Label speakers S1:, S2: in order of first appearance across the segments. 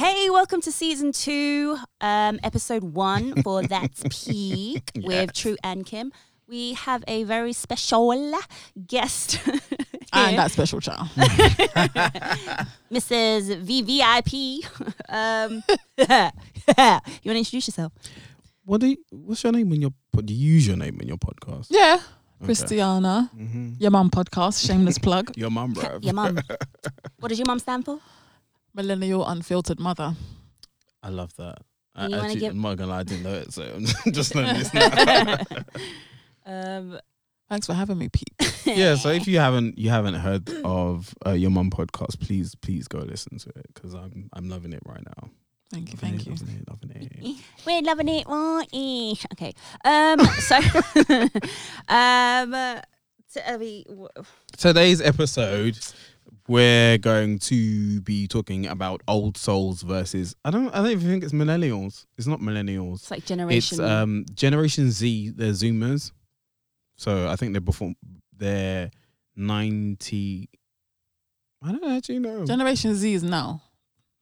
S1: welcome to season two, um, episode one for That's Peak with True and Kim. We have a very special guest,
S2: And that special child.
S1: Mrs. VVIP. um, you want to introduce yourself?
S3: What do you, what's your name when you're pod- do you use your name in your podcast?
S2: yeah. Christiana,
S3: Mm-hmm.
S2: your mum podcast, shameless plug.
S3: Your mum, bro.
S1: Your mum. What does your mum stand for?
S2: Millennial unfiltered mother.
S3: I love that. I,
S1: You wanna
S3: actually,
S1: give-
S3: I'm not gonna lie, I didn't know it, so I'm just learning this now.
S1: Um,
S2: Thanks for having me, Pete.
S3: yeah. So if you haven't you haven't heard of uh, your mum podcast, please please go listen to it because I'm I'm loving it right now.
S2: Thank you,
S3: Loving
S2: thank
S3: it,
S2: you.
S3: Loving it, loving it.
S1: We're loving it, aren't we? Okay. Um, so, um, uh, so are we, w-
S3: Today's episode, we're going to be talking about old souls versus I don't I don't even think it's millennials. It's not millennials.
S1: it's like generation.
S3: It's um Generation Z. They're Zoomers, so I think they're before they're ninety. I don't actually know
S2: Generation Z is now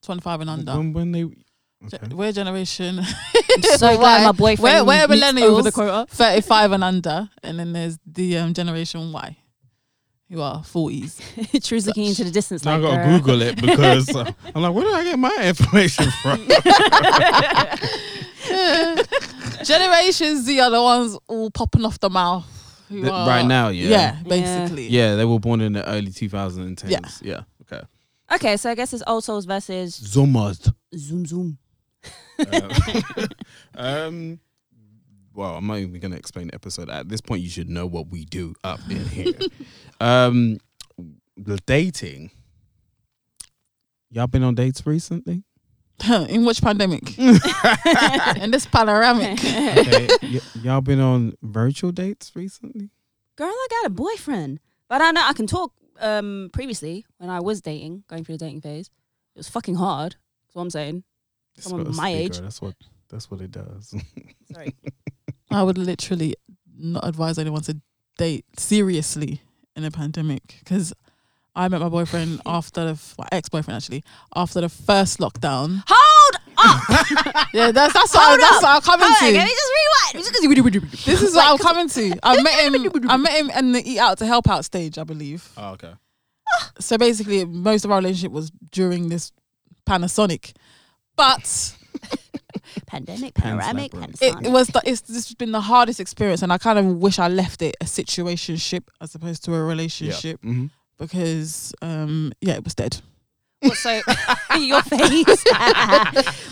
S2: 25 and under.
S3: when, when they.
S2: Ge-
S3: Okay.
S2: We're generation.
S1: so glad my boyfriend.
S2: We're, we're
S1: leaps over
S2: millennials.
S1: the quota.
S2: 35 and under. And then there's the um, generation Y, who are 40s.
S1: True's looking into the distance.
S3: Now I
S1: Like,
S3: gotta
S1: girl.
S3: Google it because uh, I'm like, where did I get my information from?
S2: generation Z are the ones all popping off the mouth. Who
S3: Th-
S2: are,
S3: right now, yeah.
S2: Yeah,
S1: Yeah.
S2: basically.
S3: Yeah, they were born in the early 2010s. Yeah. Okay.
S1: Okay, so I guess it's old souls versus
S3: Zoomers.
S1: zoom zoom.
S3: Um, um, well, I'm not even going to explain the episode. At this point, you should know what we do up in here. um, the dating. Y'all been on dates recently?
S2: In which pandemic? In this panoramic.
S3: Okay. y- y'all been on virtual dates recently?
S1: Girl, I got a boyfriend, but I know I can talk. Um, previously when I was dating, going through the dating phase, it was fucking hard. That's what I'm saying.
S3: It's
S1: Someone
S3: got a
S1: my
S3: speaker,
S1: age.
S3: That's what. That's what it does.
S1: Sorry.
S2: I would literally not advise anyone to date seriously in a pandemic because I met my boyfriend after the, f- my ex boyfriend actually after the first lockdown.
S1: Hold up.
S2: Yeah, that's that's what I,
S1: Hold
S2: that's
S1: up.
S2: what I'm coming
S1: Hold on, let
S2: to.
S1: me just rewind.
S2: This is what I'm coming to. I met him. I met him in the eat out to help out stage, I believe.
S1: Uh.
S3: oh, okay.
S2: So basically, most of our relationship was during this Panasonic, but.
S1: pandemic,
S3: Pan
S1: panoramic,
S3: slappering.
S2: it,
S1: panasonic.
S2: it was the, it's this has been the hardest experience and i kind of wish i left it a situationship as opposed to a relationship
S3: hmm
S2: because um yeah it was dead
S1: What, so your face.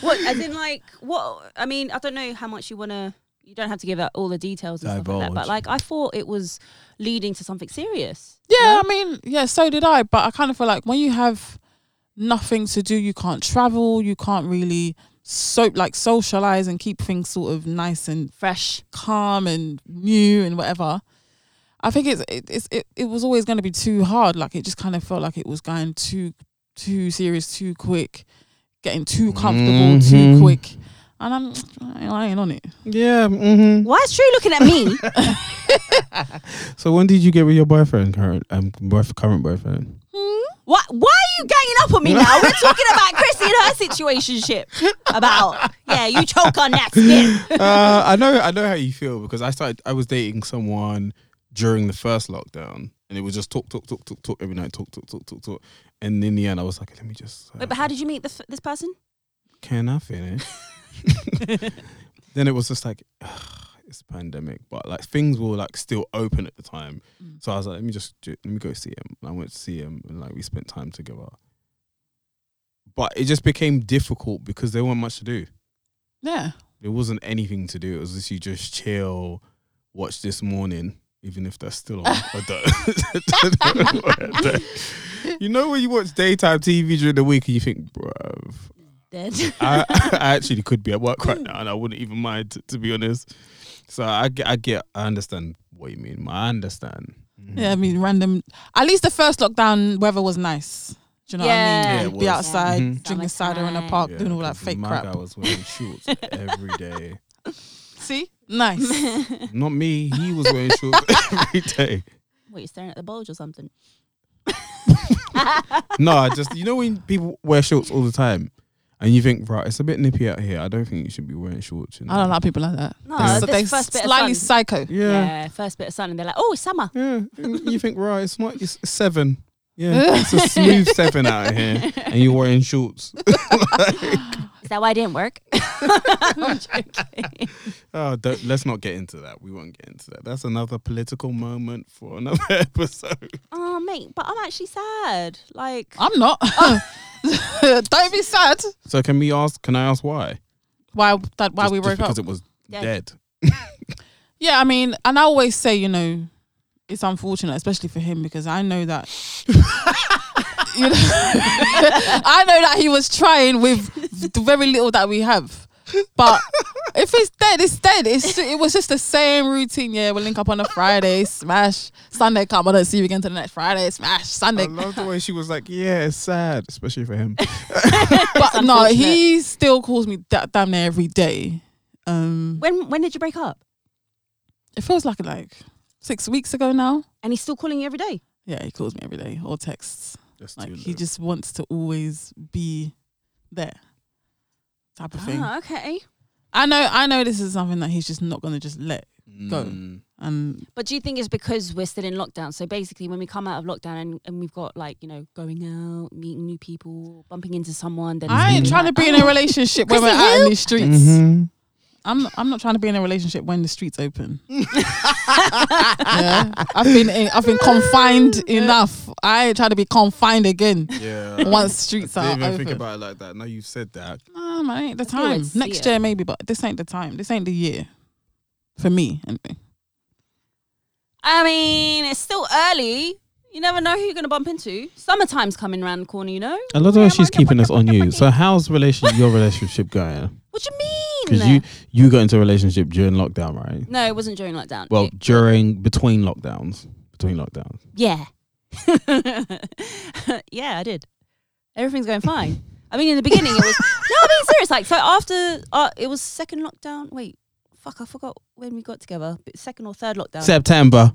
S1: what as in like what? I mean, I don't know how much you want to. You don't have to give out all the details and stuff like that. But
S3: Divulge.
S1: like, I thought it was leading to something serious.
S2: yeah i mean yeah so did i but i kind of feel like when you have nothing to do you can't travel you can't really so like socialize and keep things sort of nice and
S1: Fresh.
S2: calm and new and whatever i think it's it, it's it, it was always going to be too hard like it just kind of felt like it was going too too serious too quick getting too comfortable
S3: Mhm.
S2: too quick and i'm i ain't on it
S3: Yeah. hmm
S1: Why is True looking at me?
S3: So when did you get with your boyfriend? Current um, boyf- current boyfriend.
S1: Why, why are you ganging up on me now? We're talking about Chrissy and her situationship. About, yeah, you choke on that skin.
S3: uh, I know, I know how you feel because I started. I was dating someone during the first lockdown, and it was just talk, talk, talk, talk, talk every night, talk, talk, talk, talk, talk. And in the end, I was like, let me just. uh,
S1: Wait, but how did you meet this, this person?
S3: can I finish? then it was just like it's pandemic, but like things were like still open at the time.
S2: Mm.
S3: So I was like, let me just ju- let me go see him. And I went to see him, and like we spent time together. But it just became difficult because there weren't much to do.
S2: yeah
S3: There wasn't anything to do. It was just you just chill, watch this morning, even if that's still on. I don't- Oh, I don't know what I don't- you know when you watch daytime TV during the week and you think, bruv,
S1: Dead.
S3: I, I actually could be at work right now and I wouldn't even mind, to, to be honest. So I get, I get, I understand what you mean. I understand.
S2: yeah i mean random at least the first lockdown weather was nice do you know what i
S1: Yeah. Mm-hmm.
S2: mean
S3: Yeah, it was.
S2: be outside
S3: Mhm.
S2: drinking cider in a
S1: Summertime.
S2: park doing all that fake
S3: my
S2: crap
S3: guy was wearing shorts every day.
S2: see nice
S3: Not me. He was wearing shorts every day.
S1: What, you staring at the bulge or something?
S3: No, I just you know when people wear shorts all the time. and you think, right, it's a bit nippy out here. I don't think you should be wearing shorts. You know?
S2: I don't like people like that.
S1: No,
S3: Yeah.
S1: Ah, this
S2: So they
S1: first bit
S2: slightly
S1: of sun.
S2: psycho.
S1: yeah.
S3: Yeah,
S1: first bit of sun, and they're like, "Oh, it's summer."
S3: yeah. And you think, right, it's not. It's seven. Yeah, it's a smooth seven out here, and you're wearing shorts.
S1: Is that why it didn't work? I'm joking.
S3: Oh, don't, let's not get into that. We won't get into that. That's another political moment for another episode.
S1: Oh, mate, but I'm actually sad. Like,
S2: I'm not. don't be sad.
S3: So can we ask? Can I ask why?
S2: Why that? Why
S3: Just-
S2: we
S3: just
S2: broke up?
S3: because it was
S1: Dead.
S3: dead.
S2: Yeah, I mean, and I always say, you know, it's unfortunate, especially for him, because I know that. you know, I know that he was trying with the very little that we have, but if it's dead, it's dead. It's ju- it was just the same routine. Yeah, we will link up on a Friday, smash Sunday. Come on, see you again to the next Friday, smash
S3: I
S2: Sunday.
S3: love the way she was like, "Yeah, it's sad," especially for him.
S2: But no, he still calls me da- damn near every day. Um,
S1: when when did you break up?
S2: it feels like like six weeks ago now.
S1: And he's still calling you every day.
S2: Yeah, he calls me every day or texts.
S3: That's
S2: Like
S3: too
S2: he
S3: low.
S2: just wants to always be there, type of thing.
S1: Ah, okay.
S2: I know, I know, this is something that he's just not gonna just let go.
S3: Mm.
S2: and
S1: But do you think it's because we're still in lockdown? So basically, when we come out of lockdown and, and we've got like you know going out, meeting new people, bumping into someone, then
S2: I ain't trying to be in a
S1: Ah.
S2: relationship when we're
S1: Chrissy,
S2: out in
S1: who?
S2: these streets.
S3: Mhm.
S2: I'm, I'm not trying to be in a relationship when the streets open. yeah, I've been, in, I've been confined enough. I ain't trying to be confined again
S3: Yeah.
S2: once
S3: I
S2: streets are
S3: didn't even
S2: open.
S3: think about it like that. Now you've said that.
S2: Nah, man, ain't the
S1: That's how I
S2: time.
S1: see
S2: Next
S1: it.
S2: year maybe, but this ain't the time. This ain't the year for me. Anyway.
S1: I mean, it's still early. You never know who you're gonna bump into. Summertime's coming around the corner, you know.
S3: I love
S1: the way Yeah, she's man, keeping us
S3: on
S1: you. So
S3: how's relation your relationship going?
S1: What do you
S3: Because
S1: mean?
S3: you you got into a relationship during lockdown, right?
S1: no, it wasn't during lockdown.
S3: Well,
S1: It-
S3: during between lockdowns, between lockdowns.
S1: yeah, yeah, I did. Everything's going fine. I mean, in the beginning, it was no. I mean, serious. Like, so after uh, it was second lockdown. Wait, fuck, I forgot when we got together. But second or third lockdown.
S3: September.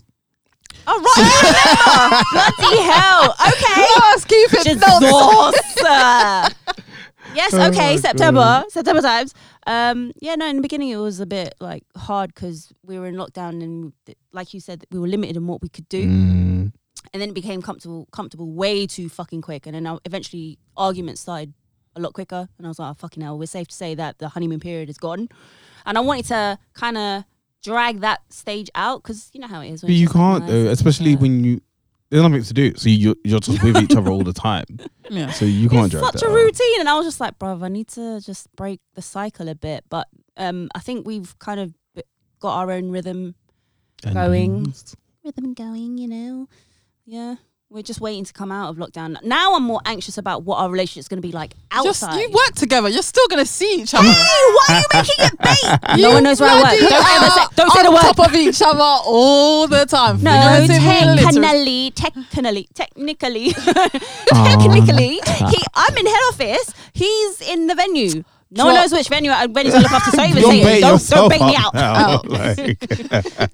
S1: oh right, bloody hell. Okay.
S2: Let's keep it.
S1: Jesus. yes,
S3: Oh
S1: okay,
S3: my
S1: September,
S3: God.
S1: September times. Um, yeah, no, in the beginning it was a bit like hard because we were in lockdown and, th- like you said, we were limited in what we could do.
S3: Mm.
S1: And then it became comfortable, comfortable way too fucking quick. And then I- eventually arguments started a lot quicker. And I was like, oh, fucking hell, we're safe to say that the honeymoon period is gone. And I wanted to kind of drag that stage out because you know how it is. when
S3: But you
S1: it's like
S3: can't
S1: nice
S3: though,
S1: and
S3: especially
S1: stuff.
S3: when you there's nothing to do. So you you're just with each other all the time.
S2: Yeah.
S3: So you can't
S1: it's
S3: drag
S1: such
S3: that
S1: a
S3: out.
S1: routine and i was just like bruv i need to just break the cycle a bit but um i think we've kind of b- got our own rhythm
S3: And
S1: Going.
S3: used.
S1: rhythm going you know yeah we're just waiting to come out of lockdown now i'm more anxious about what our relationship's going to be like
S2: Just
S1: outside
S2: you work together. You're still gonna see each other.
S1: why are you making it bait no one knows where i work
S2: bloody
S1: don't ever say
S2: are
S1: don't say the
S2: on
S1: word
S2: top of each other all the time.
S1: no,
S2: You're gonna see me in the litter-
S1: technically, technically, technically, technically, he, I'm in head office. He's in the venue. No one
S2: Drop.
S1: knows which venue. And when he's I look after Satan,
S3: Don't bait
S1: Satan, don't,
S3: yourself
S1: don't bait me
S3: up
S1: out. Oh.
S3: now, like-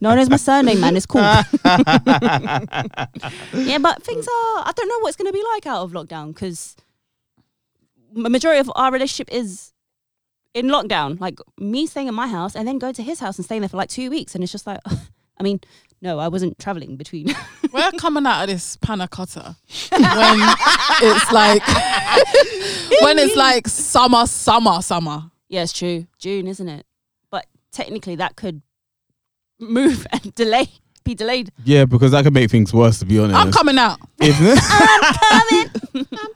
S1: No one knows my surname, man. It's cool. yeah, but things are. I don't know what it's going to be like out of lockdown because the majority of our relationship is in lockdown. Like me staying in my house and then going to his house and staying there for like two weeks, and it's just like, I mean, no, I wasn't traveling between.
S2: We're coming out of this panna cotta when it's like when it's like summer, summer, summer.
S1: yeah, it's true. June, isn't it? But technically, that could move and delay, be delayed.
S3: yeah, because that could make things worse to be honest.
S2: I'm coming out.
S3: If-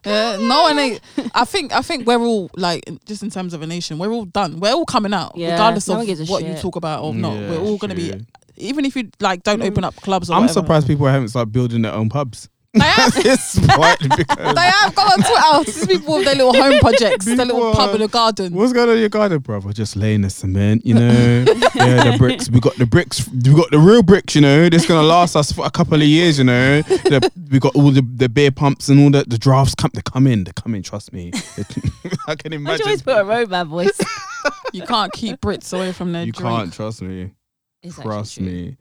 S2: Yeah, no one. ain't- I think I think we're all like just in terms of a nation, we're all done. We're all coming out,
S1: Yeah,
S2: regardless
S1: no
S2: of
S1: one gives a
S2: what you
S1: shit.
S2: talk about or not.
S3: Mm, Yeah,
S2: we're all gonna
S3: true.
S2: be, even if you like don't open up clubs. Or
S3: I'm
S2: whatever.
S3: surprised people haven't started building their own pubs.
S2: They have,
S3: It's like, because-
S2: they have gone on Twitter. These people with their little home projects, their
S3: People
S2: little
S3: are-
S2: pub in the garden.
S3: What's going on in your garden, bro? We're just laying the cement, you know. yeah, the bricks. We got the bricks. We got the real bricks, you know. That's gonna last us for a couple of years, you know. The, we got all the, the beer pumps and all the the drafts come. They come in. They come in. Trust me. I can
S1: I
S3: imagine.
S1: always put a roadman voice.
S2: You can't keep Brits away from their
S3: you
S2: drink.
S3: can't trust me.
S1: It's actually
S3: Trust
S1: true.
S3: me.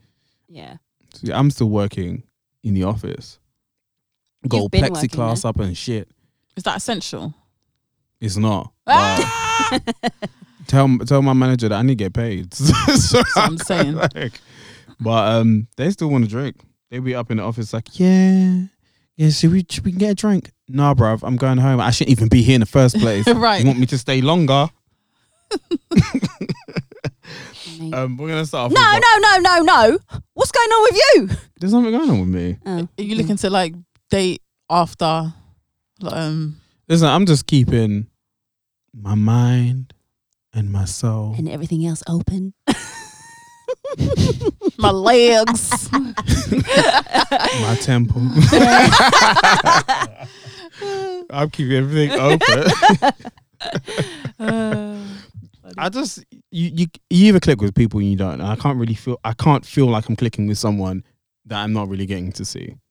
S1: Yeah.
S3: See, I'm still working in the office. Got
S1: You've
S3: all
S1: been working
S3: plexiglass up and shit.
S2: Is that essential?
S3: It's not. Wow.
S1: Ah!
S3: tell tell my manager that I need to get paid. so,
S2: what I'm saying.
S3: like- but um, they still want a drink. They be up in the office like, yeah, yeah. Should we should we get a drink? Nah, bruv, I'm going home. I shouldn't even be here in the first place.
S2: Right.
S3: You want me to stay longer? Um, we're gonna start. Off
S1: no,
S3: with-
S1: no, no, no, no. What's going on with you?
S3: There's nothing going on with me.
S1: Oh.
S2: Are you looking to like date after? Like, um,
S3: Listen, I'm just keeping my mind and my soul.
S1: Mm. and everything else open?
S2: my legs.
S3: my temple. I'm keeping everything open.
S2: Uh,
S3: I just you, you you either click with people you don't, and I can't really feel I can't feel like I'm clicking with someone that I'm not really getting to see.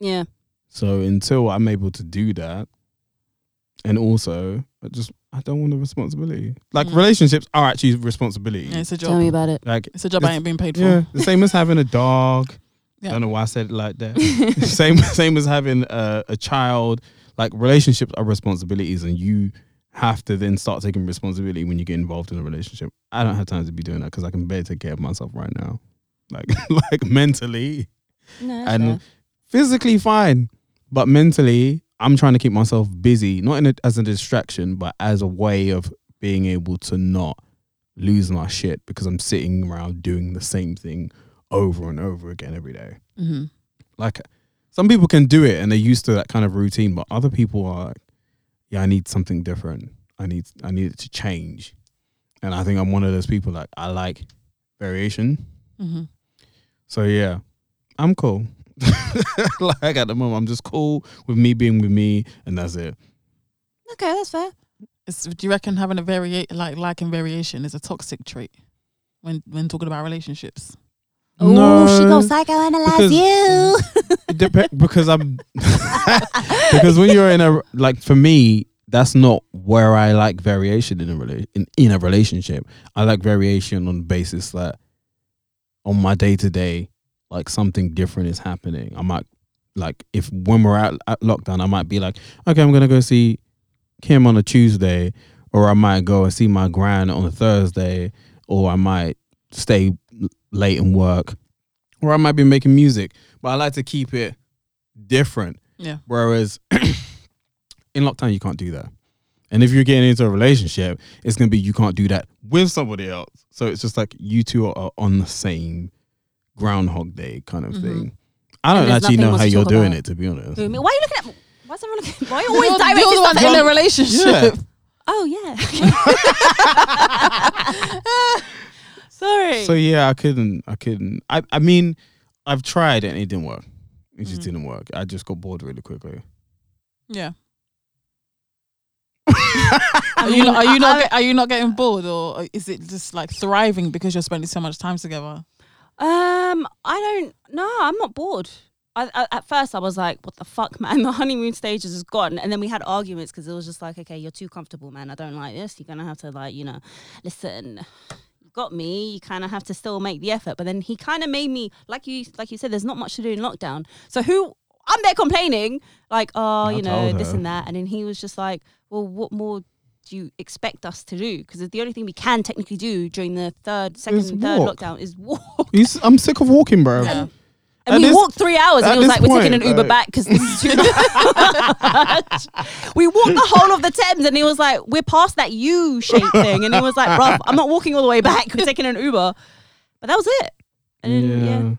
S1: Yeah.
S3: So until I'm able to do that, and also I just I don't want the responsibility. Like
S2: Mm.
S3: relationships are actually responsibility.
S2: yeah, it's a
S1: Tell
S2: job.
S1: me about it.
S3: Like
S2: It's a job I ain't being paid for.
S3: yeah, the same as having a dog.
S2: Yeah.
S3: Don't know why I said it like that. same same as having a, a child. Like relationships are responsibilities, and you have to then start taking responsibility when you get involved in a relationship. I don't have time to be doing that because I can barely take care of myself right now, like like mentally
S1: No, that's
S3: and
S1: fair.
S3: physically fine, but mentally I'm trying to keep myself busy, not in a, as a distraction, but as a way of being able to not lose my shit because I'm sitting around doing the same thing over and over again every day
S2: Mhm.
S3: like some people can do it and they're used to that kind of routine, but other people are like, yeah, I need something different. I need I need it to change. And I think I'm one of those people like I like variation.
S2: Mhm.
S3: So yeah, I'm cool. like at the moment, I'm just cool with me being with me, and that's it.
S1: Okay, that's fair.
S2: It's, do you reckon having a variate like liking variation is a toxic trait when when talking about relationships?
S1: Oh, she
S3: No,
S1: gonna psychoanalyze
S3: because-
S1: you.
S3: It dep- because I'm because when you're in a like for me that's not where I like variation in a rela- in, in a relationship. I like variation on the basis that on my day to day like something different is happening. I might like if when we're out at lockdown I might be like okay I'm going to go see Kim on a Tuesday or I might go and see my grand on a Thursday or I might stay l- late and work or I might be making music but I like to keep it different.
S2: Yeah.
S3: Whereas in lockdown, you can't do that. And if you're getting into a relationship, it's going to be you can't do that with somebody else. So it's just like you two are on the same Groundhog Day kind of
S2: Mhm.
S3: thing. I don't
S1: And there's
S3: actually
S1: nothing
S3: know
S1: else
S3: how
S1: to
S3: you're
S1: talk
S3: doing
S1: about.
S3: it, to be honest.
S1: Who me- Why are you looking at? Why is everyone looking? Why are you always
S2: You're the-
S1: directing
S2: you're the
S1: stuff
S2: one
S1: at
S2: in a
S1: me?
S2: relationship.
S1: Oh yeah. Sorry.
S3: So yeah, I couldn't. I couldn't. I, I mean, I've tried and it didn't work. It just
S1: Mm.
S2: Mhm.
S3: didn't work. I just got bored really quickly.
S2: Yeah.
S1: I
S2: Are you
S1: mean,
S2: not, are you not
S1: I-
S2: get- are you not getting bored or is it just like thriving because you're spending so much time together?
S1: Um, I don't. No, I'm not bored. I, I, at first, I was like, "What the fuck, man?" The honeymoon stage is just gone, and then we had arguments because it was just like, "Okay, you're too comfortable, man. I don't like this. You're gonna have to like, you know, listen. You got me. You kind of have to still make the effort." But then he kind of made me, like you, like you said, there's not much to do in lockdown. So who? I'm there complaining, like, "Oh,
S3: I
S1: you know,
S3: told
S1: this
S3: her.
S1: and that," and then he was just like, "Well, what more?" Do you expect us to do? Because the only thing we can technically do during the third, second, and third
S3: walk.
S1: lockdown is walk.
S3: You s- I'm sick of walking, bro.
S2: Yeah.
S1: And
S3: At
S1: we
S3: this-
S1: walked three hours, and
S3: at
S1: it was
S3: this
S1: like, we're taking an
S3: point,
S1: Uber
S3: like-
S1: back because this is too much. we walked the whole of the Thames, and he was like, we're past that U shape thing. And he was like, bruv, I'm not walking all the way back. We're taking an Uber. But that was it. And then, yeah.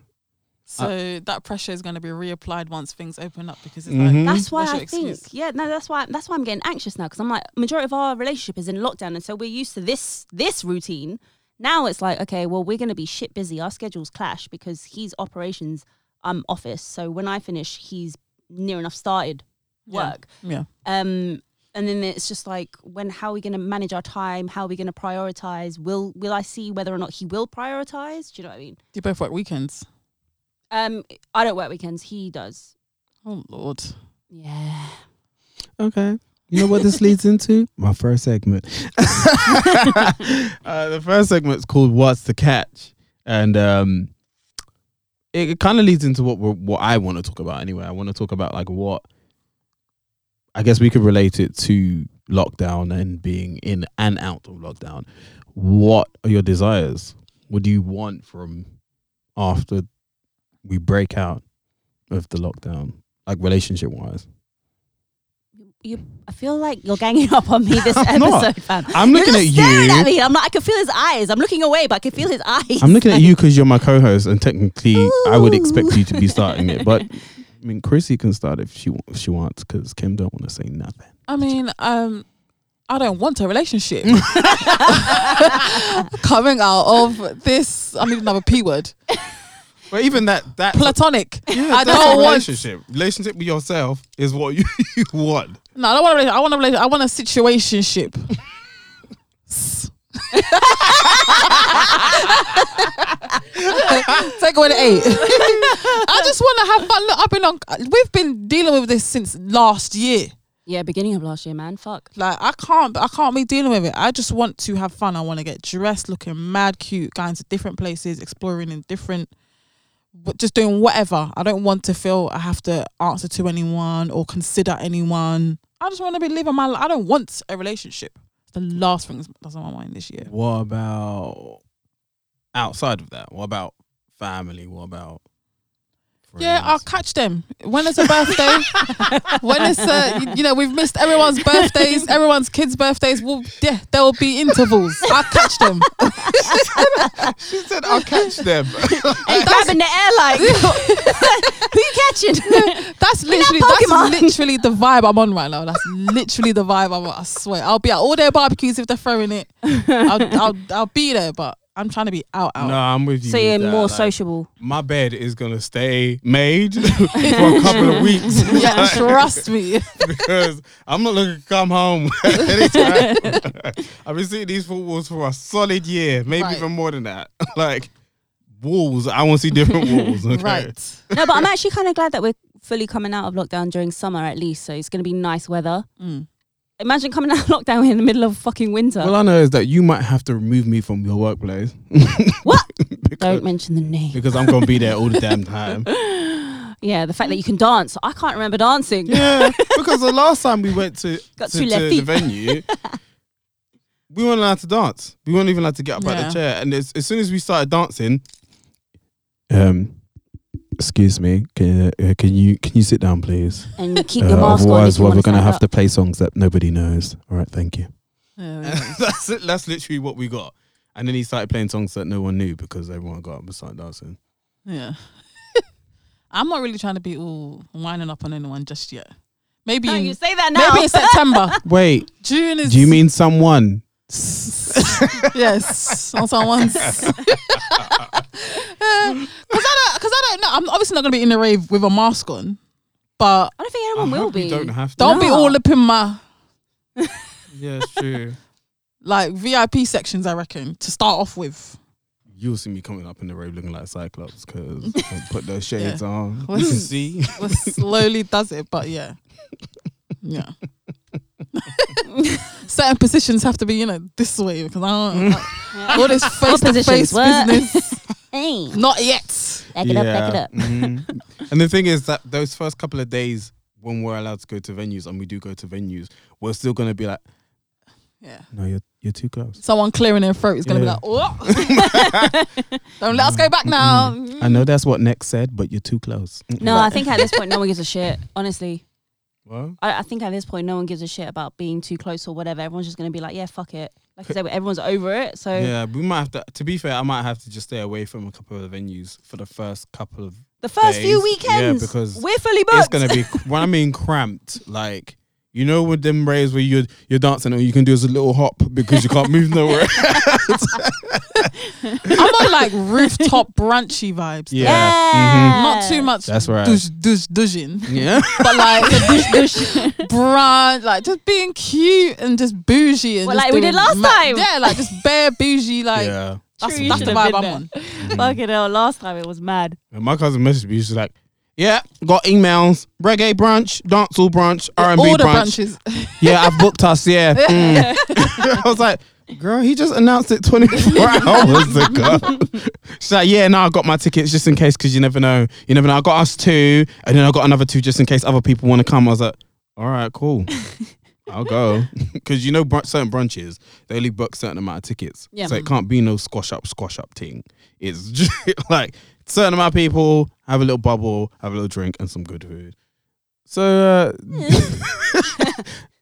S2: So that pressure is going to be reapplied once things open up because it's
S3: Mhm.
S2: like
S1: That's why I
S2: Mm-hmm. That's your excuse.
S1: think, yeah, no, that's why that's why I'm getting anxious now because I'm like, majority of our relationship is in lockdown, and so we're used to this this routine. Now it's like, okay, well, we're gonna be shit busy. Our schedules clash because he's operations, I'm office. So when I finish, he's near enough started
S2: Yeah.
S1: work.
S2: yeah.
S1: Um, and then it's just like, when how are we gonna manage our time? How are we gonna prioritize? Will will I see whether or not he will prioritize? Do you know what I mean?
S2: You both work weekends.
S1: Um, I don't work weekends. He does.
S2: Oh lord.
S1: Yeah.
S3: Okay. You know what this leads into? My first segment. uh, the first segment's called "What's the Catch," and um, it, it kind of leads into what we're, what I want to talk about. Anyway, I want to talk about like what I guess we could relate it to lockdown and being in and out of lockdown, what are your desires? What do you want from after we break out of the lockdown, like relationship wise?
S1: You, I feel like you're ganging up on me this
S3: I'm not.
S1: episode, fam.
S3: I'm
S1: You're
S3: looking
S1: just
S3: at
S1: staring
S3: you.
S1: at me. I'm like, I can feel his eyes. I'm looking away, but I can feel his eyes.
S3: I'm looking at
S1: Like,
S3: you because you're my co-host, and technically, I would expect
S1: Ooh.
S3: you to be starting it. But I mean, Chrissy can start if she wa- if she wants, because Kim don't want to say nothing.
S2: I mean, um, I don't want a relationship. Coming out of this, I need another p word.
S3: But even that that
S2: Platonic. I
S3: that's
S2: don't
S3: a
S2: want.
S3: relationship. Relationship with yourself is what you, you want.
S2: No, I don't want a relationship. I want a relationship. I want a situationship. S- Take away the eight. I just want to have fun. Look, I've been on. We've been dealing with this since last year.
S1: Yeah, beginning of last year, man. Fuck.
S2: Like I can't, I can't be dealing with it. I just want to have fun. I want to get dressed, looking mad cute, going to different places, exploring in different, but just doing whatever. I don't want to feel I have to answer to anyone or consider anyone. I just want to be living my. life. I don't want a relationship. It's the last thing that's on my mind this year.
S3: What about outside of that? What about family? What about
S2: Yeah, I'll catch them when it's a birthday. when it's a, you, you know, we've missed everyone's birthdays, everyone's kids' birthdays. Well, yeah, there will be intervals. I'll catch them.
S3: she said I'll catch them.
S1: And grabbing the air like, who you catching?
S2: That's literally
S1: Pokemon.
S2: that's literally the vibe I'm on right now. That's literally the vibe I'm on. I swear, I'll be at all their barbecues if they're throwing it. I'll I'll, I'll be there, but I'm trying to be out out.
S3: no, I'm with you.
S1: so
S3: with
S1: you're
S3: that,
S1: more
S3: like,
S1: sociable.
S3: My bed is gonna stay made for a couple of weeks.
S2: Yeah,
S3: Like,
S2: trust me.
S3: because I'm not looking to come home anytime. I've been seeing these footballs for a solid year, maybe
S2: Right.
S3: even more than that. like walls, I want to see different walls. Okay?
S2: Right.
S1: No, but I'm actually kind of glad that we're fully coming out of lockdown during summer at least. So it's going to be nice weather.
S2: Mm.
S1: Imagine coming out of lockdown in the middle of fucking winter.
S3: All I know is that you might have to remove me from your workplace.
S1: What?
S3: because,
S1: Don't mention the name.
S3: because I'm gonna be there all the damn time.
S1: Yeah, the fact that you can dance. I can't remember dancing.
S3: Yeah, because the last time we went to
S1: Got
S3: to,
S1: two left
S3: to the
S1: feet.
S3: venue, we weren't allowed to dance. We weren't even allowed to get up out
S2: Yeah.
S3: the chair. And as, as soon as we started dancing, um, excuse me, can uh, can you can you sit down, please? Uh,
S1: And you keep your mask on. if you wanna stand up.
S3: play songs that nobody knows. All right, thank you.
S2: Yeah, yeah.
S3: that's it, that's literally what we got. And then he started playing songs that no one knew because everyone got up and started dancing.
S2: Yeah. I'm not really trying to be all winding up on anyone just yet. Maybe
S1: No,
S2: in,
S1: you say that now.
S2: maybe in September.
S3: Wait,
S2: June is.
S3: do you mean someone?
S2: yes, on someone's. Because I don't, because I don't know. I'm obviously not gonna be in a rave with a mask on, but
S1: I don't think anyone
S3: I
S1: will
S3: hope you
S1: be.
S3: Don't have to.
S2: don't be
S1: No.
S2: all up in my
S3: Yeah, it's true.
S2: like VIP sections. I reckon to start off with.
S3: You'll see me coming up in the rave looking like Cyclops because put those shades on. You
S2: What's-
S3: can see.
S2: Well, slowly does it, but yeah, yeah. Certain positions have to be, you know, this way because I don't. I- all this face to face
S1: positions, what?
S2: business,
S1: Hey,
S2: not yet.
S1: back it up, back it up.
S3: Mhm. and the thing is that those first couple of days when we're allowed to go to venues and we do go to venues, we're still gonna be like,
S2: Yeah.
S3: no, you're you're too close.
S2: Someone clearing their throat is gonna
S3: Yeah.
S2: be like, "What? don't let us go back now."
S3: I know that's what Next said, but you're too close.
S1: No, I think at this point, no one gives a shit. Honestly,
S3: Well,
S1: I, I think at this point, no one gives a shit about being too close or whatever. Everyone's just going to be like, yeah, fuck it. Like I said, everyone's over it. So
S3: yeah, we might have to. To be fair, I might have to just stay away from a couple of the venues for the first couple of.
S1: the first few
S3: Days. Yeah,
S1: weekends,
S3: because
S1: we're fully booked.
S3: It's gonna be when I mean cramped, like you know, with them raves where you're you're dancing, all you can do is a little hop because you can't move nowhere.
S2: I'm on like rooftop branchy vibes.
S3: Yeah.
S1: Yeah.
S2: Not too much
S3: That's right.
S2: dush, dush, dushing,
S3: Mm-hmm. Yeah.
S2: but like brunch, like just being cute and just bougie and
S1: Well,
S2: just
S1: like we did
S2: doing
S1: last time.
S2: Yeah, like just bare bougie, like
S3: yeah.
S2: that's,
S1: True, you
S2: that's the
S1: should've
S2: vibe
S1: been
S2: I'm
S1: there.
S2: on.
S3: Mm.
S1: Fucking hell, last time it was mad.
S3: And my cousin messaged me. She's like, "Yeah, got emails. Reggae brunch, dancehall brunch, R and B
S2: All the
S3: brunch.
S2: branches.
S3: Yeah, I've booked us. Yeah." Mm. I was like, "Girl, he just announced it 24 hours ago." She's like, "Yeah, no, I got my tickets just in case, because you never know. You never know. I got us two, and then I got another two just in case other people want to come." I was like, "All right, cool." I'll go because you know br- certain brunches they only book certain amount of tickets,
S1: Yeah.
S3: so it can't be no squash up, squash up thing. It's just like certain amount of people have a little bubble, have a little drink, and some good food. So, uh,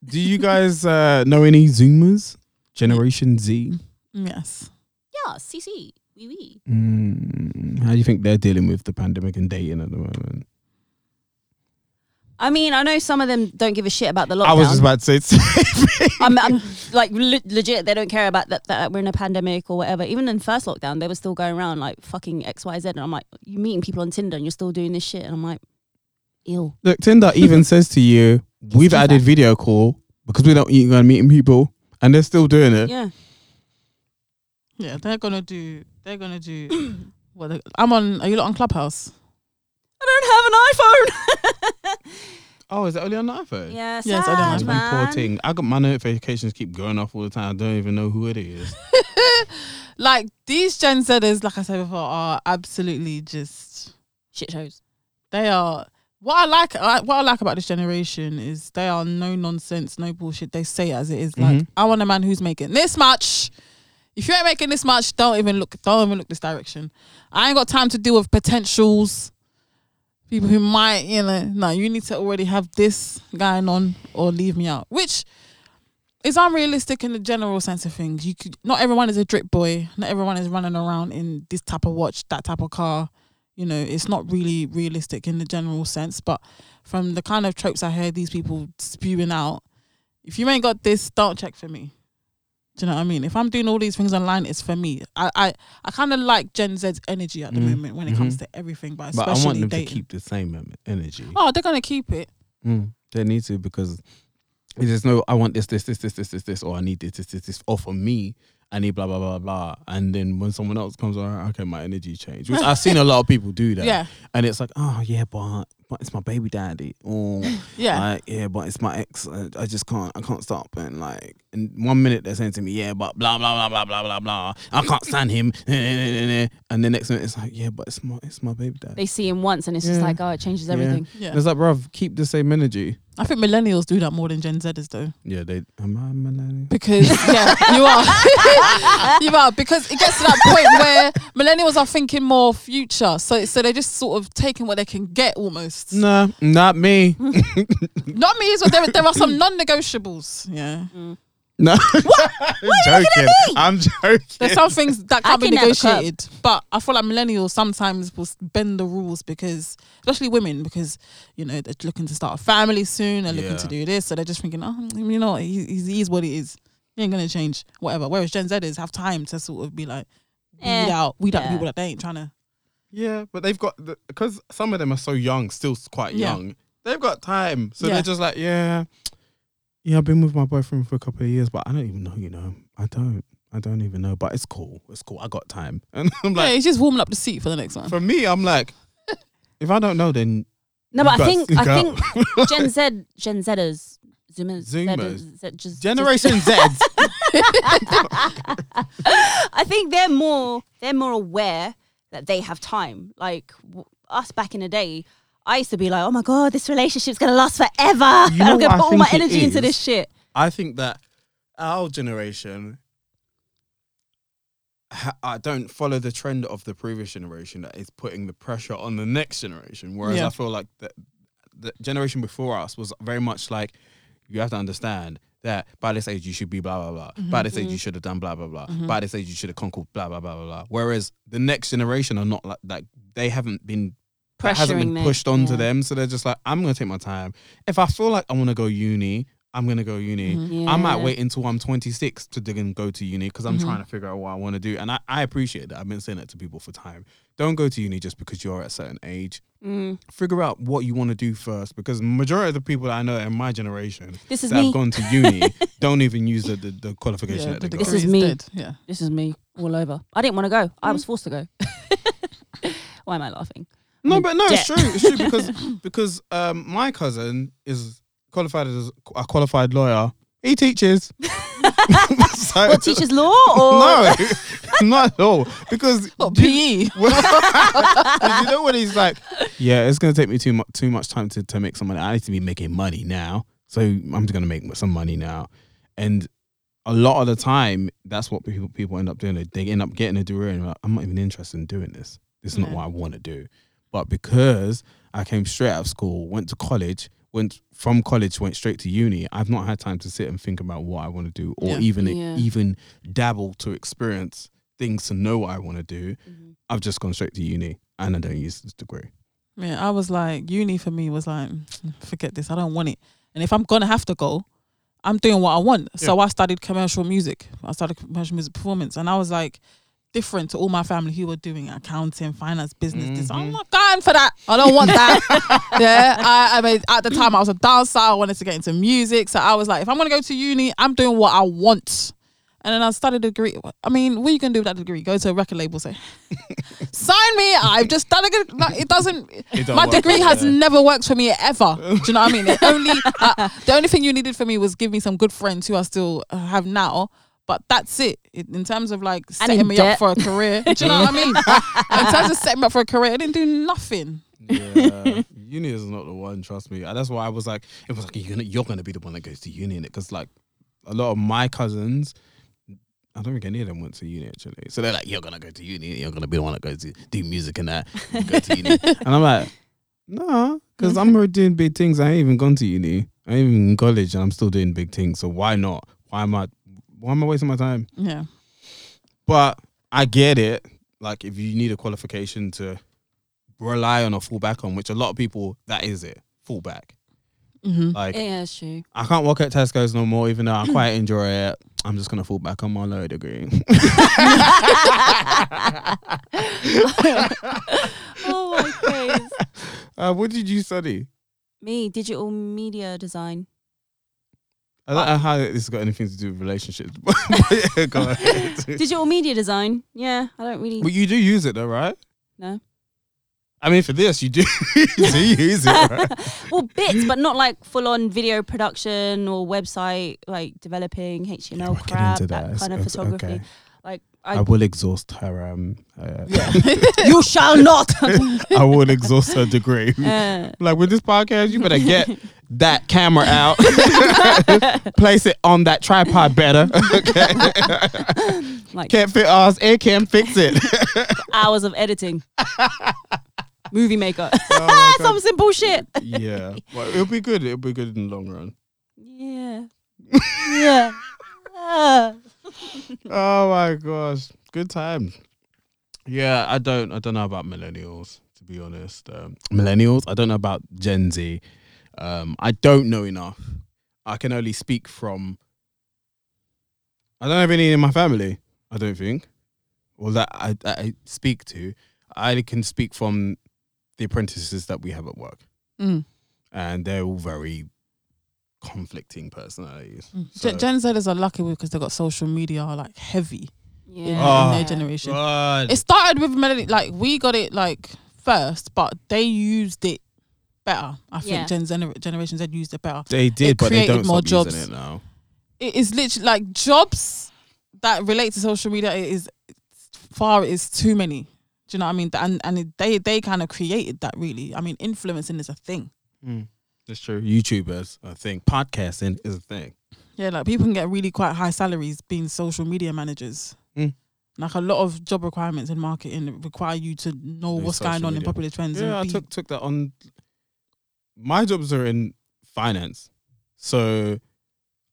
S3: do you guys uh, know any Zoomers, Generation Z?
S2: Yes.
S1: Yeah, CC, wee wee.
S3: Mm, how do you think they're dealing with the pandemic and dating at the moment?
S1: I mean, I know some of them don't give a shit about the lockdown.
S3: I was just about to say,
S1: I'm, I'm like le- legit. They don't care about that, that we're in a pandemic or whatever. Even in first lockdown, they were still going around like fucking X Y Z, and I'm like, you meeting people on Tinder and you're still doing this shit, and I'm like, ill.
S3: look, Tinder even says to you, we've
S1: do
S3: added
S1: that.
S3: video call because we don't even going to meeting people, and they're still doing it.
S1: Yeah,
S2: Yeah, they're gonna do. They're gonna do. what they, I'm on. Are you lot on Clubhouse?
S1: I don't have an iPhone.
S3: Oh, is that only on the iPhone?
S1: yeah, sad,
S2: Yes, I don't
S3: Oh,
S2: have
S3: you
S1: man.
S3: poor thing. I got my notifications keep going off all the time. I don't even know who it is.
S2: Like these Gen Zers, like I said before, are absolutely just.
S1: Shit shows.
S2: They are. What I like, I, what I like about this generation is they are no nonsense, no bullshit. They say it as it is. Like
S3: Mhm.
S2: I want a man who's making this much. If you ain't making this much, don't even look. Don't even look this direction. I ain't got time to deal with potentials. People who might, you know, no, you need to already have this going on or leave me out, which is unrealistic in the general sense of things. You could not everyone is a drip boy. Not everyone is running around in this type of watch, that type of car. You know, it's not really realistic in the general sense. But from the kind of tropes I hear these people spewing out, if you ain't got this, don't check for me. Do you know what I mean? If I'm doing all these things online, it's for me. I I, I kind of like Gen Z's energy at the
S3: Mm.
S2: moment when it comes
S3: Mhm.
S2: to everything, but
S3: but
S2: especially
S3: I want them
S2: dating.
S3: to keep the same em- energy.
S2: oh, they're gonna keep it.
S3: Mm, they need to because if there's no, I want this, this, this, this, this, this, this, or I need this, this, this, this, or for me, I need blah, blah, blah, blah. And then when someone else comes around, okay, my energy changed. Which I've seen a lot of people do that.
S2: Yeah,
S3: And it's like, oh, yeah, but, but it's my baby daddy. Or,
S2: yeah.
S3: like, yeah, but it's my ex. I, I just can't, I can't stop. And like, in one minute they're saying to me, yeah, but blah, blah, blah, blah, blah, blah, blah. I can't stand him. and the next minute it's like, yeah, but it's my, it's my baby daddy.
S1: They see him once, and it's just
S3: Yeah.
S1: like, oh, it changes
S3: Yeah.
S1: everything.
S2: yeah.
S3: And it's like, bruv, keep the same energy.
S2: I think millennials do that more than Gen Zers though.
S3: Yeah, they. Am I a millennial?
S2: Because yeah, you are, you are. Because it gets to that point where millennials are thinking more future, so so they're just sort of taking what they can get almost.
S3: Nah, not me.
S2: Not me, so there there are some non-negotiables. Yeah,
S3: No. What? joking. I'm joking.
S2: there's some things that
S1: I
S2: can't be
S1: can never curb.
S2: negotiated. But I feel like millennials sometimes will s- bend the rules because, especially women, because you know they're looking to start a family soon. They're
S3: Yeah.
S2: looking to do this, so they're just thinking, oh, you know, what, he, he's, he's what he is. He ain't gonna change, whatever. Whereas Gen Zers have time to sort of be like, weed
S1: Eh,
S2: out, weed out
S1: yeah.
S2: people that they ain't trying to.
S3: Yeah, but they've got because some of them are so young, still s- quite
S2: Yeah.
S3: young. They've got time, so
S2: Yeah.
S3: they're just like, yeah, yeah. I've been with my boyfriend for a couple of years, but I don't even know. You know, I don't. I don't even know. But it's cool. It's cool. I got time, and I'm
S2: yeah,
S3: like,
S2: it's just warming up the seat for the next one.
S3: for me, I'm like, if I don't know, then
S1: No,
S3: you
S1: but I
S3: guys
S1: think
S3: speak
S1: I
S3: up.
S1: think Gen Z, Gen Zers, Zoomers, Zers,
S3: Zoomers.
S1: Z- just-
S3: Generation Z.
S1: I think they're more they're more aware that they have time. Like w- us back in the day, I used to be like, "Oh my god, this relationship's gonna last forever.
S3: You know
S1: I'm
S3: what
S1: gonna
S3: I
S1: put all my
S3: think it
S1: energy into this
S3: is?
S1: shit."
S3: I think that our generation, ha- I don't follow the trend of the previous generation that is putting the pressure on the next generation. Whereas
S2: Yeah.
S3: I feel like the, the generation before us was very much like, you have to understand that by this age you should be blah blah blah.
S1: Mm-hmm.
S3: By this age you should have done blah blah blah. By this age you should have conquered blah blah blah blah blah. Whereas the next generation are not like like they haven't been that hasn't been
S1: Pressuring them,
S3: pushed onto
S1: yeah.
S3: them. So they're just like, I'm gonna take my time. If I feel like I wanna go uni, I'm gonna go uni.
S2: Mm-hmm.
S3: I might
S1: Yeah. Mm-hmm.
S3: wait until I'm 26 to dig and go to uni because I'm trying to figure out what I want to do. And I, I appreciate that. I've been saying that to people for time. Don't go to uni just because you're at a certain age.
S1: Mm.
S3: Figure out what you want to do first because majority of the people that I know in my generation
S1: This is
S3: that
S1: me.
S3: have gone to uni don't even use the, the, the qualification
S2: Yeah,
S3: that they
S2: the
S3: got.
S1: This
S2: degree
S1: is me.
S2: dead. Yeah.
S1: This is me all over. I didn't want to go. I was forced to go. Why am I laughing?
S3: No, but no, it's
S1: Debt.
S3: true. It's true because because um, my cousin is qualified as a qualified lawyer. He teaches. So-
S1: What teaches law or
S3: No, not at all. Because
S2: What, E?
S3: you-
S2: PE?
S3: Well, 'cause you know when he's like, yeah, it's gonna take me too much too much time to, to make some money. I need to be making money now. So I'm just gonna make some money now, and a lot of the time that's what people people end up doing. They- They end up getting a degree and like, I'm not even interested in doing this. This is not
S2: Yeah.
S3: what I want to do. But because I came straight out of school, went to college, went from college, went straight to uni. I've not had time to sit and think about what I want to do, or
S2: Yeah.
S3: even
S1: Yeah.
S3: even dabble to experience things to know what I want to do. I've just gone straight to uni and I don't use this degree.
S2: Yeah, I was like, uni for me was like, forget this, I don't want it. And if I'm gonna have to go, I'm doing what I want. So I studied commercial music. I started commercial music performance, and I was like, different to all my family who were doing accounting, finance, business. This,
S3: Mm-hmm.
S2: I'm not going for that. I don't want that. yeah, I, I mean, at the time I was a dancer. I wanted to get into music, so I was like, if I'm gonna go to uni, I'm doing what I want. And then I studied a degree. I mean, what are you gonna do with that degree? Go to a record label, say, sign me. I've just done a good. Like, it doesn't.
S3: don't
S2: my
S3: work
S2: degree
S3: like
S2: has
S3: that.
S2: never worked for me ever. Do you know what I mean? It only uh, the only thing you needed for me was give me some good friends who I still uh, have now. But that's it. it in terms of like setting
S1: in
S2: me
S1: debt.
S2: up for a career. Do you know what I mean? in terms of setting me up for a career, I didn't do nothing.
S3: Yeah, uni is not the one. Trust me. And That's why I was like, it was like you're gonna you're gonna be the one that goes to uni in it because like a lot of my cousins. I don't think any of them went to uni actually. So they're like, you're gonna go to uni, you're gonna be the one that goes to do music and that, you go to uni. and I'm like, no, because I'm already doing big things. I ain't even gone to uni. I ain't even in college, and I'm still doing big things. So why not? Why am I? Why am I wasting my time?
S2: Yeah.
S3: But I get it. Like if you need a qualification to rely on or fall back on, which a lot of people that is it. Fall back.
S2: Mm-hmm.
S3: Like
S1: yeah, that's true.
S3: I can't work at Tesco's no more, even though I quite enjoy it. I'm just gonna fall back on my lower degree.
S1: Oh my days.
S3: uh, what did you study?
S1: Me, digital media design.
S3: I don't know how this has got anything to do with relationships. but yeah, go ahead.
S1: Digital media design. Yeah, I don't really.
S3: But you do use it though, right?
S1: No.
S3: I mean, for this, you do, you do use it, right?
S1: well, bits, but not like full on video production or website like developing
S3: Yeah,
S1: HTML
S3: we'll get
S1: crap,
S3: into
S1: that
S3: that.
S1: kind of
S3: It's- okay.
S1: photography. Like
S3: I
S1: I,
S3: will exhaust her. Um, uh,
S1: you shall not.
S3: I will exhaust her degree.
S1: Uh,
S3: Like with this podcast, you better get that camera out, place it on that tripod better.
S1: like
S3: Can't fit ours, it can fix it.
S1: hours of editing, movie maker,
S3: Oh my
S1: some simple shit.
S3: God. yeah, well, it'll be good. It'll be good in the long run.
S1: Yeah, yeah. Uh,
S3: Oh my gosh, good times. Yeah, I don't. I don't know about millennials to be honest. Um, millennials, I don't know about Gen Z. Um, I don't know enough. I can only speak from. I don't have any in my family. I don't think, or that I, that I speak to. I can speak from the apprentices that we have at work,
S2: Mm.
S3: and they're all very conflicting personalities. So-
S2: Gen-, Gen Zers are lucky because they got social media like heavy in- in,
S3: Oh.
S1: Ah.
S2: their generation.
S3: God.
S2: It started with melody, like we got it like first, but they used it better. I
S1: Yeah.
S2: think Gen Gener- Generation Z used it better.
S3: They did,
S2: It
S3: but they
S2: created
S3: don't
S2: more
S3: stop
S2: jobs.
S3: using it now.
S2: It is literally like jobs that relate to social media. It is far it is too many. Do you know what I mean? And and it, they they kind of created that really. I mean, influencing is a thing.
S3: Mm. That's true. YouTubers, I think. Podcasting is a thing.
S2: Yeah, like people can get really quite high salaries being social media managers.
S3: Mm.
S2: Like a lot of job requirements in marketing require you to know
S3: Do
S2: what's going
S3: social
S2: on in
S3: media.
S2: popular trends.
S3: Yeah, I
S2: and be-
S3: took took that on. My jobs are in finance, so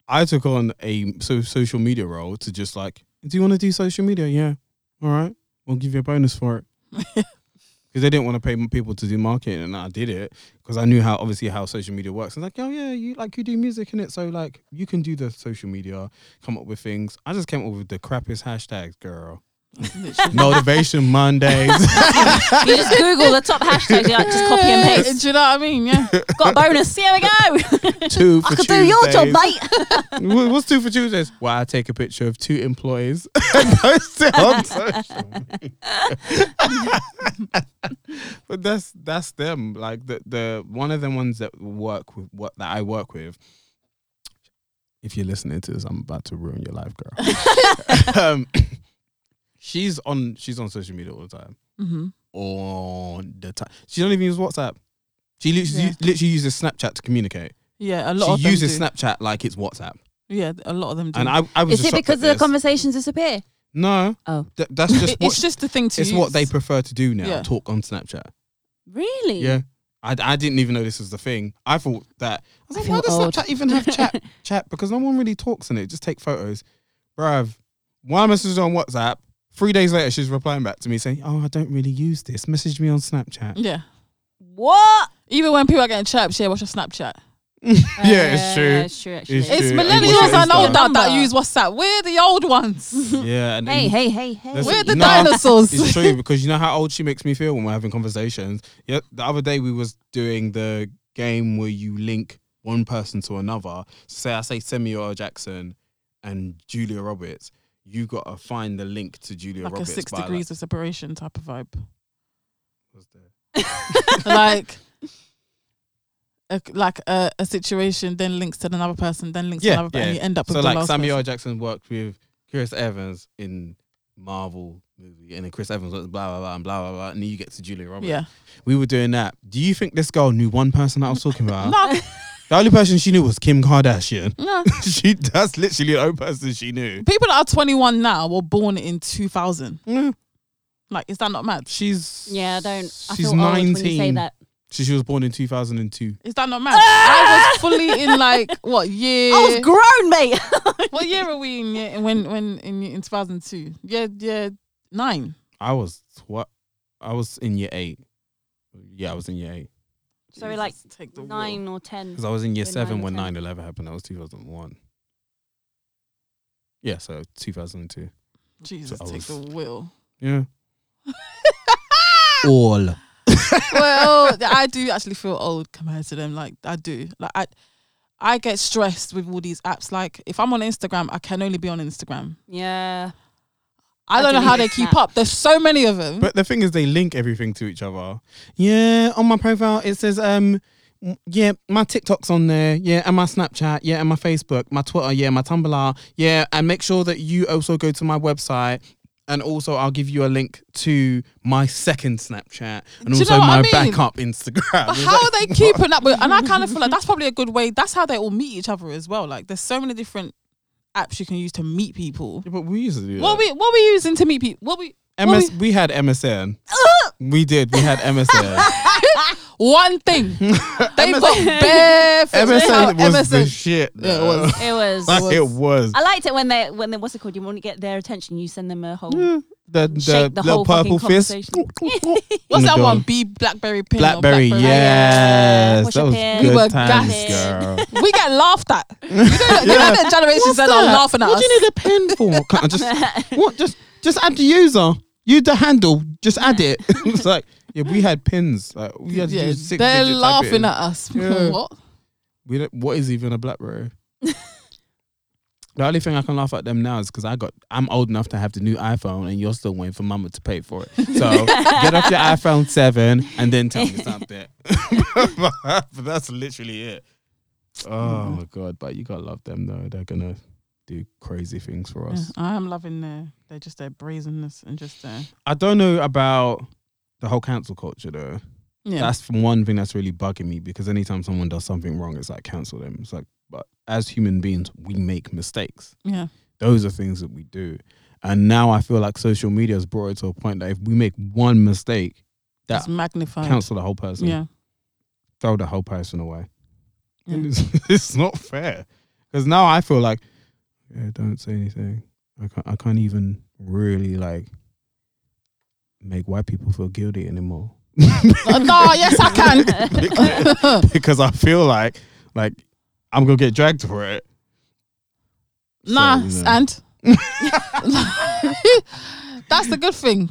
S3: I took on a so social media role to just like, do you want to do social media? Yeah, all right, we'll give you a bonus for it. Because they didn't want to pay m- people to do marketing, and I did it because I knew how obviously how social media works. I was like, oh yeah, you like you do music in it, so like you can do the social media, come up with things. I just came up with the crappiest hashtags, girl.
S2: Literally.
S3: Motivation Mondays.
S1: you just Google the top hashtags, you like just copy and paste.
S2: Do you know what I mean? Yeah.
S1: Got a bonus. Here we go.
S3: two for
S1: I could do
S3: Tuesdays.
S1: your job, mate.
S3: Wha- What's two for Tuesdays? Why I take a picture of two employees and post it on social. media. but that's that's them. Like the the one of the ones that work with what that I work with. If you're listening to this, I'm about to ruin your life, girl. um, she's on she's on social media all the time.
S2: hmm
S3: All the time. She don't even use WhatsApp. She literally,
S2: Yeah.
S3: literally uses Snapchat to communicate.
S2: Yeah, a lot
S3: She
S2: of them
S3: uses
S2: do.
S3: Snapchat like it's WhatsApp,
S2: Yeah, a lot of them do.
S3: and I, I was
S1: Is
S3: just
S1: it
S3: shocked
S1: because
S3: at
S1: the
S3: this.
S1: conversations disappear?
S3: no?
S1: Oh.
S3: Th- that's just
S2: It-
S3: what
S2: it's just the thing to
S3: it's
S2: use.
S3: what they prefer to do now.
S2: Yeah.
S3: Talk on Snapchat.
S1: Really?
S3: Yeah. I, I didn't even know this was the thing. I thought that. I was
S1: I
S3: like, why
S1: feel
S3: does
S1: old.
S3: Snapchat even have chat? chat because no one really talks in it. Just take photos. Bruv, one message on WhatsApp. Three days later, she's replying back to me saying, oh, I don't really use this. Message me on Snapchat.
S2: Yeah.
S1: What?
S2: Even when people are getting trapped, yeah, watch a Snapchat.
S3: yeah, it's
S1: Yeah,
S3: true.
S1: it's true. Actually.
S3: It's
S2: It's
S3: true.
S2: millennials
S1: And what's
S2: and
S1: your
S2: older that,
S1: Insta?
S2: use WhatsApp. We're the old ones.
S3: Yeah. And
S1: hey,
S3: then-
S1: hey, hey, hey.
S3: There's
S2: We're the
S3: No.
S2: dinosaurs.
S3: It's true because you know how old she makes me feel when we're having conversations. Yeah, the other day we was doing the game where you link one person to another. Say I say Samuel L. Jackson and Julia Roberts, you gotta find the link to Julia
S2: like a
S3: Roberts.
S2: six
S3: by, like-
S2: degrees of separation type of vibe.
S3: what's the-
S2: like, a, like a, a situation then links to another person, then links
S3: Yeah,
S2: to another person,
S3: yeah.
S2: and you end up with
S3: so
S2: the
S3: like
S2: last
S3: Samuel L.
S2: person.
S3: Jackson worked with Chris Evans in Marvel movie, and then Chris Evans was blah blah blah and blah blah blah, and then you get to Julia Roberts.
S2: Yeah.
S3: we were doing that. Do you think this girl knew one person that I was talking about?
S2: No,
S3: The only person she knew was Kim Kardashian.
S2: no.
S3: she that's literally the only person she knew.
S2: People that are 21 now were born in 2000.
S3: Yeah,
S2: Like, is that not mad?
S3: she's
S1: Yeah, I don't. I
S3: she's
S1: feel old when you say that.
S3: She, she was born in two thousand and two.
S2: Is that not mad? I was fully in like what year?
S1: I was grown, mate.
S2: what year are we in? Yeah, when when in in two thousand two? Yeah, yeah, nine.
S3: I was what? I was in year eight. Yeah, I was in year eight
S1: So we're like
S2: Jesus, take the wheel.
S1: Nine or ten.
S3: because I was in year
S1: You're
S3: seven
S1: nine or
S3: when
S1: ten.
S3: 9-11 happened. That was two thousand one. Yeah, so two thousand and two.
S2: Jesus,
S3: So I
S2: take
S3: was-
S2: the wheel.
S3: Yeah, all.
S2: well, I do actually feel old compared to them. Like I do. Like I, I get stressed with all these apps. Like if I'm on Instagram, I can only be on Instagram.
S1: Yeah.
S2: I
S1: I
S2: don't know how they
S1: deleted
S2: keep
S1: Snap.
S2: up. There's so many of them.
S3: But the thing is, they link everything to each other. Yeah, on my profile it says, um, m- yeah, my TikTok's on there. Yeah, and my Snapchat. Yeah, and my Facebook, my Twitter. Yeah, my Tumblr. Yeah, and make sure that you also go to my website. And also, I'll give you a link to my second Snapchat and
S2: Do you
S3: also
S2: know what
S3: my
S2: I mean?
S3: backup Instagram.
S2: But
S3: It's
S2: how are
S3: like,
S2: they
S3: what?
S2: keeping up with? And I kind of feel like that's probably a good way. That's how they all meet each other as well. Like there's so many different apps you can use to meet people.
S3: Yeah, but we used to do
S2: What
S3: that.
S2: we what we using to meet people? What we
S3: MS, we had MSN. we did. We had MSN.
S2: one thing they've
S3: MSN
S2: got bare
S3: MSN was the shit.
S2: Yeah, it
S3: though.
S2: was.
S1: It was.
S3: Like, it was.
S1: I liked it when they when they what's it called? You want to get their attention, you send them a whole.
S3: the the,
S1: Shake the
S3: little
S1: whole fucking
S3: purple fist.
S1: conversation.
S2: What's that
S3: Done.
S2: one? B BlackBerry pin. or
S3: Blackberry,
S2: Blackberry-
S1: yeah.
S3: yes,
S1: Push
S3: that
S1: a
S3: was
S1: pin.
S3: good
S2: We were
S3: times,
S1: gassed.
S3: girl.
S2: We get laughed at. You know, that- you know that generations that are "Oh, laughing at
S3: What
S2: us.
S3: do you need a pen for? Can't I just what? Just just add the user. You the handle. Just add it. it's like yeah, we had pins. Like we had to
S2: Yeah,
S3: do six.
S2: they're
S3: digit type it in.
S2: laughing at us.
S3: Yeah.
S2: What?
S3: We don't, what is even a BlackBerry? the only thing I can laugh at them now is because I got I'm old enough to have the new iPhone, and you're still waiting for Mama to pay for it. So get off your iPhone seven and then tell me something. but that's literally it. Oh my god! But you gotta love them though. They're gonna do crazy things for us.
S2: I am loving their. They're just their brazenness and just their.
S3: I don't know about the whole cancel culture though.
S2: Yeah.
S3: That's from one thing that's really bugging me because anytime someone does something wrong, it's like cancel them. It's like, but as human beings, we make mistakes.
S2: yeah.
S3: Those are things that we do. And now I feel like social media has brought it to a point that if we make one mistake,
S2: That's magnified.
S3: cancel the whole person,
S2: Yeah.
S3: throw the whole person away.
S2: Yeah.
S3: And It's, it's not fair because now I feel like yeah, don't say anything. I can't. I can't even really like make white people feel guilty anymore.
S2: no, Uh, yes, I can.
S3: because I feel like like I'm gonna get dragged for it.
S2: Nah,
S3: So, you know.
S2: and that's the good thing.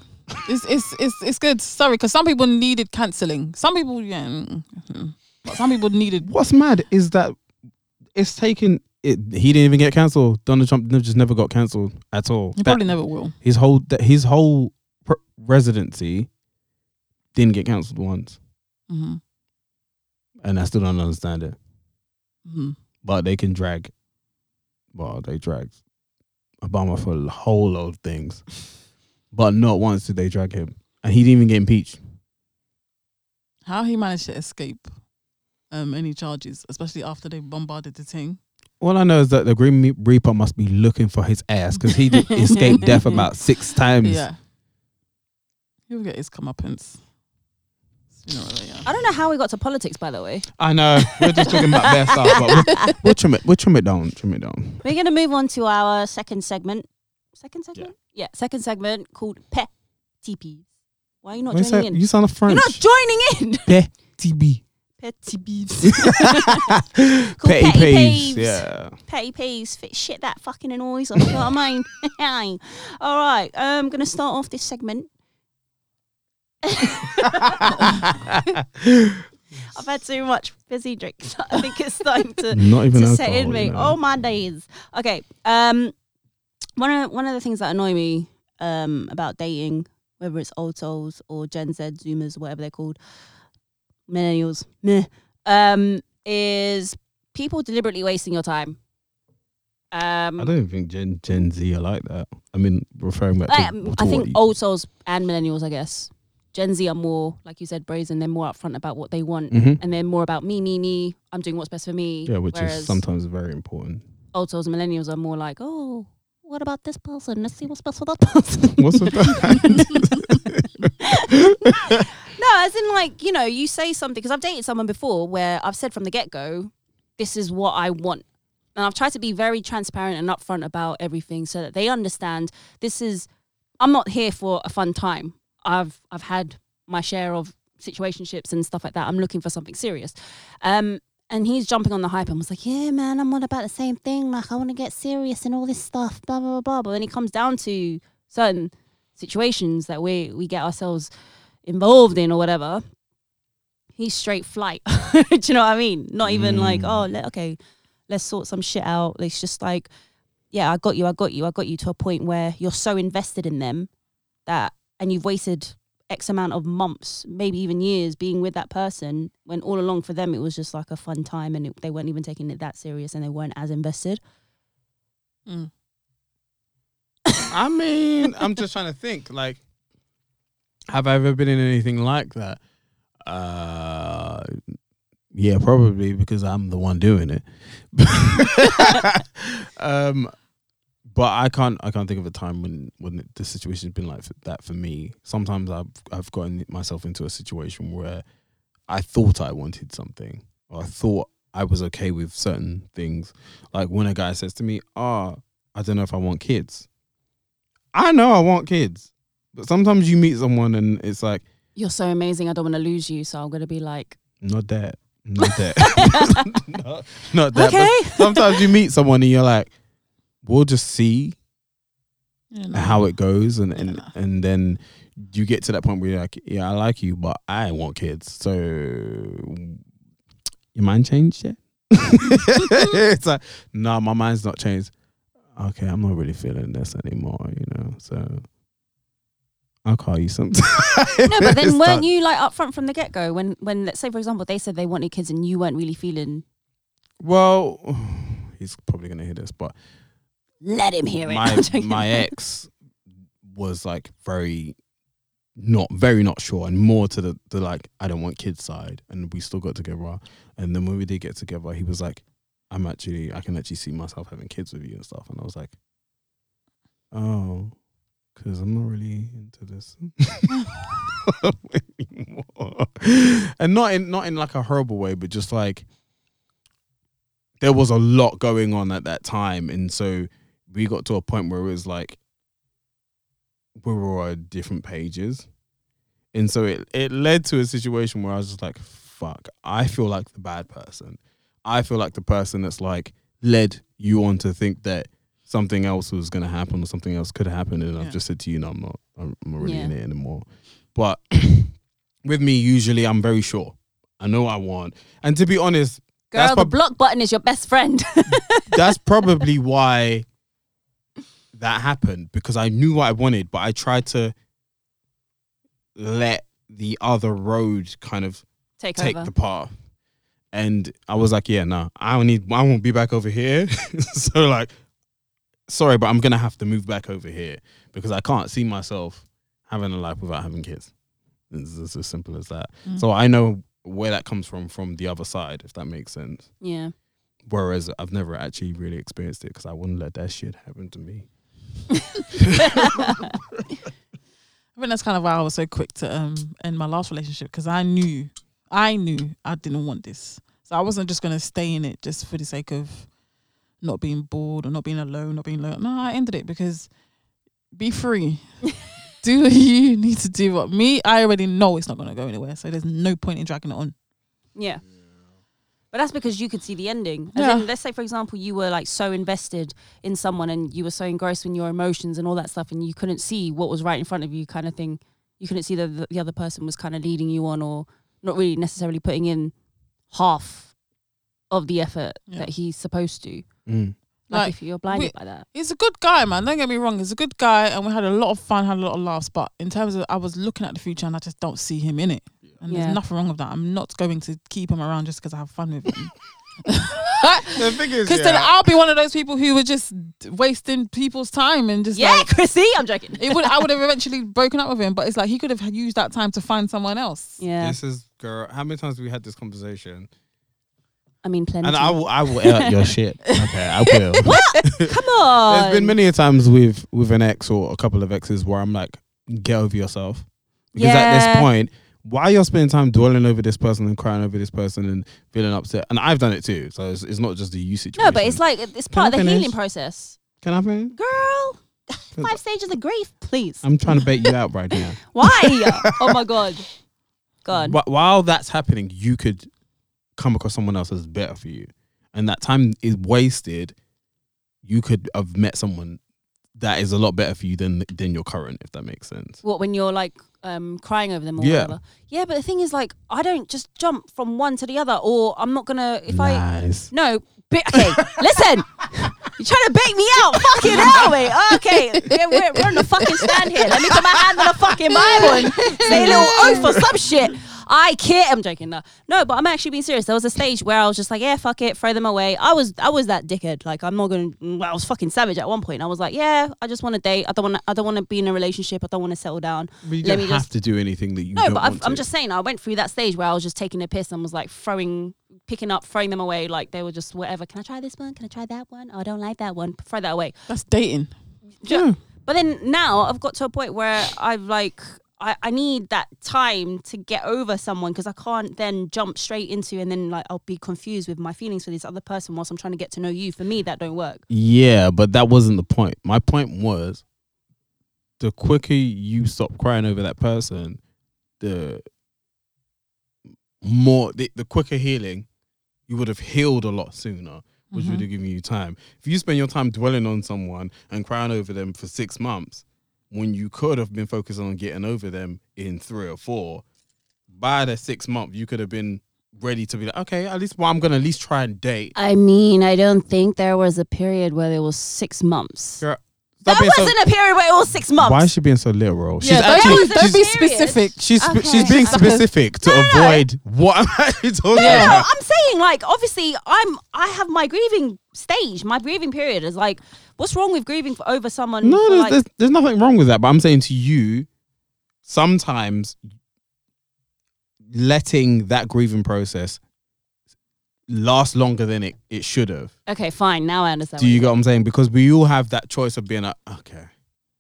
S2: It's it's it's it's good. Sorry, because some people needed cancelling. Some people, yeah, mm, mm. but some people needed.
S3: What's mad is that it's taken. It, he didn't even get cancelled. Donald Trump ne- just never got cancelled at all.
S2: You
S3: That-
S2: probably never will.
S3: his whole that his whole pr- residency didn't get cancelled once,
S2: hmm
S3: and I still don't understand it.
S2: hmm
S3: But they can drag. Well, they dragged Obama for a whole lot of things, but not once did they drag him, and he didn't even get impeached.
S2: How he managed to escape? um, any charges, especially after they bombarded the thing.
S3: All I know is that the Grim Me- Reaper must be looking for his ass because he did escape death about six times.
S2: Yeah. He'll get his comeuppance. Sooner or later.
S1: I don't know how we got to politics, by the way.
S3: I know. We're just talking about bad stuff, but we'll, we'll trim it. We'll trim it down. Trim it down.
S1: We're going to move on to our second segment. Second segment? Yeah, second segment called Pet TPs. Why are you not
S3: Wait,
S1: joining
S3: so-
S1: in?
S3: you sound
S1: You're
S3: French.
S1: not joining in!
S3: Pe- TB.
S1: Pet TPs. Cool petty,
S3: peeves,
S1: peeves.
S3: Yeah.
S1: Petty peeves. Fit shit that fucking annoys us. you know what I mean? All right, I'm going to start off this segment. I've had too much fizzy drinks. I think it's time to
S3: Not even
S1: to
S3: alcohol,
S1: set in me.
S3: you know.
S1: Oh my days. Okay. Um, one of one of the things that annoy me um about dating, whether it's old souls or Gen Z Zoomers, whatever they're called, millennials, meh, um, is people deliberately wasting your time. Um,
S3: I don't even think Gen Gen Z are like that. I mean, referring back.
S1: I,
S3: to,
S1: I
S3: to
S1: think
S3: what you-
S1: old souls and millennials, I guess. Gen Z are more, like you said, brazen. They're more upfront about what they want,
S3: Mhm.
S1: and they're more about me, me, me. I'm doing what's best for me.
S3: Yeah, which is
S1: Whereas-
S3: sometimes very important.
S1: old souls and millennials are more like, oh, what about this person? Let's see what's best for that person.
S3: What's with that?
S1: no, as in like, you know, you say something because I've dated someone before where I've said from the get go, this is what I want. And I've tried to be very transparent and upfront about everything so that they understand this is I'm not here for a fun time. I've I've had my share of situationships and stuff like that. I'm looking for something serious. Um and he's jumping on the hype and was like, Yeah, man, I'm on about the same thing. Like I wanna get serious and all this stuff, blah blah blah blah. But when it comes down to certain situations that we we get ourselves involved in or whatever, he's straight flight. Do you know what I mean? Not even like, oh, le- okay, let's sort some shit out. It's just like, yeah, I got you, I got you, I got you to a point where you're so invested in them that, and you've wasted X amount of months, maybe even years being with that person when all along for them it was just like a fun time and it, they weren't even taking it that serious and they weren't as invested.
S2: Mm.
S3: I mean, I'm just trying to think. Like, have I ever been in anything like that? Uh, yeah, probably because I'm the one doing it. um, but I can't. I can't think of a time when when the situation's been like that for me. Sometimes I've I've gotten myself into a situation where I thought I wanted something, or I thought I was okay with certain things. Like when a guy says to me, "Ah, I don't know if I want kids." I know I want kids, but sometimes you meet someone and it's like,
S1: You're so amazing. I don't want to lose you. So I'm going to be like,
S3: not that, not that, not, not that. But
S1: okay.
S3: sometimes you meet someone and you're like, we'll just see
S2: You know.
S3: how
S1: Mm-hmm.
S3: it goes, and and
S2: Yeah.
S3: and then you get to that point where you're like, yeah, I like you, but I want kids, so your mind changed yet? it's like, nah, my mind's not changed. Okay, I'm not really feeling this anymore, you know. So I'll call you sometime.
S1: No, but
S3: It's
S1: then
S3: done.
S1: weren't you like upfront from the get go when when let's say for example they said they wanted kids and you weren't really feeling
S3: Well, he's probably gonna hear this, but
S1: let him hear it.
S3: my
S1: I'm joking.
S3: my ex was like very not very not sure and more to the, the like I don't want kids side and we still got together and then when we did get together he was like I'm actually I can actually see myself having kids with you and stuff and I was like oh because I'm not really into this anymore and not in not in like a horrible way but just like there was a lot going on at that time and so we got to a point where it was like we were on different pages. And so it, it led to a situation where I was just like, fuck, I feel like the bad person. I feel like the person that's like led you on to think that something else was going to happen or something else could happen. And
S2: Yeah.
S3: I've just said to you, no, I'm not, I'm not really
S1: Yeah.
S3: in it anymore. But with me, usually I'm very sure. I know what I want. And to be honest,
S1: Girl,
S3: that's
S1: the
S3: prob-
S1: block button is your best friend.
S3: that's probably why that happened because I knew what I wanted, but I tried to let the other road kind of
S1: Take,
S3: take
S1: over.
S3: the path. And I was like, yeah, no, I don't need, I won't be back over here. so like, sorry, but I'm gonna have to move back over here because I can't see myself having a life without having kids. It's, it's as simple as that.
S2: Mm.
S3: So I know where that comes from from the other side, if that makes sense.
S1: Yeah.
S3: Whereas I've never actually really experienced it because I wouldn't let that shit happen to me.
S2: I think that's kind of why I was so quick to um end my last relationship because I knew, I knew I didn't want this. So I wasn't just gonna stay in it just for the sake of not being bored or not being alone, not being alone. No, I ended it because be free. do what you need to do. What me, I already know it's not gonna go anywhere. So there's no point in dragging it on.
S1: Yeah. But that's because you could see the ending. As
S2: Yeah.
S1: in, let's say, for example, you were like so invested in someone and you were so engrossed in your emotions and all that stuff, and you couldn't see what was right in front of you, kind of thing. You couldn't see that the- the other person was kind of leading you on or not really necessarily putting in half of the effort
S2: Yeah.
S1: that he's supposed to. Like,
S2: Like,
S1: if you're blinded
S2: we-
S1: by that.
S2: He's a good guy, man. Don't get me wrong. He's a good guy, and we had a lot of fun, had a lot of laughs. But in terms of, I was looking at the future, and I just don't see him in it. And
S1: Yeah.
S2: there's nothing wrong with that. I'm not going to keep him around just because I have fun with him.
S3: The thing is,
S2: Because then I'll be one of those people who were just wasting people's time and just
S1: Yeah,
S2: like
S1: Chrissy, I'm joking.
S2: it would. I would have eventually broken up with him, but it's like he could have used that time to find someone else.
S1: Yeah,
S3: this is girl. How many times have we had this conversation?
S1: I mean, plenty.
S3: And I will, I will air out your shit. Okay, I will.
S1: Come on.
S3: There's been many a times with with an ex or a couple of exes where I'm like, get over yourself. Because at this
S1: Yeah.
S3: point, why you're spending time dwelling over this person and crying over this person and feeling upset? And I've done it too, so it's, it's not just the you situation.
S1: No, but it's like it's part of the
S3: Can I finish?
S1: healing process,
S3: can I? Finish?
S1: girl. Five stages of grief, please.
S3: I'm trying to bait you out right now.
S1: Why? oh my god, God.
S3: Wh- while that's happening, you could come across someone else that's better for you, and that time is wasted. You could have met someone that is a lot better for you than than your current, if that makes sense.
S1: What when you're like um, crying over them or
S3: Yeah.
S1: whatever? Yeah, but the thing is, like, I don't just jump from one to the other, or I'm not gonna if I
S3: nice.
S1: no. Bi- okay, listen. You're trying to bait me out. Fucking hell, mate. Okay. Yeah, we're, we're on the fucking stand here. Let me put my hand on the fucking Bible and say a little oath or some shit. I care. I'm joking. No, no, but I'm actually being serious. There was a stage where I was just like, yeah, fuck it, throw them away. I was, I was that dickhead. Like, I'm not gonna. I was fucking savage at one point. I was like, yeah, I just want to date. I don't want. to I don't want to be in a relationship. I don't want to settle down.
S3: But you
S1: Let
S3: don't
S1: me
S3: have
S1: just-
S3: to do anything that you.
S1: No,
S3: don't
S1: but I've,
S3: want
S1: I'm
S3: to.
S1: just saying, I went through that stage where I was just taking a piss and was like throwing, picking up, throwing them away. Like they were just whatever. Can I try this one? Can I try that one? Oh, I don't like that one. Throw that away.
S2: That's dating.
S3: Hmm.
S1: Ju- But then now I've got to a point where I've like, I, I need that time to get over someone because I can't then jump straight into and then like I'll be confused with my feelings for this other person whilst I'm trying to get to know you. For me, that don't work.
S3: Yeah, but that wasn't the point. My point was the quicker you stop crying over that person, the more the, the quicker healing you would have healed a lot sooner, which would have given you time. If you spend your time dwelling on someone and crying over them for six months, when you could have been focused on getting over them in three or four, by the sixth month you could have been ready to be like, okay, at least well, I'm gonna at least try and date.
S1: I mean, I don't think there was a period where there was six months.
S3: Girl,
S1: There
S3: stop being so-
S1: wasn't a period where it was six months.
S3: Why is she being so literal? She's
S2: yeah, don't,
S3: actually
S2: be, don't be
S1: she's-
S2: specific.
S3: she's
S1: Okay.
S3: she's being
S1: Okay.
S3: specific to avoid what I'm actually talking
S1: No, no,
S3: about.
S1: I'm saying like obviously I'm I have my grieving stage. My grieving period is like what's wrong with grieving for over someone?
S3: No,
S1: for,
S3: there's,
S1: like,
S3: there's, there's nothing wrong with that. But I'm saying to you, sometimes letting that grieving process last longer than it, it should have.
S1: okay, fine. Now I understand.
S3: Do
S1: what
S3: you get what I'm saying? Because we all have that choice of being like, okay,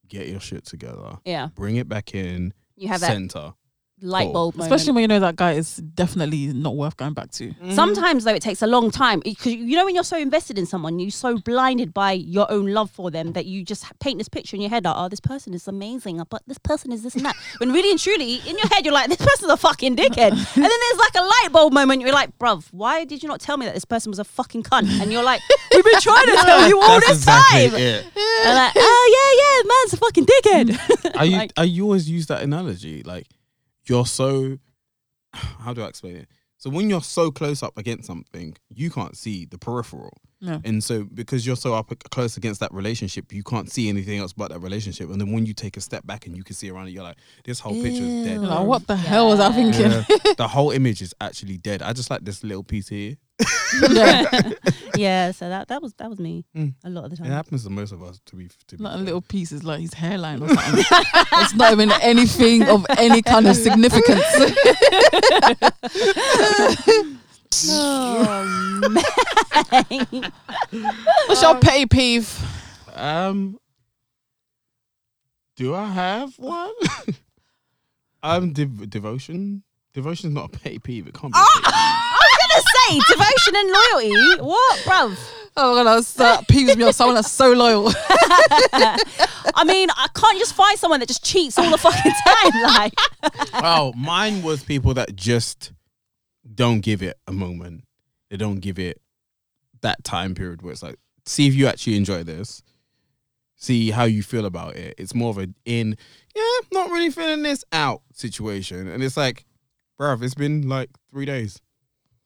S3: get your shit together,
S1: Yeah,
S3: bring it back in,
S1: you have that
S3: center.
S1: light bulb moment.
S2: Especially when you know that guy is definitely not worth going back to.
S3: Mm-hmm.
S1: Sometimes though it takes a long time because you know when you're so invested in someone, you're so blinded by your own love for them that you just paint this picture in your head like, oh, this person is amazing, but this person is this and that. when really and truly in your head you're like, this person's a fucking dickhead. and then there's like a light bulb moment. You're like, bruv, why did you not tell me that this person was a fucking cunt? And you're like, we've been trying to tell you all
S3: That's
S1: this
S3: exactly
S1: time.
S3: it.
S1: And like, oh yeah, yeah, man's a fucking dickhead.
S3: I, you
S1: Like-
S3: I you always use that analogy. Like you're so how do I explain it? So when you're so close up against something, you can't see the peripheral.
S2: No.
S3: And so because you're so up close against that relationship, you can't see anything else but that relationship. And then when you take a step back and you can see around it, you're like, this whole picture is dead.
S1: Ew.
S2: You're like, what the hell was I
S1: Yeah.
S2: thinking?
S3: Yeah. the whole image is actually dead. I just like this little piece here.
S2: Yeah.
S1: yeah, so that that was that was me
S3: Mm.
S1: a lot of the
S3: It
S1: time.
S3: happens to most of us to be to be
S2: Not a
S3: fair.
S2: little piece, it's like his hairline or something. it's not even anything of any kind of significance.
S1: Oh, man.
S2: What's your petty peeve?
S3: Um, do I have one? um, dev- devotion. Devotion's not a petty peeve. It can't be. a
S1: Ah!
S3: pet
S1: I
S3: peeve.
S1: was gonna say devotion and loyalty. What, bruv?
S2: Oh my god, that, was, that peeves me off. Someone that's so loyal.
S1: I mean, I can't just find someone that just cheats all the fucking time. Like,
S3: oh, mine was people that just don't give it a moment. They don't give it that time period where it's like, see if you actually enjoy this. See how you feel about it. It's more of an in, yeah, not really feeling this out situation. And it's like, bruv, it's been like three days.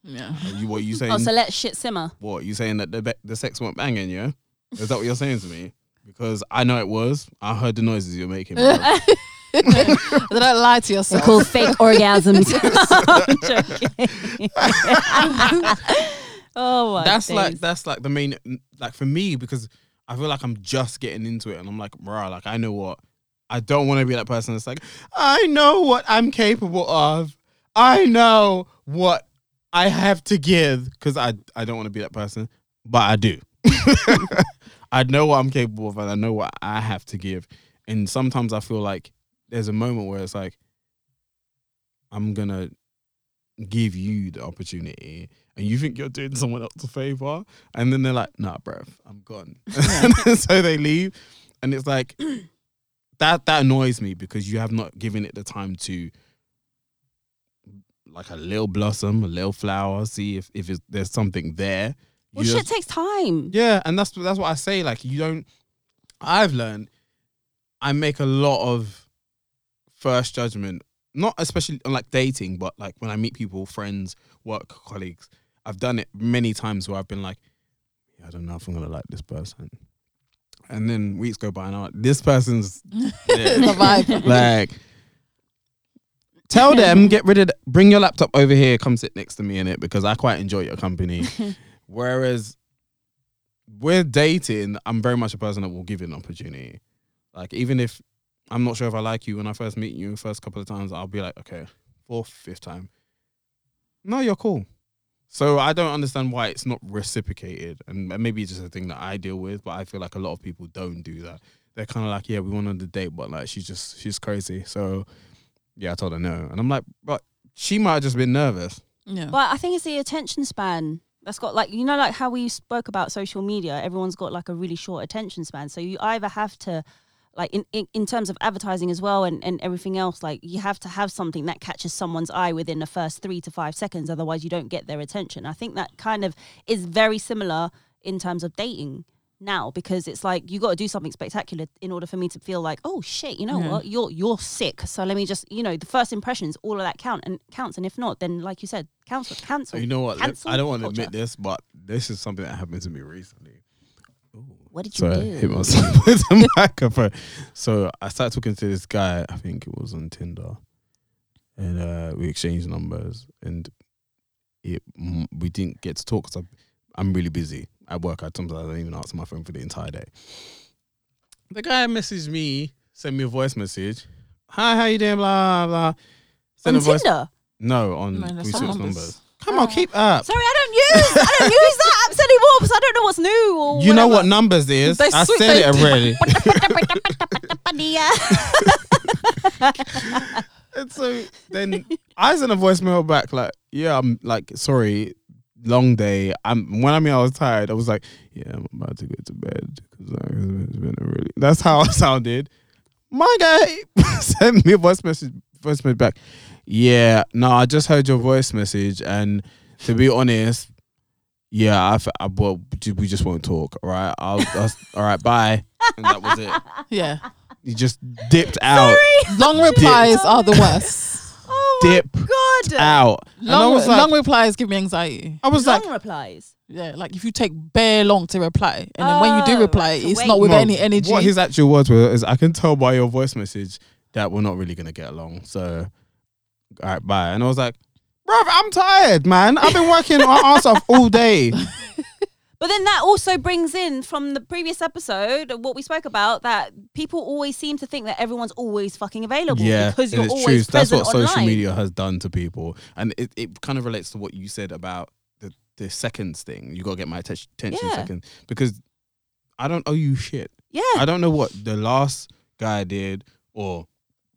S2: Yeah.
S3: You, what are you saying?
S1: oh, so let shit simmer.
S3: What you saying that the be- the sex weren't banging? Yeah, is that what you're saying to me? Because I know it was. I heard the noises you're making. bro.
S2: They don't lie to yourself.
S1: called fake orgasms. I'm joking. oh my
S3: that's
S1: days.
S3: like that's like the main like for me because I feel like I'm just getting into it and I'm like, bruh, like I know what I don't want to be that person that's like, I know what I'm capable of. I know what I have to give because I I don't want to be that person, but I do. I know what I'm capable of and I know what I have to give. And sometimes I feel like there's a moment where it's like, I'm gonna give you the opportunity and you think you're doing someone else a favor and then they're like nah bruv i'm gone so they leave and it's like that that annoys me because you have not given it the time to like a little blossom a little flower see if if it's, there's something there
S1: well,
S3: You
S1: shit
S3: just-
S1: takes time.
S3: yeah, and that's that's what I say. Like you don't. I've learned. I make a lot of first judgment, not especially on like dating, but like when I meet people, friends, work colleagues. I've done it many times where I've been like, yeah, I don't know if I'm gonna like this person, and then weeks go by and I'm like, this person's yeah.
S2: the vibe.
S3: like tell them get rid of th- bring your laptop over here come sit next to me in it because i quite enjoy your company whereas we're dating i'm very much a person that will give it an opportunity like even if i'm not sure if i like you when i first meet you first couple of times i'll be like okay fourth fifth time no you're cool so i don't understand why it's not reciprocated and maybe it's just a thing that i deal with but i feel like a lot of people don't do that they're kind of like, yeah, we went on the date, but like she's just she's crazy. So yeah, I told her no, and I'm like, but she might have just been nervous.
S2: Yeah.
S1: But I think it's the attention span that's got like you know like how we spoke about social media. Everyone's got like a really short attention span, so you either have to like in, in, in terms of advertising as well and, and everything else like you have to have something that catches someone's eye within the first three to five seconds otherwise you don't get their attention i think that kind of is very similar in terms of dating now because it's like you got to do something spectacular in order for me to feel like oh shit you know
S3: Mm-hmm.
S2: Yeah.
S1: what you're you're sick so let me just you know the first impressions all of that count and counts and if not then like you said cancel cancel
S3: you know what? Let-
S1: cancel
S3: I don't want to
S1: culture.
S3: admit this, but this is something that happened to me recently.
S1: what did you
S3: Sorry,
S1: do
S3: hit myself with the microphone. So I started talking to this guy. I think it was on Tinder, and uh, we exchanged numbers, and it mm, we didn't get to talk because I'm really busy at work. I sometimes I don't even answer my phone for the entire day. The guy messaged me, sent me a voice message. Hi, how you doing? Blah blah.
S1: on
S3: a voice.
S1: tinder
S3: No, on
S2: No, that's
S3: we
S2: not
S3: switched
S2: numbers.
S3: numbers. Come on, keep up.
S1: sorry i don't use i don't use that apps anymore because i don't know what's new or
S3: You know what
S1: whatever.
S3: numbers is?
S2: They
S3: I
S2: switched-
S3: said
S2: they-
S3: it already. And so then I sent a voicemail back like, yeah, I'm like, sorry, long day. I'm when I mean I was tired. I was like, yeah, I'm about to go to bed because it's been a really. That's how I sounded. My guy sent me a voice message, voice message back. Yeah, no, I just heard your voice message, and to be honest, yeah, I, f- I well, ju- we just won't talk. All right, I'll, I'll all right, bye. And that was it.
S2: Yeah.
S3: He just dipped out,
S2: Long replies are the worst.
S1: oh my
S3: dipped
S1: god
S3: out. and I
S2: Long,
S3: was like,
S2: long replies give me anxiety.
S3: I was like,
S1: long replies
S2: Yeah, like if you take bare long to reply, and then when you do
S1: Oh,
S2: reply,
S1: to
S2: it's
S1: wait.
S2: not with
S3: No,
S2: any energy.
S3: What his actual words were is, I can tell by your voice message that we're not really gonna get along. So, all right, bye. And I was like, bruv, I'm tired, man. I've been working on our stuff all day.
S1: But then that also brings in from the previous episode of what we spoke about that people always seem to think that everyone's always fucking available because you're
S3: and it's
S1: always
S3: true. That's
S1: present
S3: what
S1: online.
S3: social media has done to people, and it, it kind of relates to what you said about the the seconds thing. You gotta get my atten- attention
S1: Yeah.
S3: seconds because I don't owe you shit.
S1: Yeah,
S3: I don't know what the last guy did or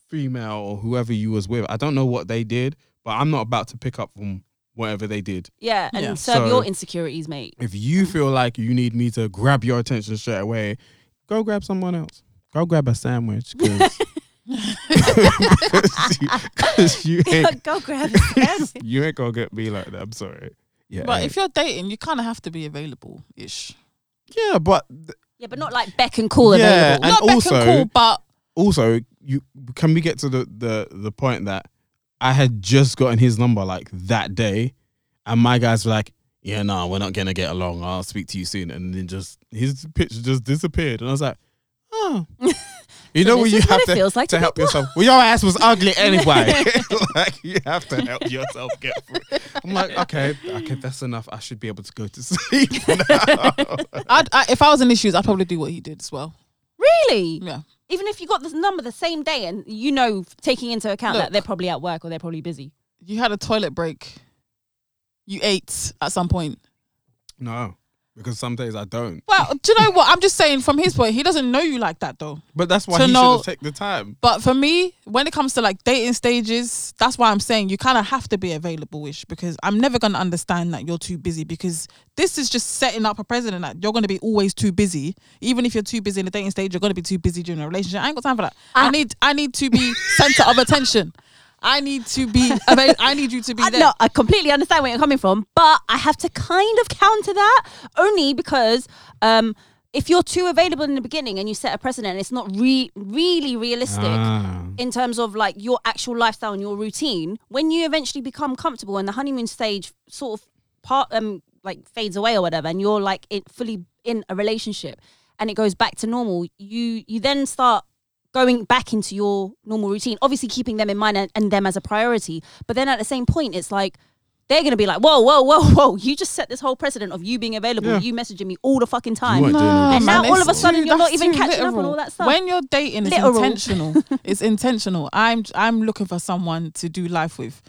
S3: female or whoever you was with. I don't know what they did, but I'm not about to pick up from whatever they did.
S1: yeah, and
S2: Yeah.
S1: serve
S3: So-
S1: your insecurities, mate.
S3: If you feel like you need me to grab your attention straight away, go grab someone else. Go grab a sandwich because you ain't
S1: Go grab it.
S3: you ain't gonna get me like that. I'm sorry. Yeah,
S2: but
S3: hey.
S2: if you're dating, you kind of have to be available ish.
S3: yeah, but th-
S1: Yeah, but not like beck and call
S3: Yeah,
S1: available.
S3: And
S2: Not back
S3: also-
S2: and cool, but
S3: also you can we get to the the the point that I had just gotten his number like that day, and my guys were like, "Yeah, no, we're not gonna get along. I'll speak to you soon." And then just his picture just disappeared, and I was like, "Oh." You
S1: So
S3: know when
S1: this
S3: you
S1: is what
S3: have
S1: it
S3: to,
S1: feels like
S3: to
S1: to
S3: help
S1: be
S3: yourself. Well, your ass was ugly anyway. like you have to help yourself get through. I'm like, okay, okay, that's enough. I should be able to go to sleep. now."
S2: I'd, I, if I was in issues, I'd probably do what he did as well.
S1: Really?
S2: Yeah.
S1: Even if you got this number the same day and you know, taking into account
S2: Look.
S1: that they're probably at work or they're probably busy.
S2: You had a toilet break. You ate at some point.
S3: no, because some days I don't.
S2: Well, do you know what? I'm just saying from his point, he doesn't know you like that though.
S3: But that's why
S2: To
S3: he
S2: know-
S3: should have taken the time.
S2: But for me, when it comes to like dating stages, that's why I'm saying you kind of have to be available ish because I'm never going to understand that you're too busy because this is just setting up a precedent that you're going to be always too busy. Even if you're too busy in the dating stage, you're going to be too busy during a relationship. I ain't got time for that. I,
S1: I-
S2: need I need to be center of attention. I need to be avail- I need you to be
S1: I,
S2: there.
S1: no, I completely understand where you're coming from, but I have to kind of counter that only because um, if you're too available in the beginning and you set a precedent, it's not re- really realistic.
S3: Ah.
S1: in terms of like your actual lifestyle and your routine, when you eventually become comfortable and the honeymoon stage sort of part um like fades away or whatever, and you're like it fully in a relationship and it goes back to normal, you you then start going back into your normal routine. Obviously keeping them in mind and, and them as a priority. But then at the same point it's like they're gonna be like, whoa, whoa, whoa, whoa! You just set this whole precedent of you being available,
S3: Yeah.
S1: you messaging me all the fucking
S3: You
S1: time.
S3: weren't doing all
S2: Nah,
S3: this.
S1: And now
S2: man,
S1: all
S2: it's
S1: of a sudden
S2: too-
S1: you're not
S2: that's
S1: even
S2: too
S1: catching up on all that stuff.
S2: When you're dating, it's
S1: Literal.
S2: intentional. it's intentional. I'm I'm looking for someone to do life with.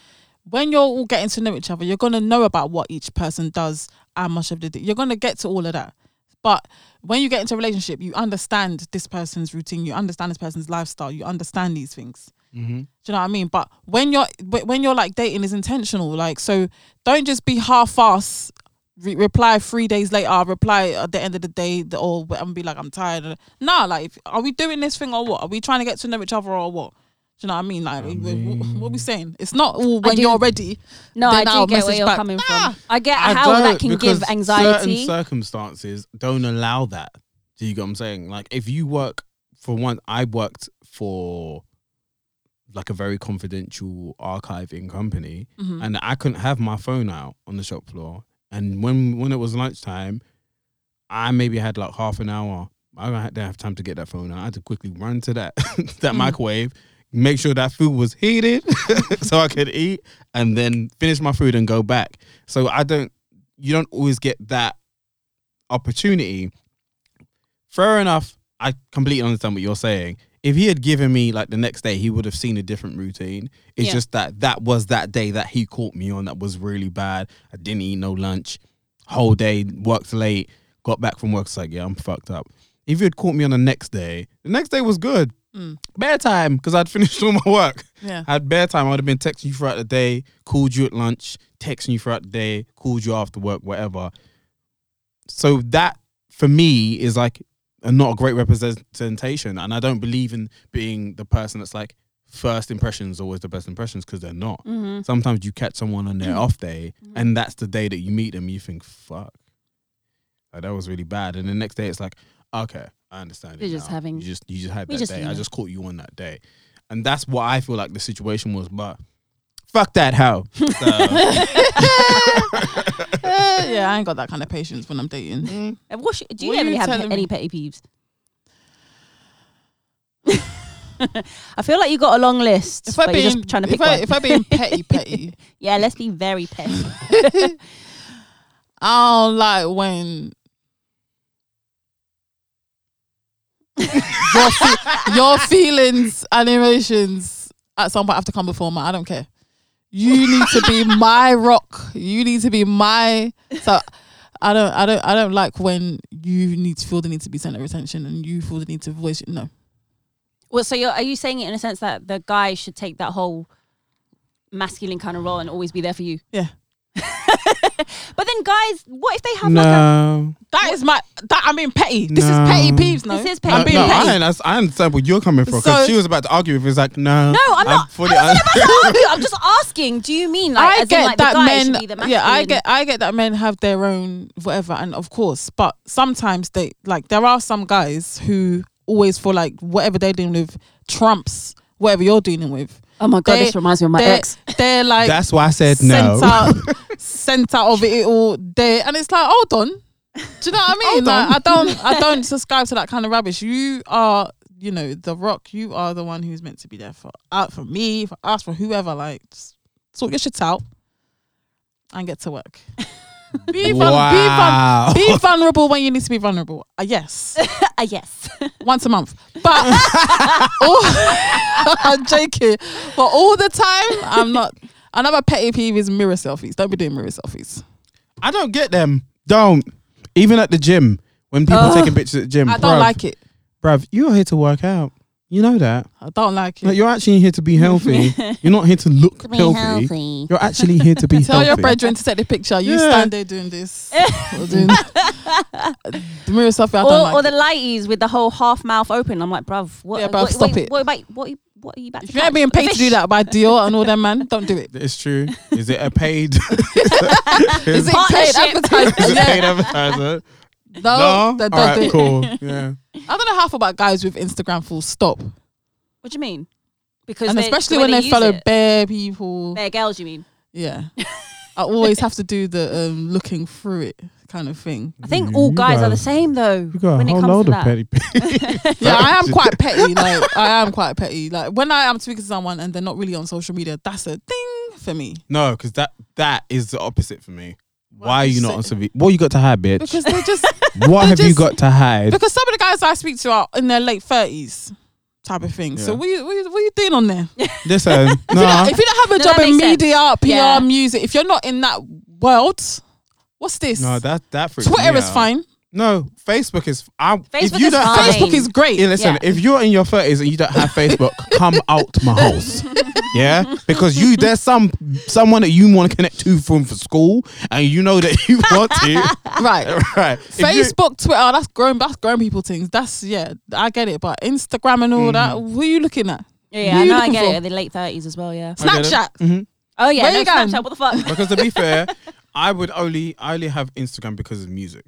S2: When you're all getting to know each other, you're gonna know about what each person does and much of the you're gonna get to all of that. But when you get into a relationship, you understand this person's routine, you understand this person's lifestyle, you understand these things. Do you know what I mean? But when you're but when you're like dating is intentional, like so don't just be half ass re- reply three days later, I'll reply at the end of the day the- or wh- and be like, I'm tired. Nah, like if- are we doing this thing or what? Are we trying to get to know each other or what? Do you know what I mean? Like, we- we- what we saying? It's not all when
S1: do-
S2: you're ready.
S1: No,
S2: then
S1: I do
S2: I'll
S1: get where
S2: message
S1: you're
S2: back. "Ah,
S1: coming
S2: Nah.
S1: from. I get
S3: I
S1: how that
S3: don't,
S1: can
S3: because
S1: give anxiety.
S3: Certain circumstances don't allow that. Do you get what I'm saying? Like if you work for one, I worked for like a very confidential archiving company,
S1: Mm-hmm.
S3: and I couldn't have my phone out on the shop floor. And when when it was lunchtime, I maybe had like half an hour. I don't- didn't have time to get that phone out. I had to quickly run to that
S1: Mm.
S3: that microwave, make sure that food was heated so I could eat, and then finish my food and go back. So I don't. You don't always get that opportunity. Fair enough. I completely understand what you're saying. If he had given me like the next day, he would have seen a different routine. It's
S1: Yeah.
S3: just that that was that day that he caught me on that was really bad. I didn't eat no lunch, whole day worked late, got back from work. It's like yeah, I'm fucked up. If you had caught me on the next day, the next day was good.
S2: Mm.
S3: Bare time because I'd finished all my work.
S2: Yeah.
S3: I had bare time. I would have been texting you throughout the day, called you at lunch, texting you throughout the day, called you after work, whatever. So that for me is like a not a great representation, and I don't believe in being the person that's like first impressions always the best impressions because they're not.
S1: Mhm.
S3: Sometimes you catch someone on their off day, and that's the day that you meet them. You think, "Fuck, like, that was really bad," and the next day it's like, "Okay, I understand." it
S1: We're just
S3: now.
S1: having-
S3: you just you just had
S1: we
S3: that
S1: just,
S3: day.
S1: you
S3: I
S1: know."
S3: just caught you on that day, and that's what I feel like the situation was. But fuck that hoe. So-
S2: Uh, yeah, I ain't got that kind of patience when I'm dating.
S1: And what should- do you
S2: What are
S1: ever
S2: you
S1: have
S2: telling
S1: any
S2: me?
S1: petty peeves? I feel like you got a long list,
S2: If
S1: but
S2: I
S1: you're
S2: being
S1: just trying to pick
S2: if I
S1: one.
S2: if I being petty petty,
S1: yeah, let's be very petty.
S2: I don't like when your, fe- your feelings and emotions at some point have to come before mine. I don't care. You need to be my rock. You need to be my so. I don't, I don't, I don't like when you need to feel the need to be center of attention and you feel the need to voice. No,
S1: Well, so you're, are you saying it in a sense that the guy should take that whole masculine kind of role and always be there for you?
S2: Yeah.
S1: but then, guys, what if they have like
S3: no.
S2: that is my. That I mean, petty. This
S3: No.
S2: is petty peeves. No,
S1: This is
S2: I'm
S1: petty
S2: being
S3: no,
S2: petty.
S3: I, understand- I understand where you're coming from because
S2: So-
S3: she was about to argue with. me. It's like no,
S1: No, I'm not-
S3: fully
S1: a? I'm not- I'm just asking. Do you mean like
S2: I
S1: as
S2: get
S1: in, like,
S2: that
S1: the guy should be the
S2: men.
S1: masculine?
S2: Yeah, I get. I get that men have their own whatever, and of course, but sometimes they like there are some guys who always feel like whatever they're dealing with trumps whatever you're dealing with.
S1: Oh my god,
S2: They-
S1: this reminds me of my
S2: they're,
S1: ex.
S2: They're like
S3: That's why I said no.
S2: Center, center of it all there, and it's like hold on. Do you know what I mean?
S3: Hold on.
S2: Like, I don't. I don't subscribe to that kind of rubbish. You are. You know, the rock. You are the one who's meant to be there for out for me, for us, for whoever. Like, just sort your shit out and get to work. Be, vul-
S3: Wow.
S2: be, vul- be vulnerable when you need to be vulnerable. Uh, yes,
S1: Ah, yes.
S2: once a month. But all, I'm joking. But all the time, I'm not. Another petty peeve is mirror selfies. Don't be doing mirror selfies.
S3: I don't get them. Don't. Even at the gym, when people
S2: Ugh.
S3: taking pictures at the gym,
S2: Uh, I
S3: bruv,
S2: don't like it.
S3: bruv, you're here to work out. You know that.
S2: I don't like it.
S3: Like, you're actually here to be healthy. you're not here to look healthy. You're actually here to be
S2: Tell
S3: healthy.
S2: your brethren to take the picture. You
S3: Yeah.
S2: stand there doing this. or doing the mirror selfie. I
S1: Or,
S2: don't like.
S1: or the
S2: it.
S1: lighties with the whole half mouth open. I'm like, bruv, what?
S2: Yeah, bruv,
S1: what,
S2: stop
S1: wait,
S2: it.
S1: What about what? you- What are you about
S2: If
S1: to
S2: you ain't being paid to do that by Dior and all them man, don't do it.
S3: It's true. Is it a paid?
S2: Is it paid
S1: Partnership.
S3: is
S2: advertising?
S3: it
S2: Yeah.
S3: paid advertiser?
S2: No,
S3: no.
S2: don't
S3: All
S2: do
S3: right,
S2: it.
S3: cool. Yeah.
S2: I don't know half about guys with Instagram full stop,
S1: What do you mean? Because
S2: and
S1: they-
S2: especially when they,
S1: use
S2: follow
S1: it,
S2: bare people.
S1: bare girls. You mean?
S2: Yeah, I always have to do the um, looking through it kind of thing.
S1: I think
S3: You-
S1: all
S3: you
S1: guys are
S3: got-
S1: the same though.
S3: You got
S1: when
S3: a whole
S1: it comes
S3: load
S1: to
S3: of
S1: that.
S3: petty.
S2: Yeah, I am quite petty. Like I am quite petty. Like when I am speaking to someone and they're not really on social media, that's a thing for me
S3: No, because that that is the opposite for me. Why, are you not on
S2: opposite?
S3: TV? What you got to hide, bitch?
S2: because they just
S3: what have you
S2: just-
S3: got to hide?
S2: because some of the guys I speak to are in their late thirties type of thing. So
S3: Yeah.
S2: what you, what you what you doing on there?
S3: Listen, nah.
S2: If you don't have a
S1: No,
S2: job
S1: that
S2: in
S1: makes sense.
S2: media, PR,
S1: Yeah.
S2: music, if you're not in that world, what's this?
S3: No, that that freaks
S2: Twitter
S3: me
S2: is
S3: out.
S2: fine.
S3: No, Facebook is. I, if
S1: Facebook
S3: you
S1: is
S3: don't
S1: fine.
S3: Have,
S2: Facebook is great.
S3: Yeah, listen,
S1: Yeah.
S3: if you're in your thirties and you don't have Facebook, come out my house. Yeah, because you there's some someone that you want to connect to from for school, and you know that you want to.
S2: Right.
S3: right. If you-
S2: Facebook, Twitter, oh, that's grown that's grown people things. That's yeah, I get it. But Instagram and all that,
S3: Mm.
S2: who are you looking at?
S1: Yeah,
S2: Who
S1: yeah I
S2: you
S1: know. I
S2: looking
S1: get
S2: for?
S1: it. The late thirties as well. Yeah.
S3: I get it.
S2: Snapchat.
S1: Oh yeah.
S2: Where
S1: no,
S2: you going?
S1: Snapchat. What the fuck?
S3: Mm-hmm. because to be fair, I would only I only have Instagram because of music.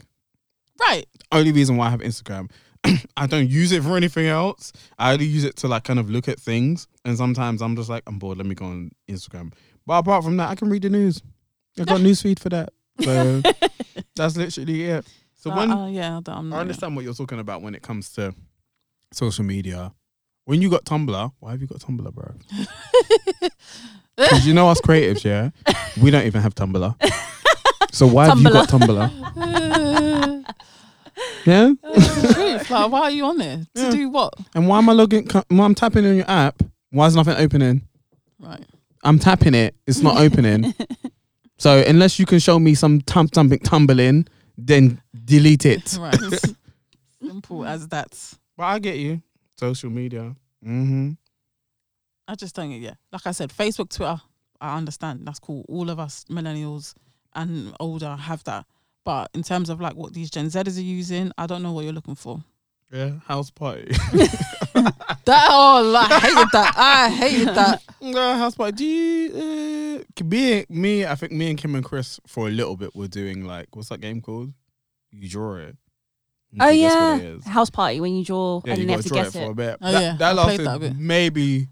S2: Right.
S3: only reason why I have Instagram. I don't use it for anything else. I only use it to like kind of look at things. And sometimes I'm just like, I'm bored. Let me go on Instagram. But apart from that, I can read the news. I got a news feed for that. So that's literally it. So
S2: Uh,
S3: when
S2: uh, yeah, I don't- I'm
S3: I
S2: not-
S3: understand what you're talking about when it comes to social media. When you got Tumblr, why have you got Tumblr, bro? 'Cause you know us creatives, yeah. We don't even have Tumblr. So why have you got Tumblr? Yeah.
S2: Truth, like, why are you on there to
S3: Yeah.
S2: do what?
S3: And why am I logging? co- Why I'm tapping on your app? Why is nothing opening?
S2: Right.
S3: I'm tapping it. It's not opening. so unless you can show me some tum- something tumbling, then delete it.
S2: Right. Simple as that.
S3: But I get you. Social media. Mm-hmm.
S2: I just don't. Yeah. Like I said, Facebook, Twitter. I understand. That's cool. All of us millennials and older have that. But in terms of like what these Gen Zers are using, I don't know what you're looking for.
S3: Yeah. House party.
S2: That oh, like, I hated that. I hated that.
S3: Uh, house party. Do you, uh, me, me, I think me and Kim and Chris for a little bit were doing like what's that game called? You draw it. You
S1: Oh
S3: can guess
S1: yeah.
S3: what it is.
S1: House party when you draw
S3: Yeah,
S1: and
S3: you
S1: then you have
S3: got
S1: to
S3: to draw it
S1: guess
S3: for a
S1: it.
S3: bit.
S2: Oh,
S3: that
S2: yeah.
S3: that
S2: I played
S3: lasted
S2: that a bit.
S3: maybe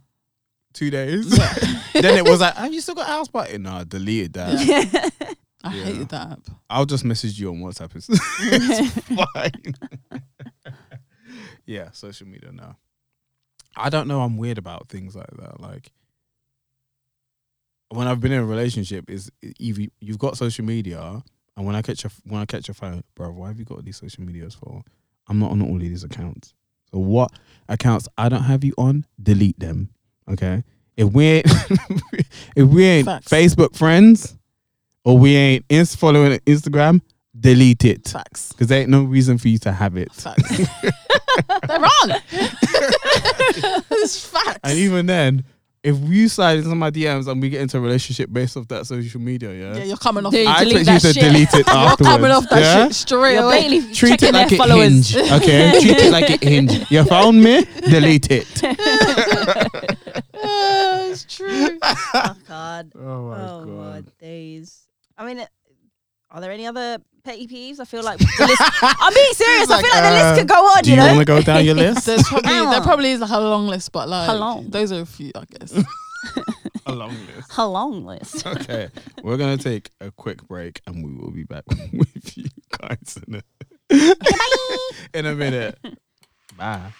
S3: two days.
S2: Yeah.
S3: then it was like, have you still got a house party? No, I deleted that.
S1: Yeah.
S2: I
S3: Yeah.
S2: hated that app.
S3: I'll just message you on WhatsApp. It's, it's fine. yeah, social media now. I don't know. I'm weird about things like that. Like when I've been in a relationship, is either you've got social media, and when I catch a when I catch a phone, bro, why have you got these social medias for? I'm not on all of these accounts. So what accounts I don't have you on, delete them. Okay. If we ain't, if we ain't
S2: Facts.
S3: Facebook friends, or we ain't inst- following Instagram, delete it
S2: Facts.
S3: because there ain't no reason for you to have it.
S2: Facts. They're wrong. it's facts.
S3: And even then, if you slide into my DMs and we get into a relationship based off that social media, yeah,
S2: yeah, you're coming off.
S1: Dude,
S2: You're
S3: I
S1: delete
S3: expect you
S1: that
S3: to
S1: shit.
S3: delete it afterwards.
S2: coming off that
S3: yeah?
S2: shit straight
S1: You're
S2: away.
S1: barely
S3: Treat
S1: checking
S3: it like
S1: their
S3: it
S1: followers.
S3: hinge, okay? Treat it like it hinge. You found me? Delete it.
S2: Yeah, it's true.
S4: Oh God.
S3: Oh my
S4: Oh my
S3: god.
S4: days. I mean,
S1: uh,
S4: it- are there any other petty peeves? I feel like
S1: I'm being serious. I
S3: like,
S1: feel like the
S3: uh,
S1: list could go on.
S3: Do
S1: You,
S3: you
S1: know.
S3: want to go down your list?
S2: There's probably there probably is like a long list, but like
S1: How long?
S2: those are a few, I guess.
S3: a long list.
S1: a long list.
S3: Okay, we're gonna take a quick break and we will be back with you guys in a, in a minute. Bye.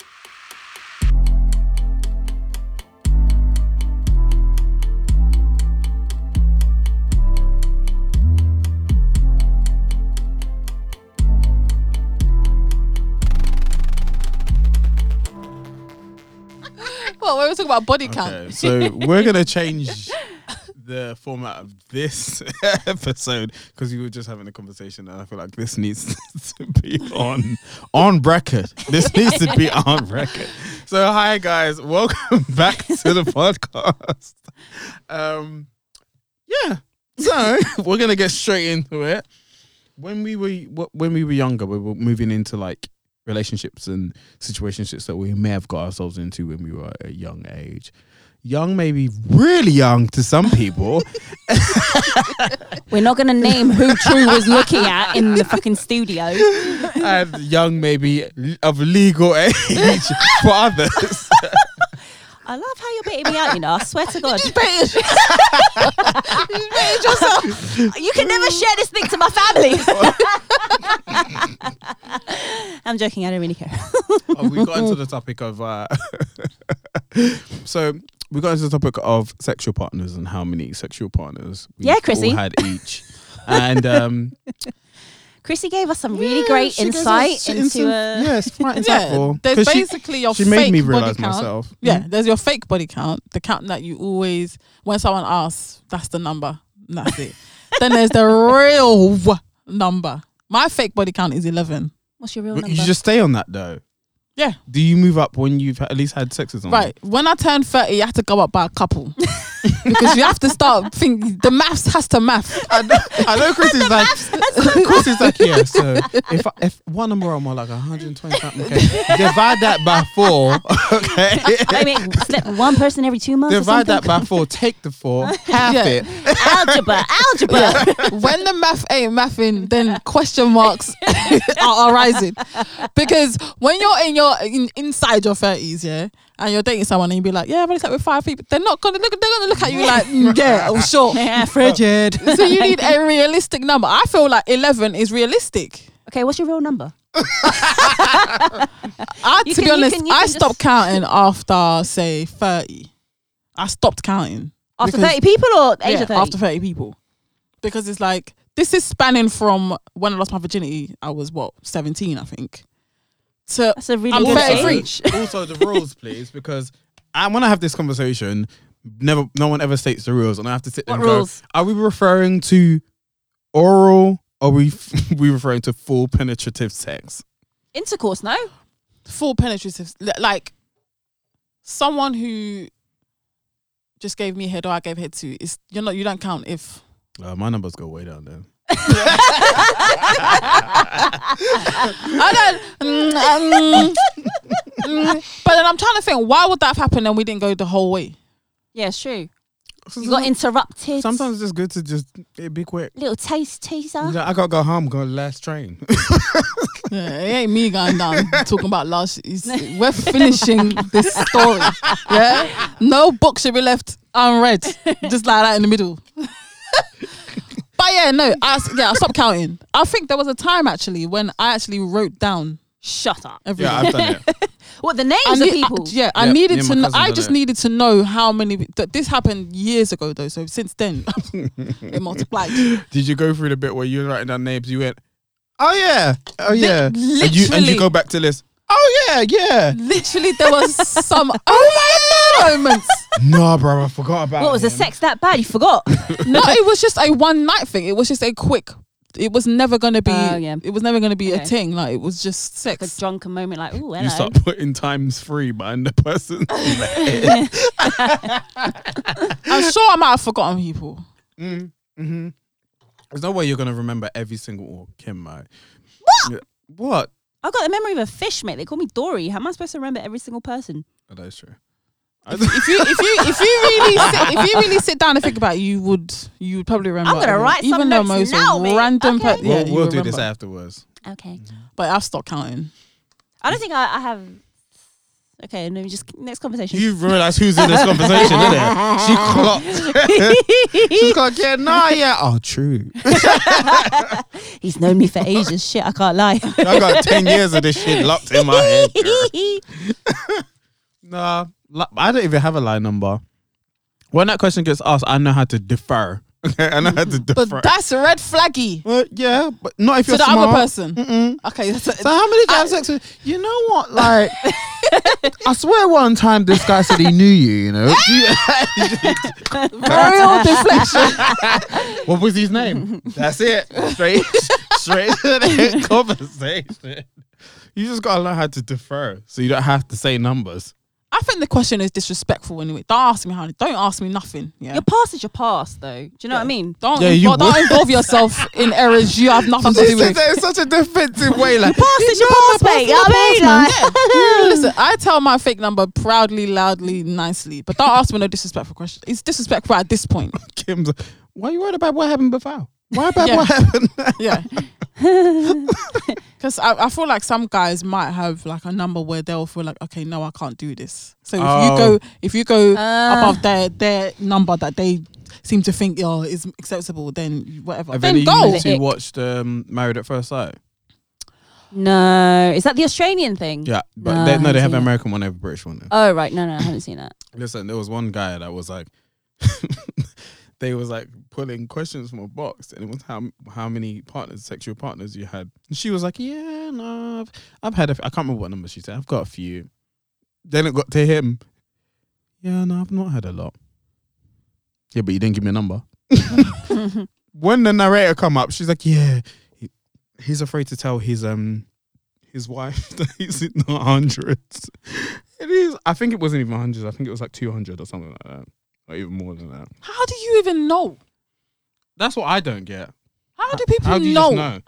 S2: well, we were talking about body count.
S3: Okay, so we're gonna change the format of this episode because we were just having a conversation, and I feel like this needs to be on on record. This needs to be on record. So, hi guys, welcome back to the podcast. Um, yeah, so we're gonna get straight into it. When we were wh- when we were younger, we were moving into like relationships and situationships that we may have got ourselves into when we were at a young age. Young, maybe really young to some people.
S1: We're not gonna name who True was looking at in the fucking studio.
S3: and young maybe l- of legal age for others.
S1: I love how you're baiting me out. You know, I swear to God,
S2: Baited- baited yourself.
S1: you can never share this thing to my family. I'm joking. I don't really care.
S3: Oh, we got into the topic of uh, so we got into the topic of sexual partners and how many sexual partners we
S1: Yeah, Chrissy.
S3: all had each. And um,
S1: Chrissy gave us some really
S3: yeah,
S1: great
S3: she gave us
S1: insight
S3: some-
S1: into uh,
S3: yes, quite
S2: Yeah,
S3: insightful.
S2: there's
S3: 'Cause she,
S2: basically your
S3: she
S2: fake
S3: made me
S2: body
S3: realize
S2: count.
S3: myself.
S2: Yeah, there's your fake body count, the count that you always when someone asks, that's the number. and That's it. then there's the real w- number. My fake body count is eleven.
S1: what's your real
S3: But
S1: number?
S3: You just stay on that though.
S2: Yeah.
S3: Do you move up when you've at least had sex with someone?
S2: Right. When I turned 30, you had to go up by a couple. because you have to start think the maths has to math.
S3: I know, I know Chris is like, Chris is like, yeah. So if I, if one number or more, like 120 something, okay, divide that by four, okay.
S1: I mean, slip one person every two months. or
S3: Divide that
S1: something?
S3: by four, take the four, half
S2: Yeah.
S3: it.
S1: algebra, algebra.
S2: Yeah. when the math ain't mathing, then question marks are arising. Because when you're in your in, inside your thirties, yeah, and you're dating someone and you be like, Yeah, I've only slept with five people, they're not gonna look they're gonna look at you like, mm, yeah, oh sure.
S1: Yeah, frigid.
S2: So you need a realistic number. I feel like eleven is realistic.
S1: okay, what's your real number?
S2: I,
S1: You
S2: to
S1: can-
S2: be
S1: you
S2: honest,
S1: can- you
S2: I
S1: can just-
S2: stopped counting after say thirty. I stopped counting
S1: After
S2: Because-
S1: thirty people or age
S2: Yeah,
S1: of thirty?
S2: after thirty people, because it's like this is spanning from when I lost my virginity. I was what seventeen, I think. To
S1: That's a really
S2: I'm
S1: good
S2: very
S1: age.
S2: free.
S3: also the rules, please, because I want to have this conversation. Never, no one ever states the rules, and I have to sit there.
S1: What
S3: and go,
S1: rules?
S3: Are we referring to oral? Or are we we referring to full penetrative sex?
S1: Intercourse, no?
S2: full penetrative, li- like someone who just gave me head or I gave head to. Is you're not you don't count if
S3: Uh, my numbers go way down there.
S2: I don't. mm, mm, mm. But then I'm trying to think why would that have happened and we didn't go the whole way.
S1: Yeah, it's true. You got interrupted.
S3: Sometimes it's just good to just it be quick.
S1: Little taste teaser.
S3: Like, I gotta go home. Go on the last train.
S2: Yeah, it ain't me going down talking about last. it's- We're finishing this story. Yeah, no book should be left unread, just like that in the middle. But yeah, no, I s- yeah, I stopped counting. I think there was a time actually when I actually wrote down
S1: Shut up.
S2: everything.
S3: Yeah, I've done it.
S4: What the names
S2: I
S4: of
S2: need- I-
S4: people?
S2: yeah, I
S3: Yeah, me
S2: needed
S3: and
S2: to.
S3: my
S2: Know,
S3: cousin
S2: I
S3: done
S2: just
S3: it.
S2: needed to know how many. Th- this happened years ago though, so since then it multiplied.
S3: Did you go through the bit where you were writing down names? You went, oh yeah, oh yeah. and, you, and
S2: literally.
S3: you go back to this, oh yeah, yeah.
S2: Literally, there was some oh my God moments.
S3: no, bro, I forgot about
S1: What was the
S3: him.
S1: sex that bad? You forgot.
S2: No, it was just a one night thing. It was just a quick. It was never gonna be.
S1: Oh, yeah.
S2: It was never gonna be
S1: Okay.
S2: a thing. Like it was just sex.
S1: a drunken moment, like, oh,
S3: You
S1: hello.
S3: start putting times three behind the person.
S2: I'm sure I might have forgotten people.
S3: Mm, mhm. There's no way you're gonna remember every single oh, Kim, mate. What? What?
S1: I've got the memory of a fish, mate. They call me Dory. How am I supposed to remember every single person?
S3: Oh, that is true.
S2: If you if you if you really sit, if you really sit down and think about it, you would you would probably remember.
S1: I'm gonna
S2: everyone.
S1: write some
S2: even the
S1: notes
S2: most
S1: now, mate.
S2: random.
S1: Okay.
S2: per-
S3: we'll
S2: yeah, you
S3: we'll
S2: would
S3: do this
S2: remember.
S3: afterwards.
S1: Okay.
S2: But I've stopped counting.
S1: I don't think I, I have. Okay, no, just next conversation.
S3: You realise who's in this conversation, isn't it? She clocked. She's clocked. Yeah, nah, yeah. Oh, true.
S1: He's known me for ages. Shit, I can't lie.
S3: I got ten years of this shit locked in my head.
S1: That's
S3: Nah, li- I don't even have a line number. When that question gets asked, I know how to defer. Okay, I know how to defer.
S2: But that's a red flaggy
S3: Well, yeah, but not if
S2: to
S3: you're
S2: the
S3: smart.
S2: other person.
S3: Mm-mm.
S2: Okay, that's
S3: So how many times sex with you know what? Like I swear one time this guy said he knew you, you know. Do you-
S2: real deflection.
S3: what was his name? That's it. Straight straight to the conversation. You just gotta learn how to defer so you don't have to say numbers.
S2: I think the question is disrespectful anyway. Don't ask me, honey. Don't ask me nothing. Yeah.
S1: your past is your past, though. Do you know what I mean?
S2: Don't,
S3: Yeah,
S2: invo-
S3: you
S2: don't
S3: would.
S2: involve yourself in errors you have nothing to do with.
S3: in such a defensive way, like
S1: Past is your past, mate. You know what I mean? Like-
S2: Yeah, listen, I tell my fake number proudly, loudly, nicely, but don't ask me no disrespectful question. It's disrespectful at this point.
S3: Kim's like, why are you worried about what happened before? Why about
S2: Yeah.
S3: what happened?
S2: Yeah. Because I, I feel like some guys might have like a number where they'll feel like, okay, no, I can't do this. So if
S3: Oh.
S2: you go, if you go
S1: Ah.
S2: above their their number that they seem to think oh is acceptable, then you- whatever.
S3: Have
S2: then
S3: any
S2: go.
S3: of you two
S1: Ick.
S3: watched um, Married at First Sight?
S1: No, is that the Australian thing?
S3: Yeah, but
S1: No, I
S3: they, no,
S1: haven't
S3: they have an
S1: seen it.
S3: American one, they have a British one.
S1: Oh right, no, no, I haven't seen that.
S3: Listen, there was one guy that was like, they was like pulling questions from a box, and it was how how many partners, sexual partners you had. And she was like, yeah, no, I've, I've had a, f- I can't remember what number she said. I've got a few. Then it got to him. Yeah, no, I've not had a lot. Yeah, but you didn't give me a number. when the narrator come up, she's like, yeah, he, he's afraid to tell his um his wife that he's in the hundreds. It is. I think it wasn't even hundreds. I think it was like two hundred or something like that, or even more than that.
S2: How do you even know?
S3: That's what I don't get.
S2: How do people
S3: How do you
S2: know?
S3: just know?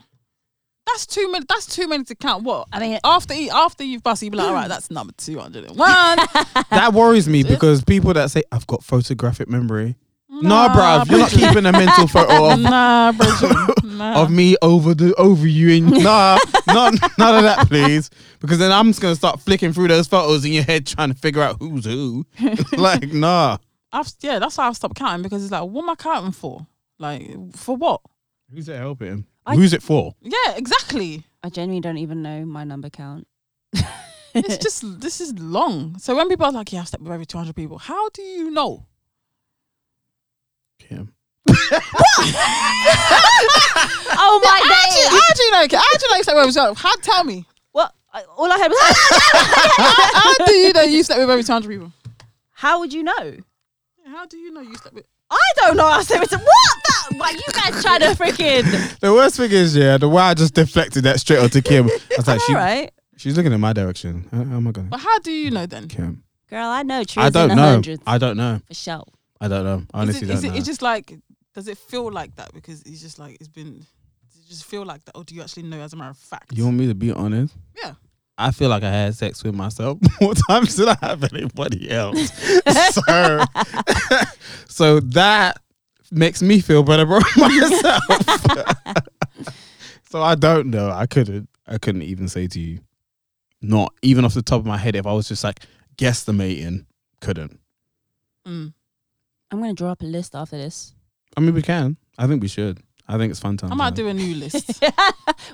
S2: That's too many. That's too many to count. What
S1: I mean,
S2: after you- after you've busted, you be like, all right, that's number two hundred and one.
S3: That worries me because people that say I've got photographic memory. Nah,
S2: Nah,
S3: bruv, you're not
S2: bruv.
S3: keeping a mental photo of,
S2: nah, bro. Nah.
S3: of me over the over you and nah, none none of that, please. Because then I'm just gonna start flicking through those photos in your head trying to figure out who's who. like, nah.
S2: I've, yeah, that's why I've stopped counting because it's like, what am I counting for? Like, for what?
S3: Who's it helping?
S1: I-
S3: who's it for?
S2: Yeah, exactly.
S1: I genuinely don't even know my number count.
S2: It's just this is long. So when people are like, yeah, I've slept with every two hundred people, how do you know?
S3: Kim.
S1: oh my
S2: How do you,
S1: god!
S2: how do you know? How do you know you slept with every 200? How tell me?
S1: What? I- All I had was.
S2: How do you know you slept with every two hundred people?
S1: How would you know?
S2: How do you know you slept with?
S1: I don't know. I said, "What? The? Why you guys trying to freaking?"
S3: The worst thing is, yeah, the way I just deflected that straight onto Kim. I was like, she,
S1: All right,
S3: she's looking in my direction. Uh, How, how am I going?
S2: But how do you know then?
S3: Kim.
S1: girl. I know. Trees
S3: I don't
S1: in the
S3: know.
S1: Hundreds,
S3: I don't know.
S1: for sure.
S3: I don't know. I honestly
S2: is it,
S3: don't
S2: is
S3: know.
S2: it, it's just like, does it feel like that? Because it's just like, it's been, does it just feel like that? Or do you actually know as a matter of fact?
S3: you want me to be honest?
S2: Yeah.
S3: I feel like I had sex with myself more times than I have anybody else. so, so that makes me feel better about myself. so I don't know. I couldn't. I couldn't even say to you, not even off the top of my head. If I was just like guesstimating, couldn't.
S2: Mm.
S1: I'm gonna draw up a list after this.
S3: I mean, we can. I think we should. I think it's fun time.
S2: I might do a new list.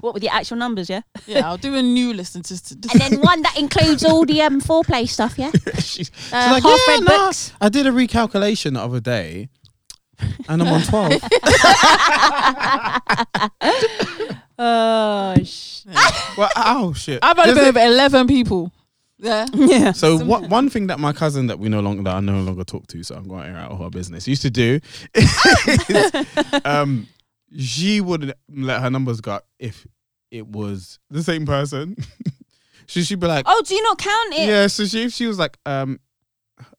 S4: What with the actual numbers? Yeah.
S2: yeah, I'll do a new list and just.
S5: And then one that includes all the um four play stuff, yeah?
S3: She's, she's
S5: Uh,
S3: like,
S5: half
S3: yeah,
S5: read
S3: nah,
S5: books.
S3: I did a recalculation the other day, and I'm on twelve.
S4: Oh sh.
S3: well, oh shit!
S2: I've only
S3: There's
S2: been over eleven people. Yeah.
S4: Yeah.
S3: So what, one thing that my cousin that we no longer that I no longer talk to, so I'm going to air out all her business. Used to do, is, um, she wouldn't let her numbers go up if it was the same person. she she'd be like,
S4: Oh, do you not count it?
S3: yeah. So she she was like, um,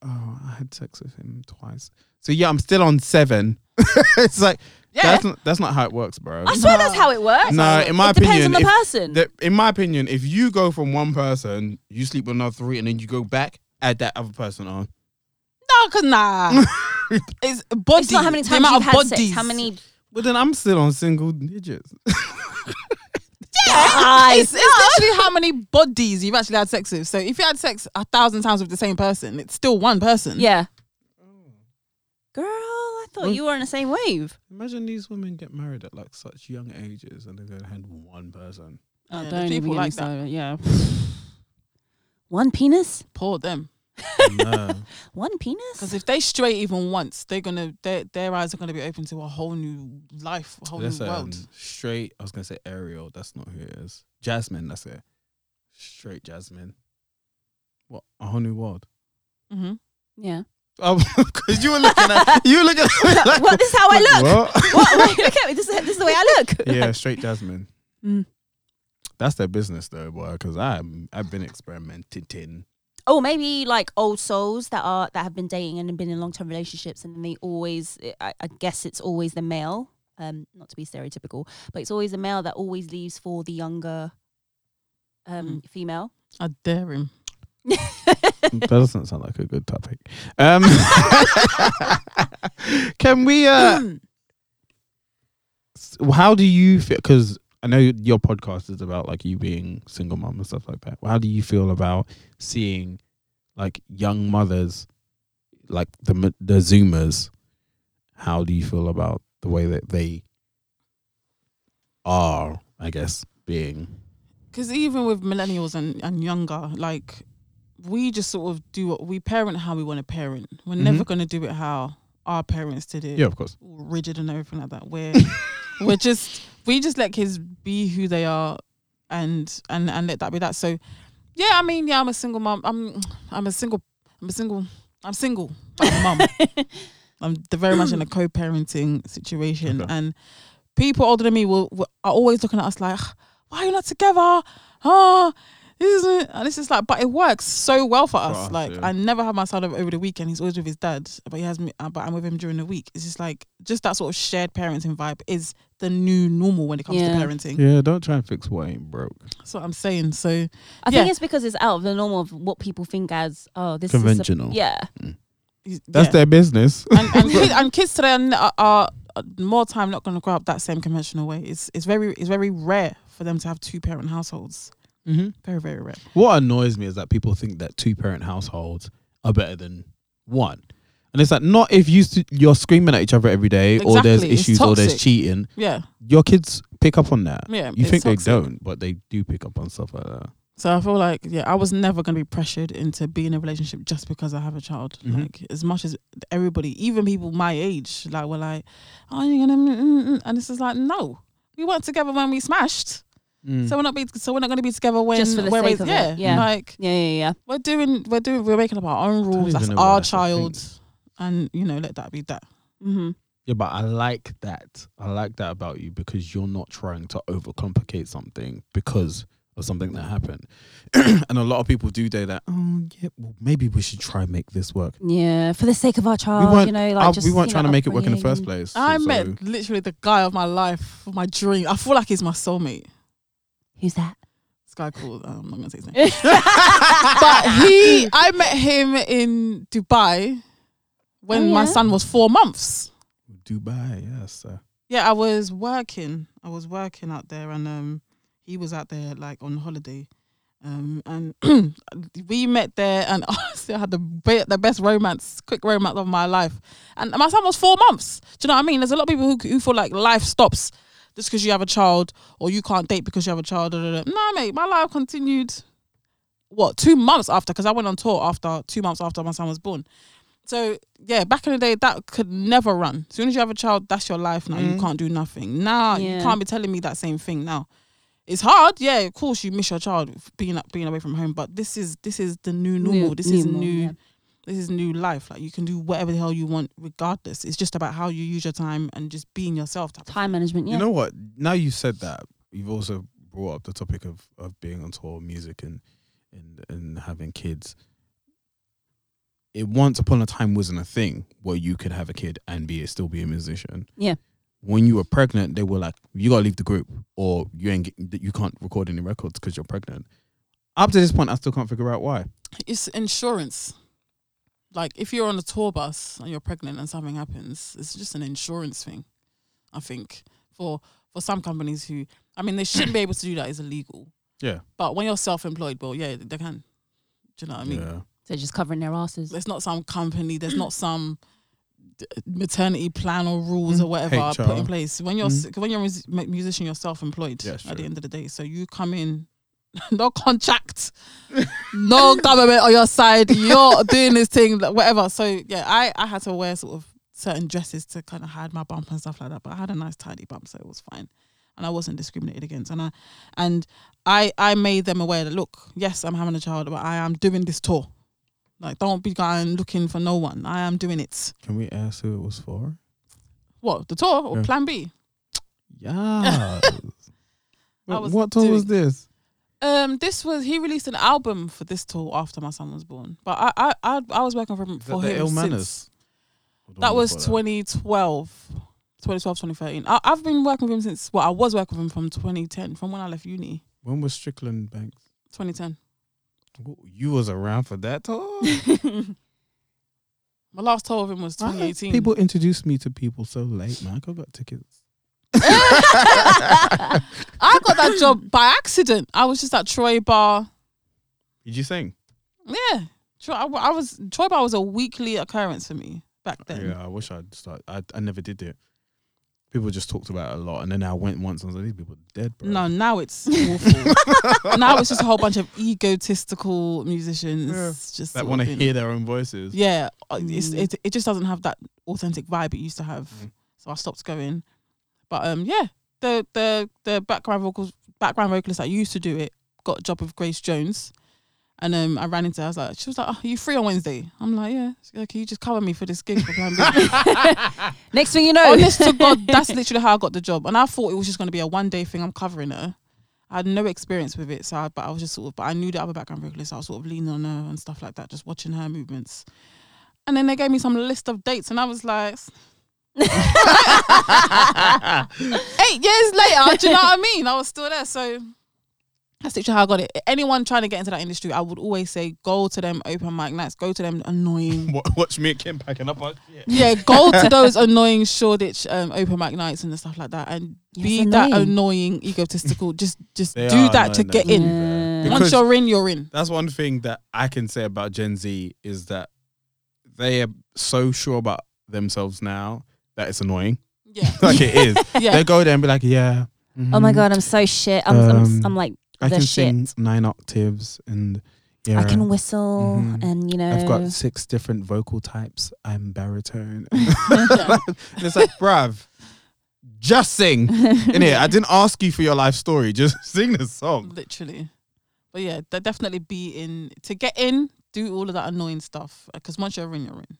S3: oh, I had sex with him twice. So yeah, I'm still on seven. it's like that's not, that's not how it works, bro.
S4: I swear that's how it works.
S3: No, in my
S1: it depends
S3: opinion,
S1: on the
S3: if-
S1: person.
S3: that- in my opinion, if you go from one person, you sleep with another three, and then you go back, add that other person on.
S2: No, cause nah. it's body.
S4: It's not how many
S2: the
S4: times
S2: amount
S4: you've
S2: of
S4: had
S2: bodies.
S4: sex. How many?
S3: But then I'm still on single digits.
S2: It's, it's literally how many bodies you've actually had sex with. So if you had sex a thousand times with the same person, it's still one person.
S4: Yeah. Mm.
S1: Girl, I thought
S4: Thought you were on the same wave.
S3: Imagine these women get married at like such young ages, and they've only had one person.
S4: Oh,
S2: Yeah, there's people like that.
S1: Yeah.
S4: One penis.
S2: Poor them.
S3: No.
S4: One penis.
S2: Because if they stray even once, they're gonna their their eyes are gonna be open to a whole new life, a whole
S3: Listen,
S2: new world.
S3: straight. I was gonna say Ariel. That's not who it is. Jasmine. That's it. Straight Jasmine. What a whole new world.
S2: Mm-hmm.
S1: Yeah.
S3: Oh, because you were looking at you were looking at me like,
S1: What? This is how I look.
S3: What?
S1: What? Wait, look at me. This is, this is the way I look.
S3: yeah, straight Jasmine.
S2: Mm.
S3: That's their business though, boy. Because I'm I've been experimenting.
S1: Oh, maybe like old souls that are that have been dating and have been in long term relationships, and then they always. I, I guess it's always the male. Um, not to be stereotypical, but it's always the male that always leaves for the younger, um, female.
S2: I dare him.
S3: that doesn't sound like a good topic. Um, can we? Uh, s- how do you feel? Because I know your podcast is about like you being single mom and stuff like that. How do you feel about seeing like young mothers, like the m- the Zoomers? How do you feel about the way that they are? I guess being
S2: because even with millennials and, and younger, like we just sort of do what we parent how we want to parent. We're never
S3: Mhm.
S2: going to do it how our parents did it,
S3: yeah, of course.
S2: all rigid and everything like that. We're we're just we just let kids be who they are, and and and let that be that. So yeah, I mean yeah, I'm a single mom. I'm I'm a single I'm a single I'm single. But I'm a mom. I'm d- very much in a co-parenting situation,
S3: Okay.
S2: and people older than me will, will are always looking at us like, "Why are you not together? Oh, this isn't." And it's just like, but it works so well for us.
S3: us,
S2: like,
S3: yeah.
S2: I never have my son over, over the weekend. He's always with his dad, but he has me. uh, But I'm with him during the week. It's just like just that sort of shared parenting vibe is the new normal when it comes
S1: Yeah.
S2: to parenting.
S3: Yeah, don't try and fix what ain't broke.
S2: That's what I'm saying. So
S1: I
S2: Yeah.
S1: think it's because it's out of the norm of what people think as oh this
S3: Conventional.
S1: Is a, yeah.
S3: That's
S2: yeah.
S3: their business.
S2: and and, kid, and kids today are, n- are, are uh, more time not going to grow up that same conventional way. It's it's very it's very rare for them to have two parent households.
S3: Mm-hmm.
S2: Very very rare.
S3: What annoys me is that people think that two parent households are better than one. And it's like not if you st- you're screaming at each other every day or there's
S2: Exactly, it's
S3: issues or there's
S2: toxic.
S3: cheating.
S2: Yeah,
S3: Your kids pick up on that.
S2: yeah.
S3: You
S2: it's
S3: think
S2: toxic.
S3: they don't, but they do pick up on stuff like that.
S2: So I feel like yeah, I was never going to be pressured into being in a relationship just because I have a child.
S3: Mhm.
S2: Like as much as everybody, even people my age, like were like, "Oh, you're gonna," mm, mm, mm," and this is like, no, we weren't together when we smashed,
S3: Mm.
S2: so we're not be so we're not going to be together when
S1: Just for the
S2: we're
S1: sake
S2: raised-
S1: of it,
S2: yeah,
S1: yeah.
S2: like
S1: Yeah, yeah, yeah.
S2: we're doing we're doing we're making up our own
S3: don't
S2: rules. That's
S3: even know why
S2: our
S3: that's a thing.
S2: child, and you know let that be that.
S1: Mm-hmm.
S3: Yeah, but I like that. I like that about you because you're not trying to overcomplicate something because of something that happened. and a lot of people do do that. Oh, yeah, well, maybe we should try and make this work.
S1: Yeah, for the sake of our
S3: we
S1: child,
S3: weren't,
S1: you know, like
S3: uh,
S1: just,
S3: we weren't
S1: you
S3: trying
S1: know,
S3: to make it work in the first
S1: upbringing.
S3: place.
S2: I
S3: so-
S2: met literally the guy of my life, my dream. I feel like he's my soulmate.
S1: Who's that?
S2: This guy called um, I'm not gonna say his name, but he I met him in Dubai when
S1: Oh,
S2: my
S1: yeah?
S2: son was four months.
S3: Dubai, yes. sir.
S2: Yeah, I was working. I was working out there, and um, he was out there like on holiday, Um, and we met there, and honestly, I had the be- the best romance, quick romance of my life. And my son was four months. Do you know what I mean? There's a lot of people who, who feel like life stops just because you have a child, or you can't date because you have a child. da, da, da. No, mate, my life continued. What two months after? Because I went on tour after two months after my son was born. So yeah, back in the day, that could never run. As soon as you have a child, that's your life now. You can't do nothing. Now you
S1: Yeah.
S2: can't be telling me that same thing now. It's hard, yeah. Of course, you miss your child being being away from home, but this is this is the new normal. this is
S1: normal,
S2: new.
S1: yeah.
S2: This is new life. Like you can do whatever the hell you want, regardless. It's just about how you use your time and just being yourself. type of
S5: Time management, yeah.
S3: You know what? Now you said that, you've also brought up the topic of, of being on tour, music, and and and having kids. It once upon a time wasn't a thing where you could have a kid and be still be a musician.
S1: Yeah.
S3: When you were pregnant, they were like, "You gotta leave the group, or you ain't get, you can't record any records because you're pregnant." Up to this point, I still can't figure out why.
S2: it's insurance. Like if you're on a tour bus and you're pregnant and something happens, it's just an insurance thing. I think for for some companies who, I mean, they shouldn't be able to do that. It's illegal.
S3: Yeah.
S2: But when you're self-employed, well, yeah, they can. Do you know what I mean?
S3: yeah.
S1: They're just covering their asses.
S2: There's not some company. There's not some d- maternity plan or rules or whatever put in
S3: HR.
S2: place. When you're s when you're a mus- mu- musician, you're self-employed
S3: Mm. Yeah,
S2: at
S3: sure.
S2: the end of the day. So you come in, no contract, no government on your side. You're doing this thing, like, whatever. So yeah, I I had to wear sort of certain dresses to kind of hide my bump and stuff like that. But I had a nice tidy bump, so it was fine. And I wasn't discriminated against, and I, and I, I made them aware that look, yes, I'm having a child, but I am doing this tour. Like, don't be going looking for no one. I am doing it.
S3: Can we ask who it was for?
S2: What the tour or
S3: Yeah.
S2: Plan B?
S3: Yeah.
S2: I was
S3: what tour was this?
S2: Um, this was he released an album for this tour after my son was born, but I I I, I was working for for
S3: the
S2: him
S3: Ill
S2: since.
S3: Manners?
S2: That was 2012, 2012, 2013. I, I've been working with him since. Well, I was working with him from 2010, from when I left uni,
S3: When was Strickland Bank?
S2: 2010.
S3: You was around for that tour?
S2: My last tour with him was 2018.
S3: People introduced me to people so late, man. I could have got tickets.
S2: I got that job by accident. I was just at Troy Bar.
S3: Did you sing?
S2: Yeah, Troy. I, I was Troy Bar was a weekly occurrence for me back then.
S3: Yeah, I wish I'd start. I, I never did it. People just talked about it a lot, and then I went once and I was like, these people are dead, bro.
S2: No, now it's awful. now it's just a whole bunch of egotistical musicians
S3: Yeah.
S2: just
S3: that
S2: sort
S3: want to
S2: of in-
S3: hear their own voices.
S2: Yeah, uh, it's,
S1: Mm.
S2: it it just doesn't have that authentic vibe it used to have.
S3: Mm.
S2: So I stopped going. But um, yeah, the the the background vocals background vocalist that used to do it got a job with Grace Jones. And um, I ran into her. I was like, she was like, oh, "Are you free on Wednesday?" I'm like, "Yeah." She's like, "Can you just cover me for this gig?" for Plan B?"
S1: Next thing you know,
S2: Honest to God, that's literally how I got the job. And I thought it was just going to be a one day thing. I'm covering her. I had no experience with it, so I, but I was just sort of. But I knew the other background vocalist. So I was sort of leaning on her and stuff like that, just watching her movements. And then they gave me some list of dates, and I was like, eight years later, do you know what I mean? I was still there, so that's literally how I got it. Anyone trying to get into that industry, I would always say go to them open mic nights, go to them annoying
S3: Wa- Watch me and Kim packing up. Like, yeah.
S2: yeah, go to those annoying Shoreditch um, open mic nights and stuff like that, and
S1: Yes,
S2: be that annoying egotistical. Just, just
S3: They
S2: do
S3: are
S2: that to
S3: annoying,
S2: get
S3: though.
S2: in.
S1: Yeah.
S3: Because-
S2: Once you're in, you're in.
S3: That's one thing that I can say about Gen Z is that they are so sure about themselves now that it's annoying.
S2: Yeah,
S3: like it is.
S2: yeah.
S3: They go there and be like, yeah.
S1: oh my
S3: mhm,
S1: god, I'm so shit. I'm, I'm,
S3: Um,
S1: I'm like,
S3: I
S1: the
S3: can sing nine octaves and yeah.
S1: I can whistle,
S3: Mhm.
S1: and you know,
S3: I've got six different vocal types. I'm baritone.
S2: Yeah.
S3: And it's like, bruv, just sing. In here, I didn't ask you for your life story. Just sing the song.
S2: literally. But yeah, they definitely be in to get in. Do all of that annoying stuff because once you're in, you're in.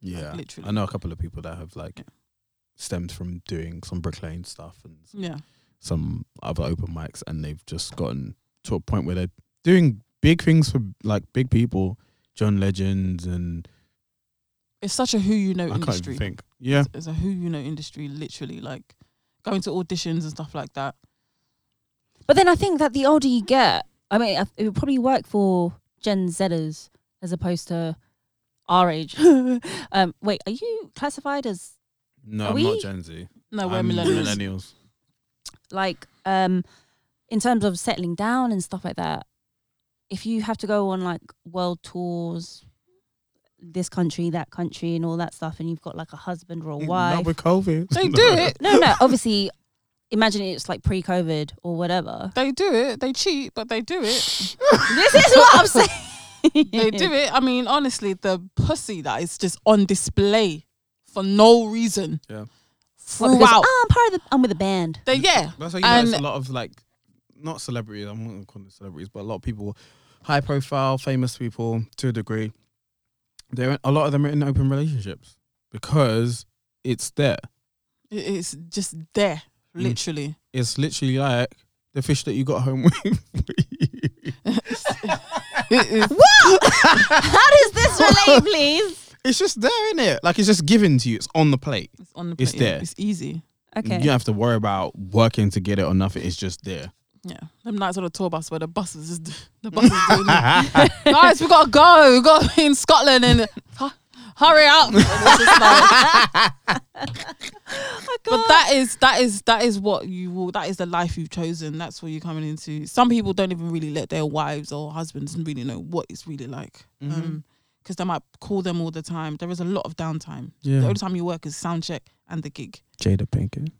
S3: Yeah,
S2: Literally.
S3: I know a couple of people that have like stemmed from doing some Brick Lane stuff and
S2: Yeah,
S3: some other open mics, and they've just gotten to a point where they're doing big things for like big people, John Legends, and
S2: it's such a who you know
S3: I can't
S2: Oh, industry.
S3: even think. Yeah,
S2: It's a who you know industry, literally. Like going to auditions and stuff like that.
S1: But then I think that the older you get, I mean, I- it would probably work for Gen Zers as opposed to our age. um, wait, are you classified as
S3: no,
S1: Are
S3: I'm
S1: we-
S3: not Gen Z.
S2: No, we're
S3: I'm
S2: millennials.
S3: millennials.
S1: like um, in terms of settling down and stuff like that? if you have to go on like world tours, this country, that country, and all that stuff, and you've got like a husband or a wife.
S3: Not with COVID.
S2: They do it.
S1: No, no, obviously, imagine it's like pre COVID or whatever.
S2: They do it. They cheat, but they do it.
S1: this is what I'm saying.
S2: They do it. I mean, honestly, the pussy that is just on display for no reason
S3: Yeah.
S1: What, because,
S2: throughout.
S1: "Oh, I'm part of the. I'm with a band.
S2: They, yeah.
S3: That's how you know it's a
S2: And-
S3: lot of like, not celebrities. I'm not gonna call them celebrities, but a lot of people, high profile, famous people to a degree. They're a lot of them are in open relationships because it's there.
S2: It- It's just there,
S3: Mm.
S2: literally.
S3: It's literally like the fish that you got home with.
S2: It is-
S3: Mm.
S1: How does this relate, please?
S3: it's just there, isn't it? Like it's just given to you. It's on the plate.
S2: It's on the
S3: It's
S2: plate, yeah.
S3: there.
S2: It's easy.
S1: Okay.
S3: You don't have to worry about working to get it or nothing. It's just there.
S2: Yeah. Them nights on the tour bus where the bus is just the bus is doing Guys, we gotta go. We got in Scotland and "Hu- hurry up. And it's just like- but that is that is that is what you will that is the life you've chosen. That's what you're coming into. Some people don't even really let their wives or husbands really know what it's really like. Um
S1: Mm-hmm.
S2: 'cause because they might call them all the time. There is a lot of downtime.
S3: Yeah.
S2: The only time you work is sound check and the gig.
S3: Jada Pinkett.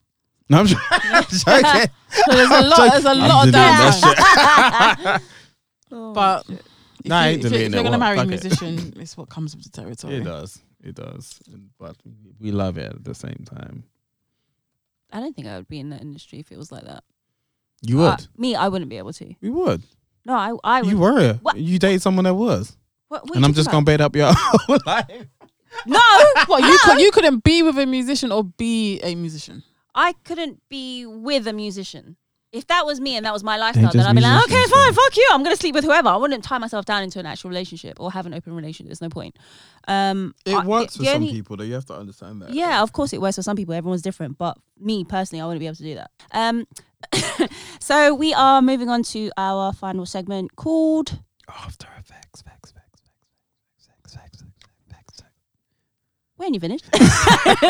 S3: No, I'm joking. I'm joking.
S2: So there's a lot. There's a
S3: I'm
S2: lot
S3: deleting
S2: of
S3: that
S2: downtime.
S3: shit.
S1: Oh,
S2: But Oh, if,
S3: Nah, I ain't
S2: you,
S3: deleting
S2: are
S3: it,
S2: gonna
S3: what?
S2: marry a
S3: Fuck it.
S2: musician, it's what comes with the territory.
S3: It does. It does. And- But we love it at the same time.
S1: I don't think I would be in that industry if it was like that.
S3: You
S1: Uh,
S3: would.
S1: me, I wouldn't be able to.
S3: we would.
S1: No, I, I would.
S3: You were.
S1: What?
S3: You dated someone that was.
S1: What- what are
S3: and
S1: you
S3: I'm just
S1: talking
S3: going to bait up your whole life.
S1: about? No,
S2: Well, you could you couldn't be with a musician or be a musician.
S1: I couldn't be with a musician. If that was me and that was my
S3: They're
S1: lifestyle, then
S3: just
S1: I'd be like, okay,
S3: musicians,
S1: fine,
S3: though.
S1: fuck you. I'm gonna sleep with whoever. I wouldn't tie myself down into an actual relationship or have an open relationship. There's no point. Um, I- the only-
S3: people, though. You have to understand that.
S1: Yeah, of course it works for some people. Everyone's different, but me personally, I wouldn't be able to do that. Um, so we are moving on to our final segment called
S3: After effects, facts, facts, facts, facts, facts, facts, facts.
S1: We're only finished.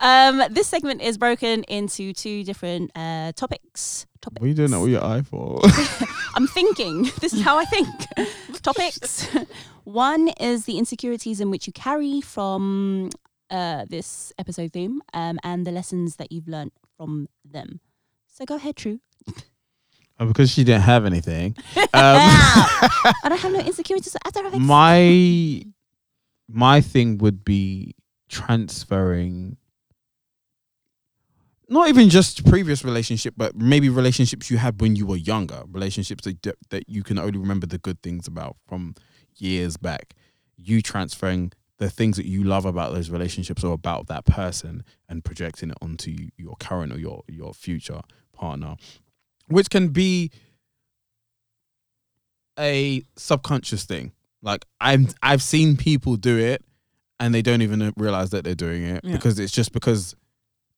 S1: um, this segment is broken into two different uh, topics. Topics.
S3: What are you doing that with your eye for?
S1: I'm thinking. This is how I think. Topics. One is the insecurities in which you carry from uh, this episode theme um, and the lessons that you've learned from them. So go ahead, True.
S3: Oh, because she didn't have anything. Um,
S1: I don't have no insecurities. I don't have ex-
S3: my my thing would be transferring not even just previous relationship but maybe relationships you had when you were younger relationships that, that- that you can only remember the good things about from years back you transferring the things that you love about those relationships or about that person and projecting it onto your current or your your future partner which can be a subconscious thing. Like I'm, I've seen people do it, and they don't even realize that they're doing it
S2: Yeah.
S3: because it's just because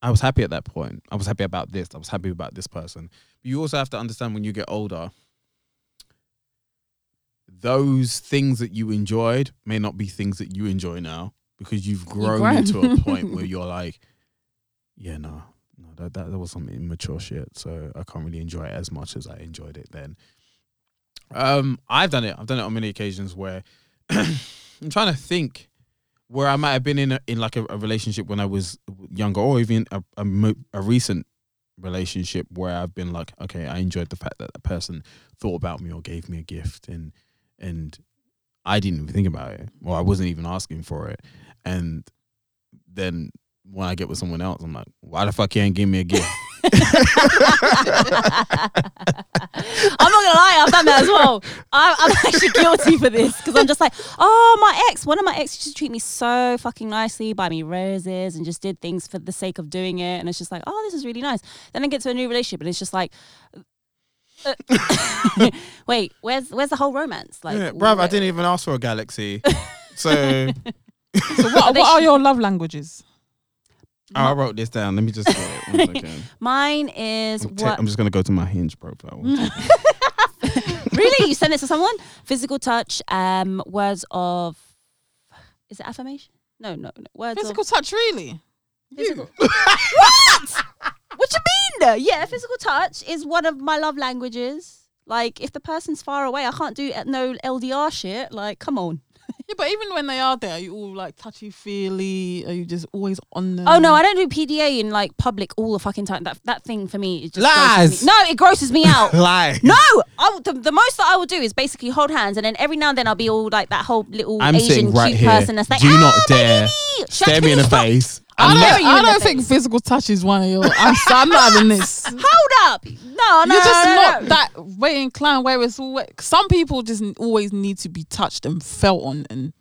S3: I was happy at that point. I was happy about this. I was happy about this person. But you also have to understand when you get older, those things that you enjoyed may not be things that you enjoy now because you've grown,
S2: grown.
S3: into a point where you're like, yeah, no, no, that, that that was some immature shit. So I can't really enjoy it as much as I enjoyed it then. Um, I've done it. I've done it on many occasions where I'm trying to think where I might have been in a, in like a, a relationship when I was younger, or even a, a mo- a recent relationship where I've been like, okay, I enjoyed the fact that that person thought about me or gave me a gift, and and I didn't even think about it, or I wasn't even asking for it, and then when I get with someone else, I'm like, why the fuck you ain't give me a gift?
S1: I'm not gonna lie, I've done that as well. I'm, I'm actually guilty for this because I'm just like, oh, my ex. One of my ex used to treat me so fucking nicely, buy me roses, and just did things for the sake of doing it. And it's just like, oh, this is really nice. Then I get to a new relationship, and it's just like. uh, wait, where's where's the whole romance? Like,
S3: yeah, bruv, I
S1: where-
S3: didn't even ask for a galaxy. So
S2: So what,
S1: They
S2: what are
S1: should-
S2: your love languages?
S3: Oh, I wrote this down. Let me just get it. One second.
S1: Mine is
S3: I'm,
S1: what?
S3: I'm just gonna go to my hinge profile. One second.
S1: really? You send it to someone? Physical touch, um, words of, is it affirmation? No, no, no. words of
S2: Physical touch, really?
S1: Physical. what? What you mean? Yeah, physical touch is one of my love languages. Like if the person's far away, I can't do uh, no LDR shit. Like, come on.
S2: Yeah, but even when they are there, are you all like touchy feely? Are you just always on them?
S1: Oh no, I don't do PDA in like public all the fucking time. That that thing for me is just
S3: Lies.
S1: grosses me- No, it grosses me out.
S3: Lie.
S1: No, I w the, the most that I will do is basically hold hands, and then every now and then I'll be all like that whole little
S3: I'm
S1: Asian
S3: sitting right
S1: cute
S3: here.
S1: person that's like,
S3: Do
S1: "Ah,
S3: not
S1: my
S3: dare
S1: lady!" Shut
S3: Stare me in the
S1: the fuck-
S3: face.
S2: I
S3: I'm
S2: don't,
S3: not-
S2: I don't think physical touch is one of your. I'm, so- I'm not having this.
S1: Hold up! No, no,
S2: You're just
S1: no,
S2: not
S1: no.
S2: that way inclined. Where it's all some people just n- always need to be touched and felt on, and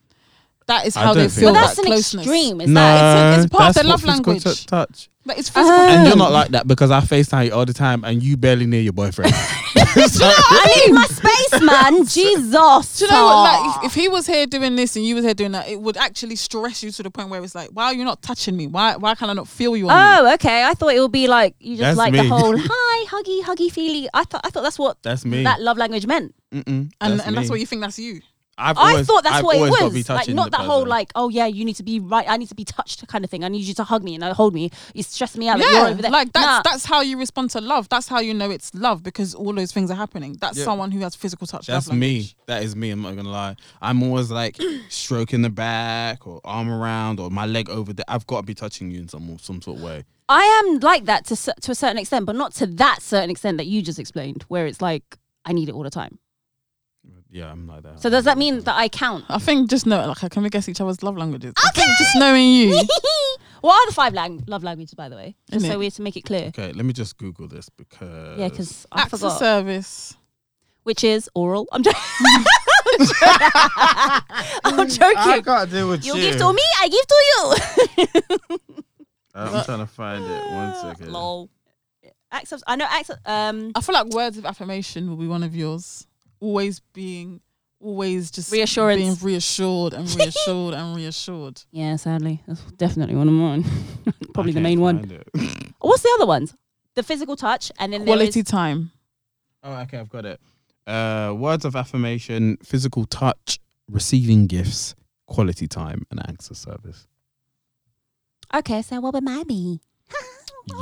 S2: that is
S3: I
S2: how
S3: don't
S2: they
S3: think-
S2: feel
S1: Well,
S2: that
S1: that's an
S2: closeness.
S1: extreme. Is
S3: no,
S1: that?
S2: it's- it's part
S3: that's
S2: of their love
S3: not physical
S2: language.
S3: tou- touch.
S2: But it's
S1: Oh.
S2: physical.
S3: And you're not like that because I FaceTime you all the time and you barely near your boyfriend. So-
S1: I need my space, man. Jesus.
S2: Do you know what? Like, if, if he was here doing this and you was here doing that, it would actually stress you to the point where it's like, why are you not touching me? Why why can I not feel you on me?
S1: Oh, okay. I thought it would be like you just
S3: That's
S1: like
S3: me.
S1: the whole hi, huggy, huggy, feely. I thought I thought that's what
S3: that's me.
S1: that love language meant.
S3: Mm-mm,
S2: And
S3: that's
S2: and that's
S3: me.
S2: what you think that's you.
S3: I've
S1: I
S3: always-
S1: thought that's
S3: I've
S1: what it
S3: always gotta be
S1: was. Like
S3: touching
S1: not
S3: the
S1: that whole
S3: person.
S1: like, oh yeah, you need to be right. I need to be touched kind of thing. I need you to hug me and uh, hold me. It's stressing me out. that you're
S2: Yeah,
S1: over there.
S2: like that's
S1: Nah.
S2: that's how you respond to love. That's how you know it's love because all those things are happening. That's
S3: Yeah.
S2: someone who has physical touch. love
S3: That's me.
S2: language.
S3: That is me. I'm not gonna lie. I'm always like stroking the back or arm around or my leg over there. I've got to be touching you in some some sort of way.
S1: I am like that to cer- to a certain extent, but not to that certain extent that you just explained, where it's like I need it all the time.
S3: Yeah, I'm like that.
S1: So does that mean that I count?
S2: I think just know like can we guess each other's love languages? I think just knowing you.
S1: what are the five lang- love languages, by the way? Just
S2: Innit?
S1: so we to make it clear.
S3: Okay, let me just Google this because
S1: Yeah, because I
S2: acts of
S1: forgot.
S2: service.
S1: which is oral. I'm joking. I'm joking.
S3: can't deal with
S1: You give to me, I give to you.
S3: Uh, I'm trying to find it. One second.
S1: Lol. Acts of, I know acts of, um,
S2: I feel like words of affirmation will be one of yours. Always being always just
S1: Reassurance.
S2: being reassured and reassured and reassured.
S1: yeah, sadly, that's definitely one of mine. Probably the
S3: I can't
S1: main one.
S3: find it.
S1: What's the other ones? The physical touch and then there
S2: Quality
S1: is,
S2: time.
S3: Oh, okay, I've got it. Uh, words of affirmation, physical touch, receiving gifts, quality time, and acts of service.
S1: okay, so what would mine be?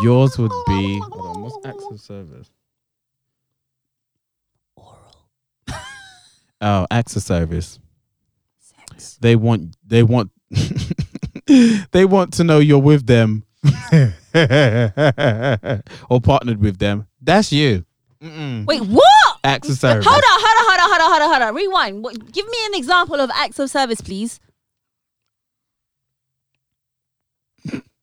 S3: Yours would be. Hold on, what's acts of service?
S1: Oral
S3: Oh, acts of service.
S1: sex.
S3: they want they want they want to know you're with them or partnered with them. That's you. Mm-mm.
S1: Wait, what?
S3: Acts of service.
S1: Hold on, hold on, hold on, hold on, hold on, hold on. Rewind. What, give me an example of acts of service, please.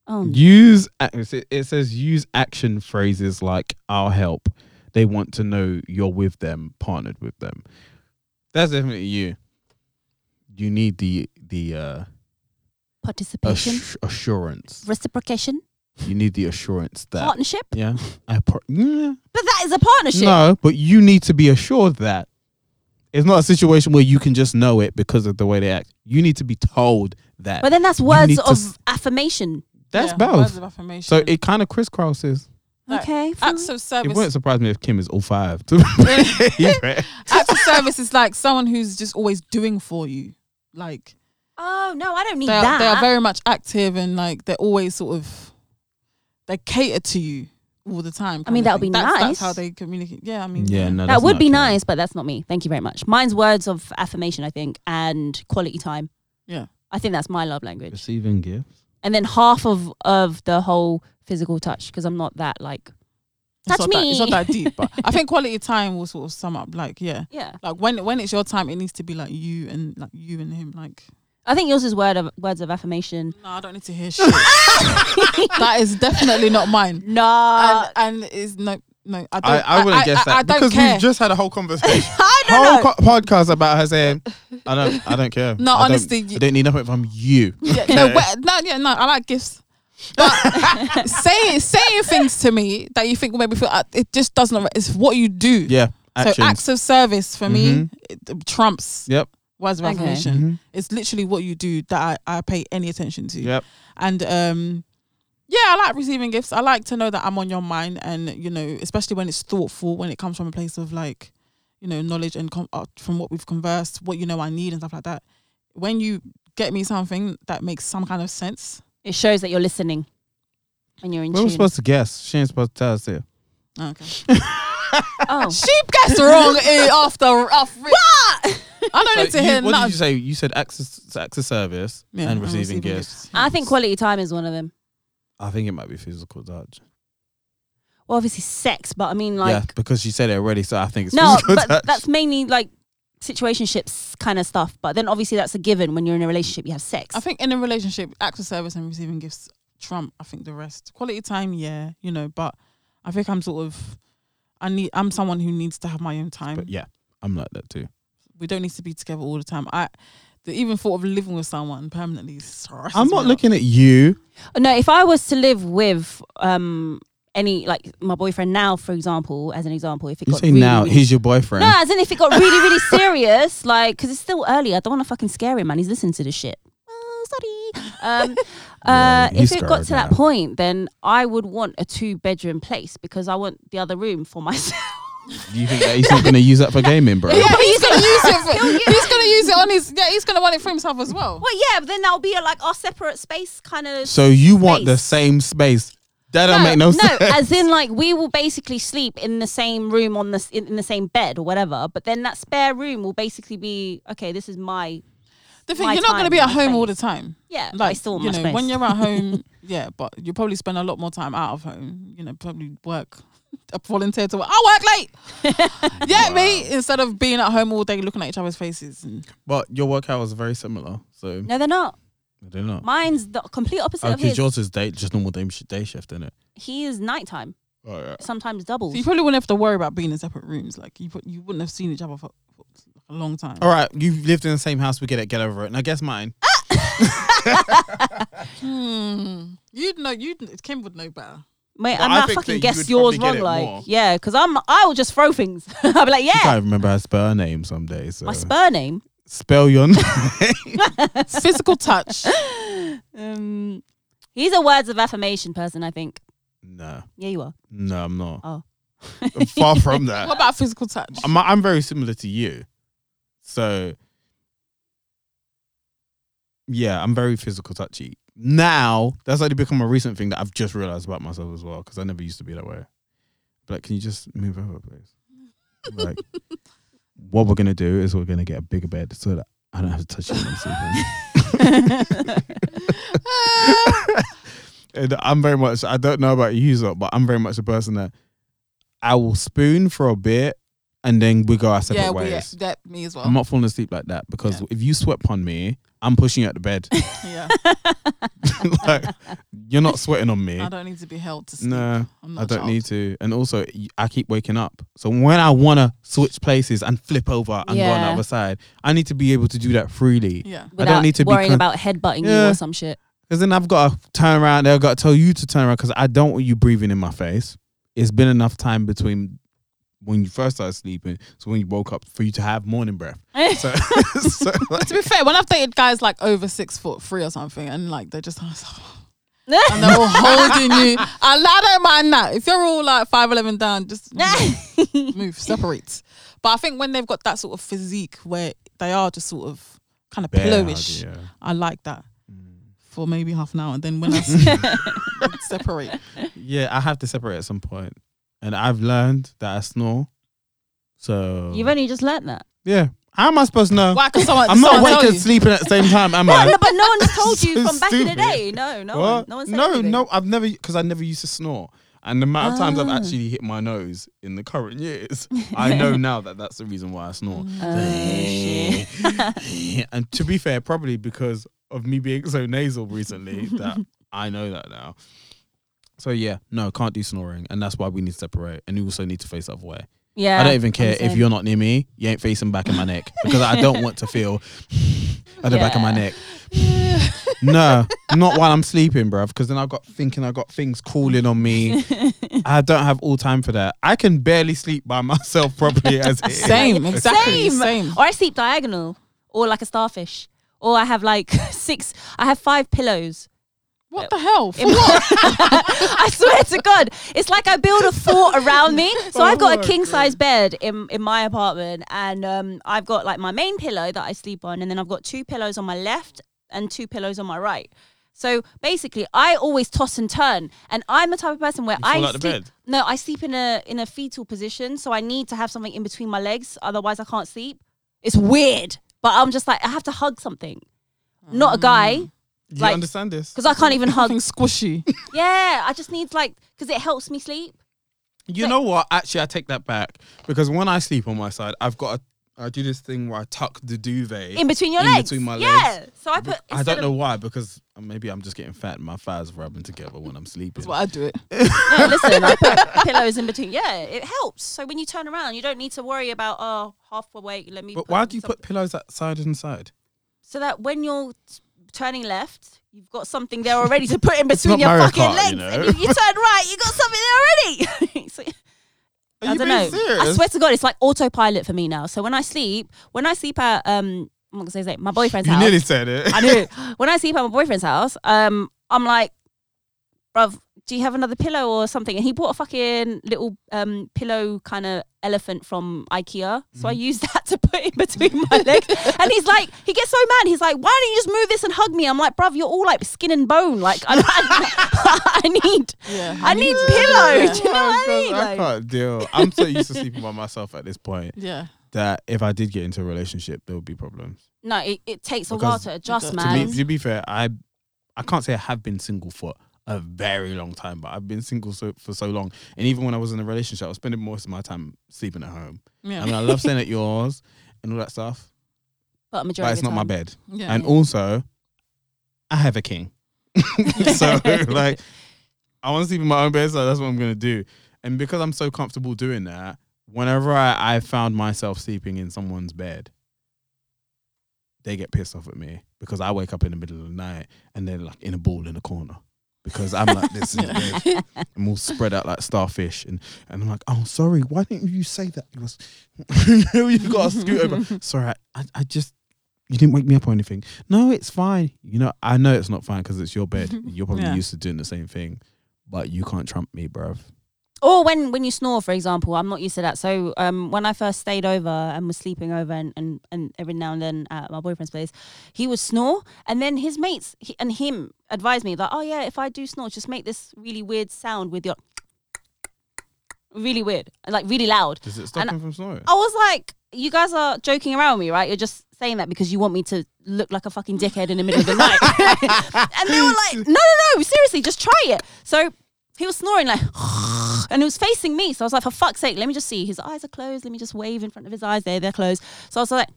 S1: Oh,
S3: Use ac- it says use action phrases like "I'll help." They want to know you're with them, partnered with them. That's definitely you. You need the the uh,
S1: participation,
S3: ass- assurance.
S1: reciprocation,
S3: You need the assurance that
S1: partnership.
S3: yeah, I par- yeah.
S1: But that is a partnership.
S3: No, but you need to be assured that it's not a situation where you can just know it because of the way they act. You need to be told that.
S1: But then that's
S3: You
S1: words
S3: need to
S1: of
S3: s-
S1: affirmation.
S3: That's
S2: Yeah, Words
S3: both.
S2: of affirmation.
S3: So it kind of crisscrosses.
S2: Like,
S1: okay. fine.
S2: acts of
S3: It
S2: service.
S3: wouldn't surprise me if Kim is all five. to be fair.
S2: acts of service is like someone who's just always doing for you. Like
S1: oh no, I don't need
S2: they are,
S1: that.
S2: they are very much active and like they're always sort of they cater to you all the time.
S1: I mean,
S2: kind
S1: that would
S2: of thing.
S1: be
S2: that's,
S1: nice.
S2: That's how they communicate. Yeah, I mean,
S3: yeah, no,
S1: that
S3: that's
S1: would
S3: not
S1: be
S3: Kim.
S1: nice, but that's not me. Thank you very much. Mine's words of affirmation, I think, and quality time.
S2: Yeah.
S1: I think that's my love language.
S3: Receiving gifts.
S1: And then half of of the whole physical touch because I'm not that like
S2: it's
S1: touch
S2: not,
S1: me.
S2: That, it's not that deep, but I think quality time will sort of sum up. Like, yeah,
S1: yeah.
S2: like when when it's your time, it needs to be like you and like you and him. Like,
S1: I think yours is word of words of affirmation.
S2: no, I don't need to hear shit. that is definitely not mine.
S1: No, Uh,
S2: and, and is no, no, I don't.
S3: I, I wouldn't guess that
S2: I, I don't
S3: because
S2: care.
S3: we've just had a whole conversation,
S1: I don't
S3: whole
S1: know.
S3: co- podcast about her saying, "I don't, I don't care." I
S2: No,
S3: don't-
S2: honestly, you-
S3: I don't need nothing from you.
S2: Yeah, no, we- no, yeah, no. I like gifts. But saying saying things to me that you think will make me feel uh, it just does not. It's what you do.
S3: Yeah,
S2: So
S3: actions.
S2: acts of service for me
S3: Mhm.
S2: it trumps
S3: Yep.
S2: words of
S1: Okay.
S2: affirmation.
S3: Mhm.
S2: It's literally what you do that I, I pay any attention to.
S3: Yep.
S2: And um, yeah, I like receiving gifts. I like to know that I'm on your mind, and you know, especially when it's thoughtful, when it comes from a place of like, you know, knowledge and com- uh, from what we've conversed, what you know I need and stuff like that. When you get me something that makes some kind of sense,
S1: It shows that you're listening and you're in
S3: We were
S1: tune.
S3: supposed to guess. She ain't supposed to tell us here.
S2: okay.
S1: Oh,
S2: She gets wrong eh, after after. I don't need to
S3: you-
S2: hear
S3: what did you
S2: nothing.
S3: say? You said access access service
S2: Yeah,
S3: and
S2: I'm
S3: receiving gifts.
S1: I think quality time is one of them.
S3: I think it might be physical touch.
S1: Well, obviously sex, but I mean like
S3: yeah, because you said it already, so I think it's
S1: no,
S3: physical
S1: but
S3: touch.
S1: that's mainly like situationships kind of stuff. But then obviously that's a given when you're in a relationship, you have sex.
S2: I think in a relationship, acts of service and receiving gifts trump. I think the rest. Quality time, yeah, you know, but I think I'm sort of, I need. I'm someone who needs to have my own time.
S3: but yeah, I'm like that too.
S2: We don't need to be together all the time. I, the even thought of living with someone permanently. stresses
S3: I'm
S2: me
S3: not
S2: out.
S3: looking at you.
S1: No, if I was to live with um any like my boyfriend now, for example, as an example, if it
S3: You
S1: got
S3: say
S1: really,
S3: now
S1: really-
S3: he's your boyfriend.
S1: no, as in if it got really really serious, like because it's still early, I don't want to fucking scare him, man. He's listening to this shit. Oh, sorry. Um,
S3: Yeah,
S1: uh,
S3: he's
S1: if it got
S3: scared
S1: to that
S3: now.
S1: point, then I would want a two bedroom place because I want the other room for myself.
S3: Do you think that he's not going to use that for gaming, bro?
S2: Yeah, he's gonna use it. For, he's gonna use it on his. Yeah, he's gonna want it for himself as well.
S1: Well, yeah, but then that'll be a, like our separate space kind of.
S3: So you want the
S1: Space.
S3: same space? That don't make no, sense.
S1: as in like we will basically sleep in the same room on this in, in the same bed or whatever. But then that spare room will basically be okay. This is my
S2: The thing
S1: my
S2: you're not gonna
S1: time,
S2: be at
S1: my
S2: home all the
S1: space.
S2: time.
S1: yeah. Like, I
S2: Like
S1: still want
S2: you
S1: my
S2: know,
S1: space.
S2: when you're at home, yeah, but you probably spend a lot more time out of home. You know, probably work, volunteer to work. I work late. yeah, me instead of being at home all day looking at each other's faces. And
S3: But your workout was very similar, so
S1: no, they're not.
S3: I don't know.
S1: Mine's the complete opposite of
S3: Okay,
S1: his.
S3: yours is day, just normal day, sh- day shift, isn't it?
S1: He is nighttime,
S3: Oh, yeah.
S1: sometimes double.
S2: so you probably wouldn't have to worry about being in separate rooms. Like you, put, you wouldn't have seen each other for, for a long time.
S3: All right, you've lived in the same house. We get it. Get over it. Now guess mine.
S2: Hmm. You'd know. You'd Kim would know better.
S1: Mate,
S3: Well,
S1: I'm
S3: I
S1: not
S3: think that
S1: fucking
S3: you
S1: guess
S3: would
S1: yours
S3: probably get
S1: wrong.
S3: it
S1: Like
S3: more.
S1: yeah, because I'm I will just throw things. I'll be like
S3: I
S1: yeah,
S3: can't remember her spell name some days. So.
S1: my spur name.
S3: spell your name.
S2: Physical touch.
S1: Um, he's a words of affirmation person. I think.
S3: no,
S1: Yeah, you are.
S3: no, I'm not.
S1: Oh.
S3: I'm far from that.
S2: What about physical touch?
S3: I'm, I'm very similar to you. So, yeah, I'm very physical touchy. Now, that's only become a recent thing that I've just realized about myself as well, because I never used to be that way. But like, can you just move over, please? Like, what we're going to do is we're going to get a bigger bed so that I don't have to touch you when I'm sleeping. And I'm very much, I don't know about you, Zot, but I'm very much a person that I will spoon for a bit and then we go our separate
S2: yeah, we,
S3: ways.
S2: yeah, that me as well.
S3: I'm not falling asleep like that because
S2: Yeah.
S3: if you sweat on me, I'm pushing you out the bed.
S2: yeah,
S3: like you're not sweating on me.
S2: I don't need to be held to sleep.
S3: No,
S2: I'm not
S3: I
S2: a
S3: don't
S2: child.
S3: need to. And also, y- I keep waking up. So when I wanna switch places and flip over and go on the
S1: Yeah.
S3: other side, I need to be able to do that freely.
S2: Yeah.
S1: Without
S3: need to be
S1: worrying
S3: con-
S1: about headbutting you
S3: Yeah.
S1: or some shit.
S3: Because then I've got to turn around. They've got to tell you to turn around because I don't want you breathing in my face. It's been enough time between when you first started sleeping to when you woke up for you to have morning breath. So, so like,
S2: To be fair, when I've dated guys like over six foot three or something, and like they're just and they're all holding you, and I don't mind that. If you're all like five eleven down, just move, move, separate. But I think when they've got that sort of physique where they are just sort of kind of
S3: bear hug,
S2: pillowish,
S3: yeah.
S2: I like that
S3: Mm.
S2: for maybe half an hour, and then when I see separate,
S3: Yeah, I have to separate at some point, and I've learned that I snore. So
S1: You've only just learned that.
S3: yeah, how am I supposed to know?
S2: why? Because someone,
S3: I'm not
S2: someone
S3: awake
S2: tell
S3: and
S2: you?
S3: sleeping at the same time, am
S1: Well,
S3: I?
S1: no, but no one's told you
S3: So
S1: from back in the
S3: stupid.
S1: day. No, no one.
S3: What?
S1: No one said
S3: no,
S1: anything.
S3: no, I've never because I never used to snore, and the amount of times I've
S1: Ah.
S3: actually hit my nose in the current years, I know now that that's the reason why I snore. Oh, and to be fair, probably because of me being so nasal recently that I know that now. So yeah, no, can't do snoring, and that's why we need to separate, and we also need to face the other way.
S1: Yeah.
S3: I don't even care
S1: I'm the
S3: if
S1: same.
S3: you're not near me. You ain't facing back in my neck because I don't want to feel at the back of my
S1: Yeah.
S3: neck. no, not while I'm sleeping, bruv. Because then I've got thinking, I've got things crawling on me. I don't have all time for that. I can barely sleep by myself properly as it is.
S2: Same, exactly, same.
S1: Or I sleep diagonal, or like a starfish, or I have like six. I have five pillows.
S2: What the hell? For what?
S1: I swear to God, it's like I build a fort around me. So I've got a king size bed in in my apartment, and um, I've got like my main pillow that I sleep on, and then I've got two pillows on my left and two pillows on my right. So basically, I always toss and turn, and I'm the type of person where
S3: You
S1: I
S3: fall out the
S1: sleep-
S3: bed?
S1: no, I sleep in a in a fetal position, so I need to have something in between my legs, otherwise I can't sleep. It's weird, but I'm just like I have to hug something, not a guy,
S3: Do
S1: Like-
S3: you understand this?
S1: because I can't even hug.
S2: Something squishy.
S1: Yeah, I just need like because it helps me sleep.
S3: You know what? Actually, I take that back because when I sleep on my side, I've got a, I do this thing where I tuck the duvet
S1: in between your
S3: in
S1: legs.
S3: between my
S1: yeah. So I put.
S3: I
S1: instead
S3: don't
S1: of-
S3: know why because uh, maybe I'm just getting fat and my thighs rubbing together when I'm sleeping.
S2: That's what I do it.
S1: No, listen, I put pillows in between. Yeah, it helps. So when you turn around, you don't need to worry about oh half awake. Let me.
S3: But why
S1: on
S3: do you
S1: something."
S3: put pillows at side and side?
S1: So that when you're t- turning left, you've got something there already to put in between
S3: not
S1: your
S3: Mario
S1: fucking
S3: Kart, you
S1: legs.
S3: know.
S1: And if you turn right, you got something there already. So-
S3: Are
S1: I
S3: you
S1: don't
S3: being
S1: know. I
S3: serious?
S1: swear to God, it's like autopilot for me now. So when I sleep, when I sleep at um, I'm not gonna say his name, my boyfriend's
S3: you
S1: house.
S3: nearly said it.
S1: I do. When I sleep at my boyfriend's house, um, I'm like, bruv, do you have another pillow or something? And he bought a fucking little um pillow kind of elephant from IKEA. So
S3: Mm-hmm.
S1: I used that to put in between my legs. And he's like, he gets so mad. He's like, why don't you just move this and hug me? I'm like, bruv, you're all like skin and bone. Like, I, I, I need,
S2: Yeah.
S1: I need pillow. Do you know what I
S3: Oh,
S1: mean?
S3: God, I
S1: Like-
S3: can't deal. I'm so used to sleeping by myself at this point
S2: Yeah.
S3: that if I did get into a relationship, there would be problems.
S1: no, it, it takes a
S3: Because
S1: while to adjust,
S2: to
S3: To
S1: man.
S3: be, to be fair, I I can't say I have been single for a very long time, but I've been single so, for so long. And even when I was in a relationship, I was spending most of my time sleeping at home.
S2: Yeah.
S3: I mean, I love staying at yours and all that stuff,
S1: but majority
S3: but it's
S1: of the
S3: not my
S1: time.
S3: bed.
S2: yeah.
S3: And also, I have a king. so like, I want to sleep in my own bed, so that's what I'm gonna do. And because I'm so comfortable doing that, whenever I, I found myself sleeping in someone's bed, they get pissed off at me because I wake up in the middle of the night and they're like in a ball in the corner. Because I'm like this in the bed. I'm all spread out like starfish and, and I'm like, Oh sorry, why didn't you say that? It was you gotta scoot over. Sorry, I, I just you didn't wake me up or anything. No, it's fine. You know, I know it's not fine because it's your bed. You're probably
S2: Yeah.
S3: used to doing the same thing, but you can't trump me, bruv.
S1: Or when when you snore, for example, I'm not used to that. So um, when I first stayed over and was sleeping over, and, and and every now and then at my boyfriend's place, he would snore, and then his mates he, and him advised me that, oh yeah, if I do snore, just make this really weird sound with your really weird, like really loud.
S3: Does it stop
S1: And-
S3: him from snoring?
S1: I was like, you guys are joking around with me, right? You're just saying that because you want me to look like a fucking dickhead in the middle of the night. and they were like, no, no, no, seriously, just try it. So he was snoring like, and he was facing me. So I was like, for fuck's sake, let me just see. His eyes are closed. Let me just wave in front of his eyes. There, they're closed. So I was like,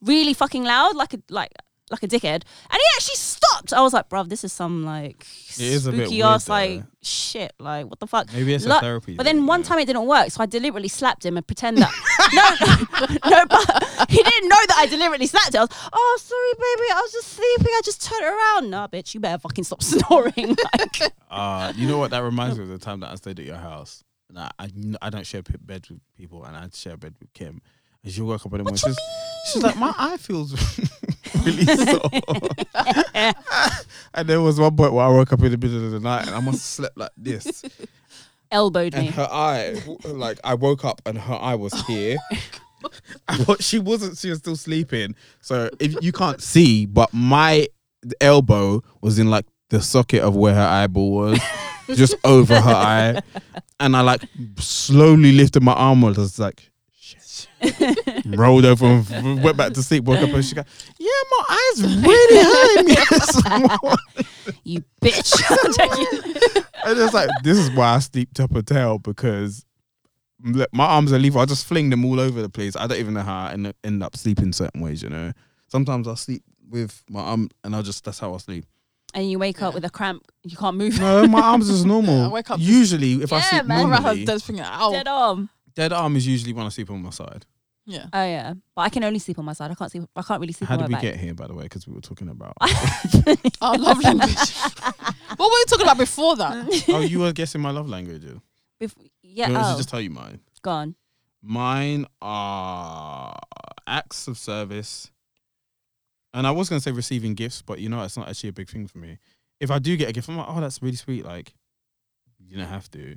S1: really fucking loud, like a like like a dickhead. And he actually stopped. I was like, bruv, this is some like
S3: is a bit
S1: spooky
S3: weird
S1: ass
S3: though,
S1: like
S3: yeah.
S1: shit. Like what the fuck?
S3: Maybe it's a
S1: Lo-
S3: therapy
S1: But
S3: thing,
S1: then one
S3: yeah.
S1: time it didn't work, so I deliberately slapped him and pretend that no, no, but he didn't know that I deliberately slapped him. I was, oh, sorry, baby, I was just sleeping. I just turned around. Nah, bitch, you better fucking stop snoring. Like,
S3: Uh, you know what? That reminds me of the time that I stayed at your house. And I, I, kn- I don't share p- bed with people, and I share bed with Kim. And she woke up in the morning. She's, she's like, my eye feels really sore. and there was one point where I woke up in the middle of the night, and I must have slept like this.
S1: elbowed
S3: and
S1: me.
S3: her eye, like I woke up and her eye was here. And what she wasn't, she was still sleeping. So if you can't see, but my elbow was in like the socket of where her eyeball was, just over her eye, and I like slowly lifted my arm up. I was like. shit. Rolled over and went back to sleep. Woke up and she goes, "Yeah, my eyes really hurting me."
S1: You bitch. I'm joking.
S3: And it's like, this is why I sleep top of tail because look, my arms are lever. I just fling them all over the place. I don't even know how I end, end up sleeping certain ways, you know. Sometimes I sleep with my arm and I just, that's how I sleep.
S1: and you wake up with a cramp. You can't move.
S3: No, my arms is normal.
S2: Yeah, I wake up just-
S3: usually, if I
S1: Yeah,
S3: sleep
S1: man.
S2: Or I have
S3: normally, dead-,
S2: dead finger out.
S1: Dead arm.
S3: arm is usually when I sleep on my side.
S2: Yeah.
S1: Oh yeah, but I can only sleep on my side. I can't sleep. I can't really sleep
S3: how
S1: on my
S3: did we
S1: back.
S3: get here, by the way? Because we were talking about.
S2: Our love language. what were you talking about before that?
S3: oh, you were guessing my love language. Yeah.
S1: Bef- yeah.
S3: Or should I
S1: oh,
S3: just tell you mine?
S1: gone.
S3: Mine are acts of service. And I was going to say receiving gifts, but you know, it's not actually a big thing for me. If I do get a gift, I'm like, oh, that's really sweet. Like, you don't have to.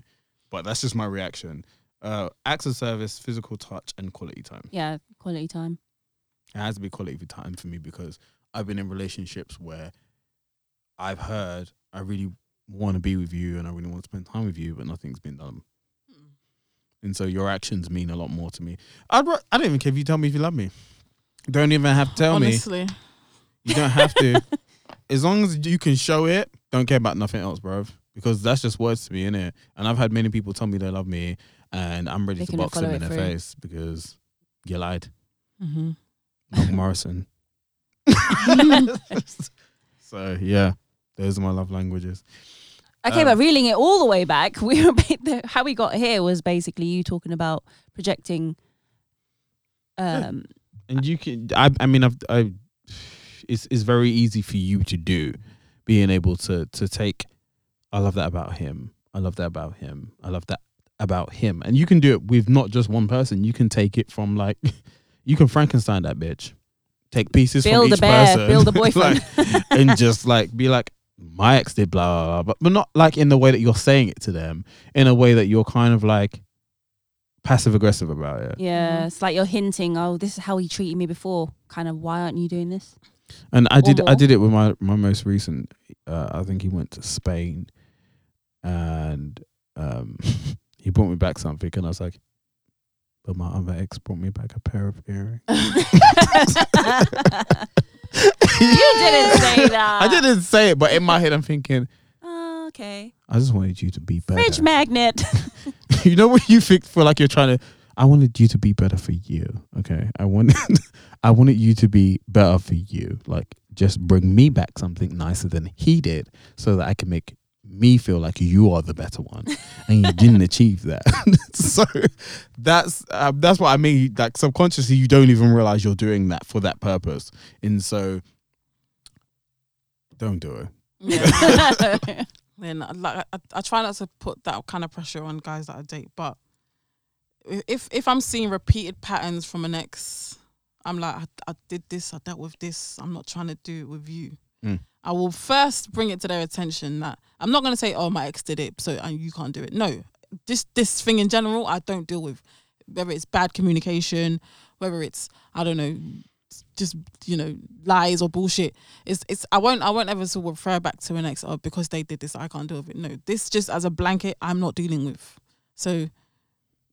S3: But that's just my reaction. Uh, acts of service, physical touch, and quality time.
S1: Yeah, quality time.
S3: It has to be quality time for me because I've been in relationships where I've heard I really want to be with you and I really want to spend time with you, but nothing's been done. And so your actions mean a lot more to me. I'd ra- I don't even care if you tell me if you love me. Don't even have to tell me.
S2: Honestly,
S3: You don't have to. as long as you can show it, don't care about nothing else, bruv. Because that's just words to me, innit? And I've had many people tell me they love me and I'm ready
S1: They
S3: to
S1: couldn't
S3: box them
S1: follow
S3: in
S1: it
S3: their
S1: through.
S3: face because you lied.
S2: hmm
S3: Mark Morrison. so yeah, those are my love languages.
S1: Okay,
S3: Um,
S1: but reeling it all the way back, we were ba- the, how we got here was basically you talking about projecting. Um,
S3: And you can, I, I mean, I've, I, it's, it's very easy for you to do, being able to to take. I love that about him. I love that about him. I love that about him. And you can do it with not just one person. You can take it from like, you can Frankenstein that bitch. Take pieces
S1: Build
S3: from
S1: a
S3: each
S1: bear,
S3: person,
S1: build a boyfriend.
S3: like, and just like be like, my ex did blah blah blah, but, but not like in the way that you're saying it to them. In a way that you're kind of like passive aggressive about it.
S1: yeah, it's like you're hinting, oh, this is how he treated me before. Kind of, why aren't you doing this?
S3: And I
S1: or
S3: did I
S1: more.
S3: did it with my my most recent. Uh, I think he went to Spain, and um, he brought me back something, and I was like, but my other ex brought me back a pair of earrings.
S1: You didn't say that.
S3: I didn't say it, but in my head, I'm thinking,
S1: Oh, okay.
S3: I just wanted you to be better.
S1: Fridge magnet.
S3: you know what you think feel like you're trying to. I wanted you to be better for you. Okay, I wanted, I wanted you to be better for you. Like, just bring me back something nicer than he did, so that I can make me feel like you are the better one, and you didn't achieve that. so that's um, that's what I mean. Like subconsciously, you don't even realize you're doing that for that purpose, and so don't do it.
S2: then like I, I try not to put that kind of pressure on guys that I date, but if if I'm seeing repeated patterns from an ex, I'm like I, I did this, I dealt with this. I'm not trying to do it with you.
S3: Mm.
S2: I will first bring it to their attention that I'm not going to say, "Oh, my ex did it, so uh, you can't do it." No, this this thing in general, I don't deal with. Whether it's bad communication, whether it's I don't know, just you know lies or bullshit. It's it's I won't I won't ever sort of refer back to an ex oh, because they did this I can't deal with it. No, this just as a blanket I'm not dealing with. So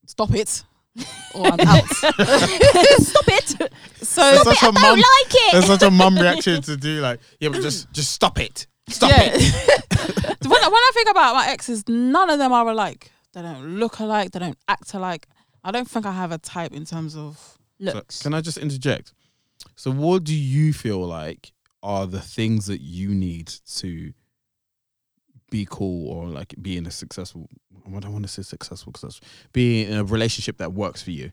S2: stop it or I'm out.
S1: Stop it.
S2: so
S3: such a
S5: I don't like it.
S3: That's such a mum reaction to do. Like, yeah, but just just stop it. Stop
S2: yeah.
S3: it.
S2: when, I- when I think about my exes, none of them are alike. They don't look alike. They don't act alike. I don't think I have a type in terms of
S3: So, can I just interject? So, what do you feel like are the things that you need to be cool or like be in a successful? I don't want to say successful because be in a relationship that works for you.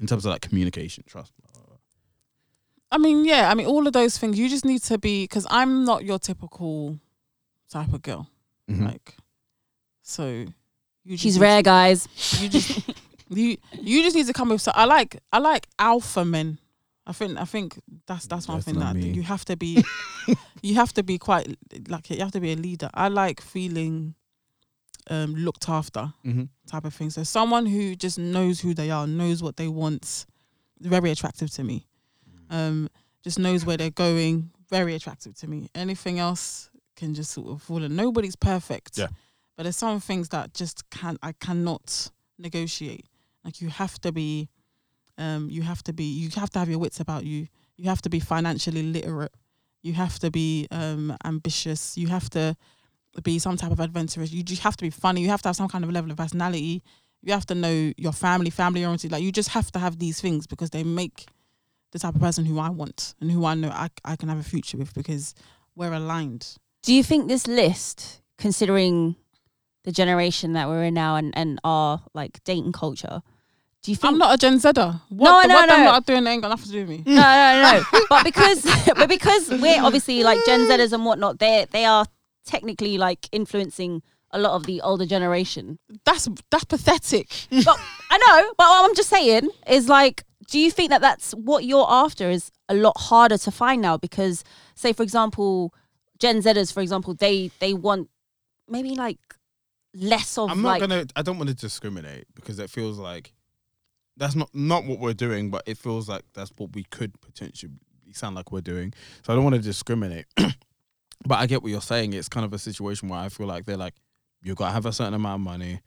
S3: In terms of like communication, trust.
S2: I mean, yeah, I mean, all of those things. You just need to be, because I'm not your typical type of girl.
S3: Mhm.
S2: Like, so you
S1: She's
S2: just
S1: rare, guys.
S2: You just you you just need to come with. So I like I like alpha men. I think I think that's that's one
S3: That's
S2: thing
S3: not
S2: that
S3: me.
S2: you have to be. you have to be quite like you have to be a leader. I like feeling um looked after
S3: Mhm.
S2: type of thing. So someone who just knows who they are, knows what they want, very attractive to me. Um, just knows where they're going, very attractive to me. Anything else can just sort of fall. And nobody's perfect.
S3: Yeah.
S2: But there's some things that just can I cannot negotiate. Like you have to be, um, you have to be, you have to have your wits about you. You have to be financially literate. You have to be um, ambitious. You have to be some type of adventurous. You just have to be funny. You have to have some kind of level of personality. You have to know your family, family oriented. Like you just have to have these things because they make the type of person who I want and who I know I, I can have a future with because we're aligned.
S1: Do you think this list, considering the generation that we're in now and, and our like dating culture, do you think
S2: I'm not a Gen Zer. What,
S1: No,
S2: the,
S1: no,
S2: what
S1: no.
S2: I'm not doing ain't got nothing to do with me.
S1: no, no, no. but because but because we're obviously like Gen Zers and whatnot, they they are technically like influencing a lot of the older generation.
S2: That's that's pathetic.
S1: But I know. But what I'm just saying is like, do you think that that's what you're after is a lot harder to find now? Because say for example, Gen Zers, for example, they they want maybe like less of
S3: I'm
S1: like
S3: not gonna. I don't want to discriminate because it feels like that's not not what we're doing, but it feels like that's what we could potentially sound like we're doing. So I don't want to discriminate. But I get what you're saying. It's kind of a situation where I feel like they're like, you gotta have a certain amount of money,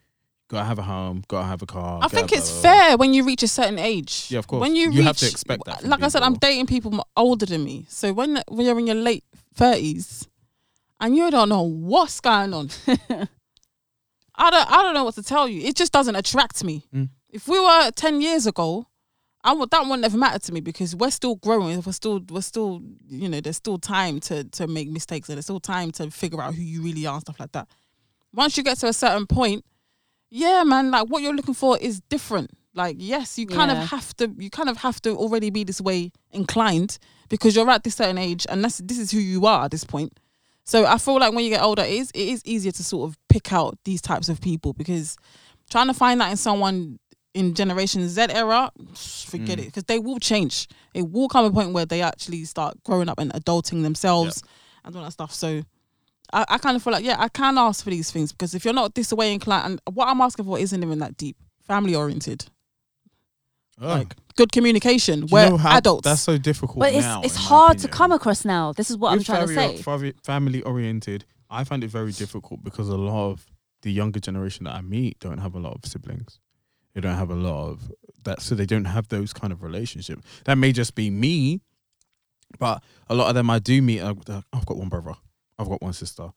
S3: gotta have a home, gotta have a car.
S2: I
S3: gotta
S2: think
S3: blah,
S2: it's
S3: blah, blah, blah."
S2: fair when you reach a certain age.
S3: Oh, Yeah, of course.
S2: When you,
S3: You
S2: reach,
S3: have to expect that from
S2: Like I said, I'm
S3: people.
S2: dating people m- older than me. So when when you're in your late thirties, and you don't know what's going on, I don't I don't know what to tell you. It just doesn't attract me.
S3: Mm.
S2: If we were ten years ago, I would that wouldn't have mattered to me because we're still growing. We're still we're still you know there's still time to to make mistakes and there's still time to figure out who you really are and stuff like that. Once you get to a certain point, yeah, man, like what you're looking for is different. Like yes, you kind
S1: Yeah.
S2: of have to you kind of have to already be this way inclined because you're at this certain age and that's this is who you are at this point. So I feel like when you get older, it is it is easier to sort of pick out these types of people because trying to find that in someone in Generation Z era, forget
S3: Mm.
S2: it because they will change. It will come a point where they actually start growing up and adulting themselves and all that stuff. So I, I kind of feel like yeah, I can ask for these things because if you're not this way inclined, and what I'm asking for isn't even that deep, family oriented,
S3: Oh,
S2: like good communication.
S3: do you
S2: We're
S3: know how-
S2: adults.
S3: That's so difficult.
S1: But
S3: now,
S1: it's it's
S3: in my
S1: hard to
S3: opinion.
S1: come across now. This is what I'm
S3: With
S1: trying to
S3: very-
S1: say.
S3: very Family oriented. I find it very difficult because a lot of the younger generation that I meet don't have a lot of siblings. They don't have a lot of that, so they don't have those kind of relationships. That may just be me, but a lot of them I do meet. uh, they're, I've got one brother. I've got one sister.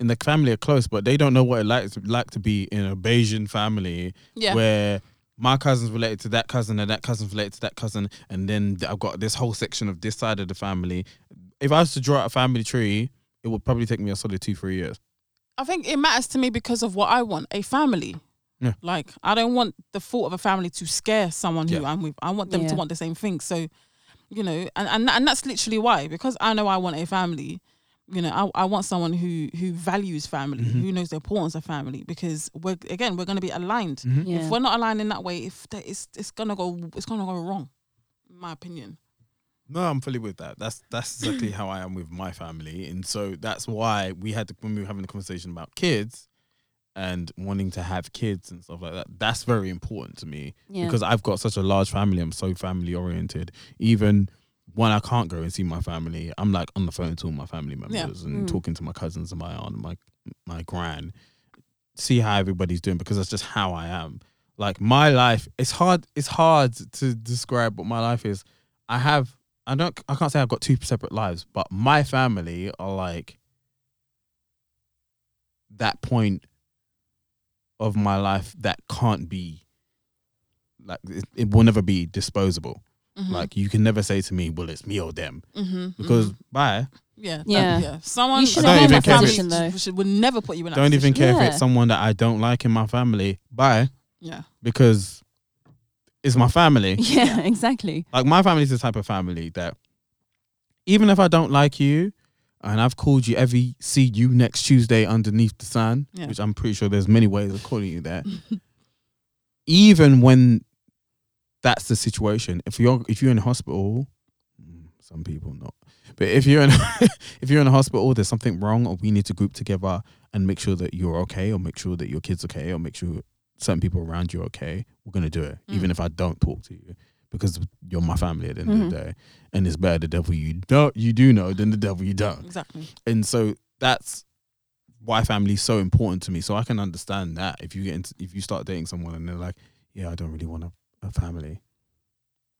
S3: And the family are close, but they don't know what it like to, like to be in a Bayesian family
S2: yeah.
S3: where my cousin's related to that cousin and that cousin's related to that cousin, and then th- I've got this whole section of this side of the family. If I was to draw out a family tree, it would probably take me a solid two, three years.
S2: I think it matters to me because of what I want a family.
S3: Yeah.
S2: Like, I don't want the thought of a family to scare someone who
S3: Yeah.
S2: I'm with. I want them
S1: Yeah.
S2: to want the same thing. So, you know, and, and, and that's literally why, because I know I want a family, you know, I, I want someone who, who values family,
S3: Mm-hmm.
S2: who knows the importance of family, because we're, again, we're going to be aligned.
S3: Mm-hmm.
S1: Yeah.
S2: If we're not aligned in that way, if there, it's, it's going to go, it's going to go wrong, in my opinion.
S3: No, I'm fully with that. That's that's exactly how I am with my family, and so that's why we had to, when we were having the conversation about kids and wanting to have kids and stuff like that. That's very important to me
S1: Yeah.
S3: because I've got such a large family. I'm so family oriented. Even when I can't go and see my family, I'm like on the phone to all my family members and talking to my cousins and my aunt and my my gran. See how everybody's doing because that's just how I am. Like my life, it's hard. It's hard to describe what my life is. I have. I don't. I can't say I've got two separate lives, but my family are like that point of my life that can't be like it, it will never be disposable. Like you can never say to me, "Well, it's me or them,"
S2: Mm-hmm.
S3: because bye.
S2: yeah,
S1: Yeah.
S2: yeah. Someone
S1: You
S3: shouldn't I don't be in even that care if
S2: family
S1: it's-
S2: should- should- would never put you in that
S3: Don't even
S2: position.
S3: care if
S1: Yeah.
S3: it's someone that I don't like in my family. Bye,
S2: Yeah.
S3: because it's my family.
S1: Yeah, exactly.
S3: Like my family's the type of family that even if I don't like you and I've called you every see you next Tuesday underneath the sun,
S2: Yeah.
S3: which I'm pretty sure there's many ways of calling you that. even when that's the situation, if you're if you're in hospital, mm, some people not. But if you're in if you're in a hospital, there's something wrong, or we need to group together and make sure that you're okay, or make sure that your kids okay, or make sure certain people around you are okay. We're gonna do it, even if I don't talk to you, because you're my family at the end
S1: Mm-hmm.
S3: of the day, and it's better the devil you don't you do know than the devil you don't
S2: Exactly.
S1: Mm-hmm.
S3: and so that's why family is so important to me. So I can understand that if you get into, if you start dating someone and they're like, yeah, I don't really want a, a family.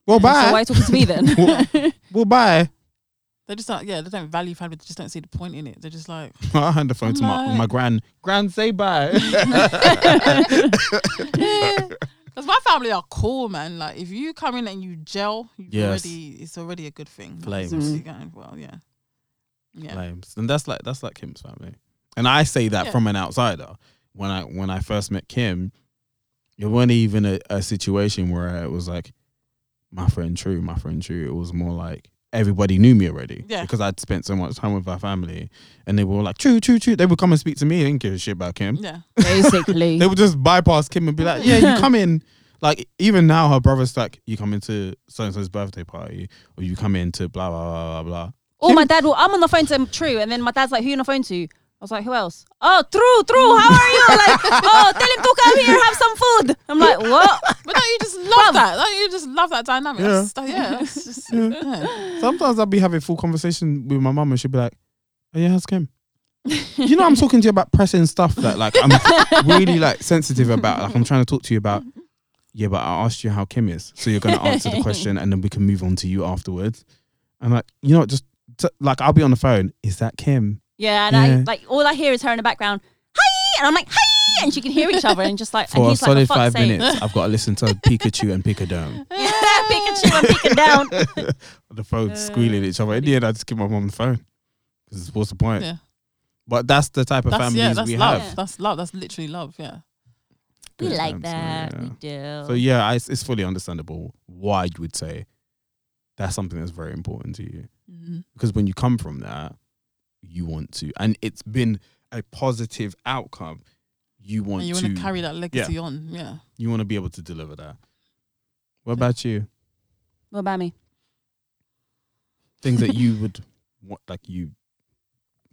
S3: Well, bye.
S1: So why are you talking to me then?
S3: well, well, bye.
S2: They just don't. Yeah, they don't value family. They just don't see the point in it. They're just like,
S3: I hand the phone to my
S2: Like-
S3: my gran. Gran, say bye.
S2: because my family are cool, man. Like if you come in and you gel, you
S3: Yes.
S2: already it's already a good thing. Like,
S3: Flames.
S2: It's already going well. Yeah. Yeah.
S3: Flames. And that's like that's like Kim's family. And I say that
S2: Yeah.
S3: from an outsider. When I when I first met Kim, it wasn't even a, a situation where it was like my friend True, my friend True. It was more like everybody knew me already.
S2: Yeah.
S3: Because I'd spent so much time with my family and they were all like, True, true, true. They would come and speak to me, they didn't give a shit about Kim.
S2: yeah.
S1: Basically.
S3: They would just bypass Kim and be like, Yeah, you come in. Like even now her brother's like, You come into so and so's birthday party or you come into blah blah blah blah blah.
S1: Or Oh, my dad will, I'm on the phone to him, True. And then my dad's like, who you on the phone to? I was like, who else? Oh, True, True, how are you? Like, oh, tell him to come here and have some food. I'm like, what?
S2: But don't you just love that? Don't you just love that dynamic?
S3: Yeah.
S2: That's- that- yeah. That's just, yeah.
S3: Sometimes I'll be having full conversation with my mum and she'll be like, Oh, yeah, how's game? you know, I'm talking to you about pressing stuff that like I'm really like sensitive about. Like I'm trying to talk to you about. Yeah, but I asked you how Kim is, so you're going to answer the question, and then we can move on to you afterwards. And like, you know, what, just t- like I'll be on the phone. Is that Kim?
S1: Yeah, and
S3: Yeah.
S1: I like all I hear is her in the background, hi, and I'm like, hi, and she can hear each other, and just like,
S3: For
S1: and
S3: a
S1: he's like,
S3: solid
S1: for
S3: five
S1: fuck's sake.
S3: minutes, I've got to listen to Pikachu and Pikadown.
S1: Yeah, Pikachu and Pika down. Uh,
S3: the phone squealing at each other. In the end, I just keep my mum on the phone because what's the point?
S2: Yeah.
S3: But that's the type of
S2: That's
S3: families
S2: yeah, that's
S3: we
S2: love.
S3: have.
S2: That's love. That's literally love. Yeah.
S1: We
S3: Good
S1: like
S3: times,
S1: that. We
S3: yeah.
S1: do.
S3: So yeah, I, it's fully understandable why you would say that's something that's very important to you
S1: Mm-hmm.
S3: because when you come from that, you want to, and it's been a positive outcome. You want
S2: And you
S3: to
S2: want to carry that legacy on. Yeah.
S3: You want to be able to deliver that. What about you?
S1: what about me?
S3: Things that you would want, like you.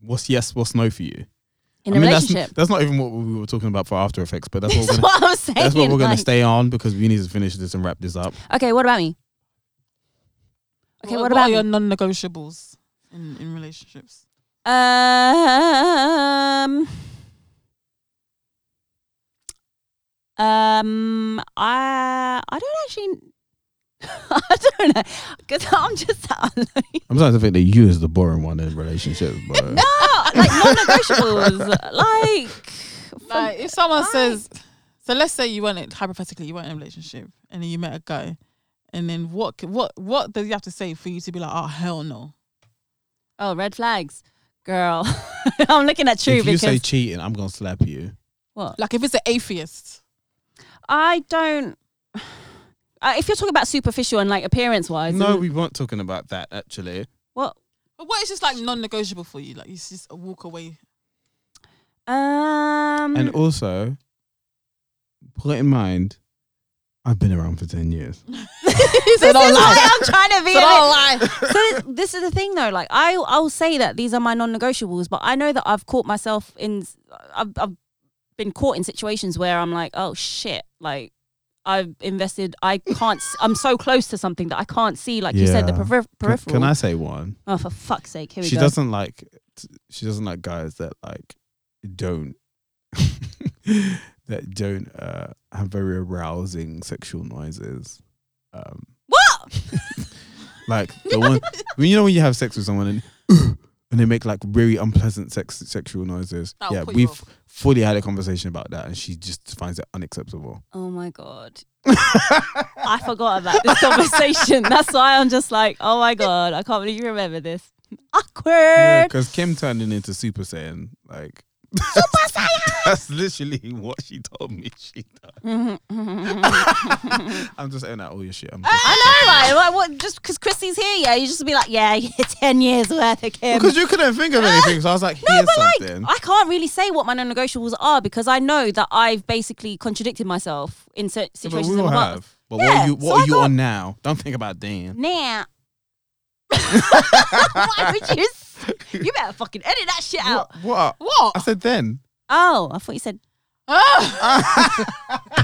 S3: What's yes? What's no for you?
S1: In
S3: a
S1: a relationship.
S3: That's, that's not even what we were talking about for After Effects, but that's what we're
S1: That's
S3: gonna,
S1: what I was saying.
S3: that's what we're gonna
S1: like-
S3: stay on because we need to finish this and wrap this up.
S1: Okay, what about me? Okay, what, about
S2: are
S1: me?
S2: your non-negotiables in, in relationships?
S1: Um, um, I I don't actually. I don't know because I'm just
S3: I'm starting to think that you is the boring one in relationships, but
S1: no like non-negotiables like
S2: Like, if someone
S1: Like-
S2: says, so let's say you weren't hypothetically you weren't in a relationship, and then you met a guy, and then what? c- What? What does you have to say for you to be like, oh hell no?
S1: oh red flags girl I'm looking at you
S3: if you
S1: because
S3: say cheating, I'm gonna slap you.
S1: what
S2: Like if it's an atheist,
S1: I don't. Uh, if you're talking about superficial and like appearance wise,
S3: No, we weren't talking about that actually.
S1: what
S2: but what is just like non-negotiable for you? Like it's just a walk away.
S1: um
S3: And also, put in mind, I've been around for ten years.
S1: this is why I'm trying to be. a bit-
S2: lie.
S1: so this is the thing though like i i'll say that these are my non-negotiables but i know that i've caught myself in i've, I've been caught in situations where i'm like oh shit like i've invested i can't s- i'm so close to something that i can't see like you said the
S3: Yeah.
S1: peripher-
S3: Can,
S1: peripheral
S3: can I say one?
S1: oh for fuck's sake here we
S3: she
S1: go
S3: doesn't like she doesn't like guys that like don't that don't uh have very arousing sexual noises um
S1: what
S3: like the one when you know when you have sex with someone and and they make like really unpleasant sex sexual noises
S2: That'll
S3: yeah
S2: put you
S3: we've
S2: off.
S3: fully had a conversation about that and she just finds it unacceptable
S1: oh my god i forgot about this conversation that's why i'm just like oh my god i can't believe you remember this awkward
S3: because kim turning into super saiyan like super saiyan that's literally what she told me she does i'm just saying that all your shit i'm just-
S1: I know, right? Like, what, just because Christy's here, yeah, you just be like, yeah, yeah, 10 years worth of Kim.
S3: Because you couldn't think of anything, so I was like,
S1: no,
S3: here's
S1: but
S3: something.
S1: like, I can't really say what my non negotiables are because I know that I've basically contradicted myself in certain
S3: Yeah, but
S1: situations.
S3: we
S1: in
S3: all
S1: the past.
S3: have. But what
S1: Yeah,
S3: are you, what
S1: so
S3: are
S1: I
S3: you
S1: got-
S3: on now? Don't think about Dan.
S1: Nah. Why would you? s- You better fucking edit that shit out.
S3: What? what?
S2: What?
S3: I said then.
S1: Oh, I thought you said.
S2: Ah!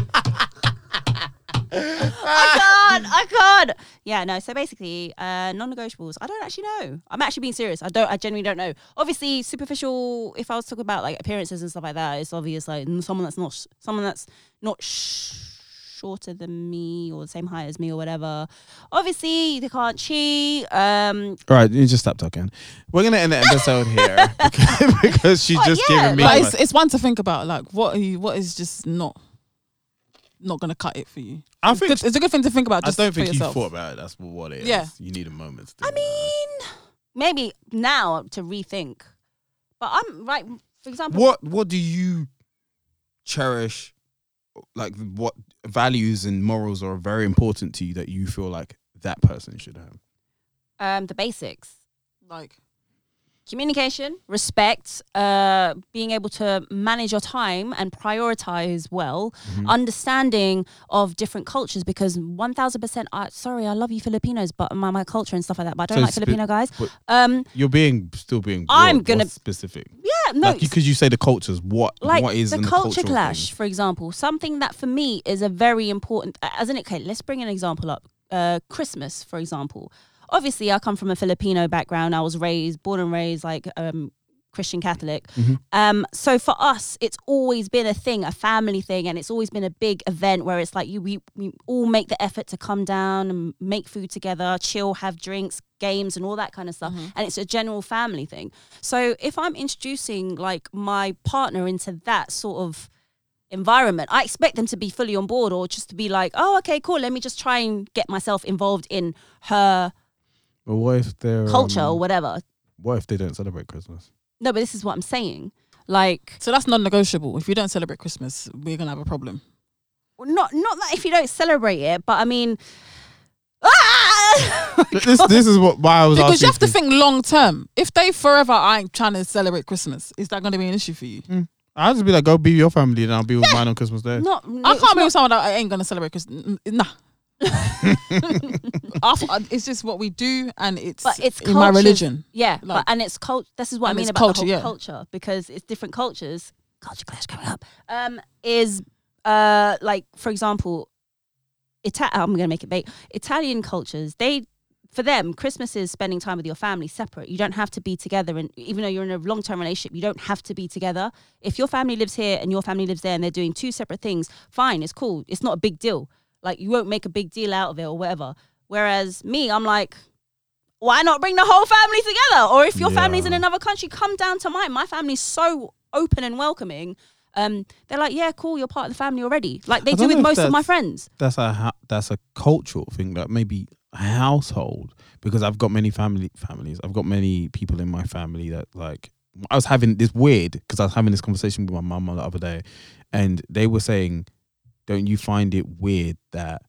S1: I can't. I can't. Yeah, no. So basically, uh, non-negotiables. I don't actually know. I'm actually being serious. I don't. I genuinely don't know. Obviously, superficial. If I was talking about like appearances and stuff like that, it's obvious. Like mm, someone that's not sh- someone that's not sh- shorter than me or the same height as me or whatever. Obviously, they can't cheat. Um,
S3: All right, you just stop talking. We're going to end the episode here because she's
S1: Oh,
S3: just
S1: yeah,
S3: giving me.
S2: But
S3: Like,
S2: it's, it's one to think about. Like what are you? What is just not not gonna cut it for you?
S3: I
S2: It's
S3: think-
S2: good- it's a good thing to think about.
S3: I
S2: Just
S3: don't
S2: for
S3: think you
S2: yourself.
S3: thought about it. That's what it is.
S2: Yeah.
S3: You need a moment. To
S1: I
S3: think about
S1: mean,
S3: it.
S1: maybe now to rethink. But I'm right. For example,
S3: what what do you cherish? Like what values and morals are very important to you that you feel like that person should have?
S1: um, the basics.
S2: Like
S1: communication, respect, uh, being able to manage your time and prioritize well,
S3: Mm-hmm.
S1: understanding of different cultures because 1000% I, sorry, I love you Filipinos, but my, my culture and stuff like that, but I don't
S3: So
S1: like
S3: spe-
S1: Filipino guys.
S3: but-
S1: Um,
S3: You're being still being.
S1: I'm
S3: broad. What's
S1: gonna-
S3: specific.
S1: yeah, no,
S3: Like 'cause because you say the cultures, what
S1: like
S3: what is
S1: the
S3: in
S1: culture
S3: cultural
S1: clash,
S3: thing?
S1: for example, something that for me is a very important. As an okay, let's bring an example up. Uh, Christmas, for example. Obviously, I come from a Filipino background. I was raised, born and raised, like um, Christian Catholic.
S3: Mhm.
S1: Um, so for us, it's always been a thing, a family thing, and it's always been a big event where it's like you we, we all make the effort to come down and make food together, chill, have drinks, games, and all that kind of stuff. And it's a general family thing. So if I'm introducing like my partner into that sort of environment, I expect them to be fully on board or just to be like, oh, okay, cool. Let me just try and get myself involved in her
S3: But what if they're
S1: culture
S3: um,
S1: or whatever.
S3: What if they don't celebrate Christmas?
S1: No, but this is what I'm saying. Like,
S2: So that's non-negotiable. If you don't celebrate Christmas, we're gonna have a problem.
S1: not not that if you don't celebrate it, but I mean, ah!
S3: This this is what why I was
S2: Because you
S3: asking.
S2: have to think long term. If they forever ain't trying to celebrate Christmas, is that gonna be an issue for you?
S3: I'll just be like, go be with your family, and I'll be with mine on Christmas Day.
S1: not.
S2: I can't be with someone that I ain't gonna celebrate Christmas. Nah. I thought- it's just what we do, and it's,
S1: But it's
S2: in my
S1: cultures.
S2: religion.
S1: Yeah,
S2: Like-
S1: but, and it's culture. This is what I
S2: And
S1: mean
S2: it's
S1: about
S2: culture,
S1: the whole
S2: yeah.
S1: culture because it's different cultures. Culture clash coming up. Um, is uh like for example, Ita- oh, I'm gonna make it bait. Italian cultures they. For them, Christmas is spending time with your family separate. You don't have to be together. And even though you're in a long term relationship, you don't have to be together. If your family lives here and your family lives there and they're doing two separate things, fine, it's cool. It's not a big deal. Like, you won't make a big deal out of it or whatever. Whereas me, I'm like, why not bring the whole family together? Or if your
S3: Yeah.
S1: family's in another country, come down to mine. My family's so open and welcoming. Um, they're like, yeah, cool, you're part of the family already. Like they
S3: I
S1: do
S3: don't
S1: with
S3: know if
S1: most of my
S3: that's-
S1: friends.
S3: that's a ha- that's a cultural thing that maybe household because I've got many family families. I've got many people in my family that like I was having this weird because I was having this conversation with my mum the other day, and they were saying, "Don't you find it weird that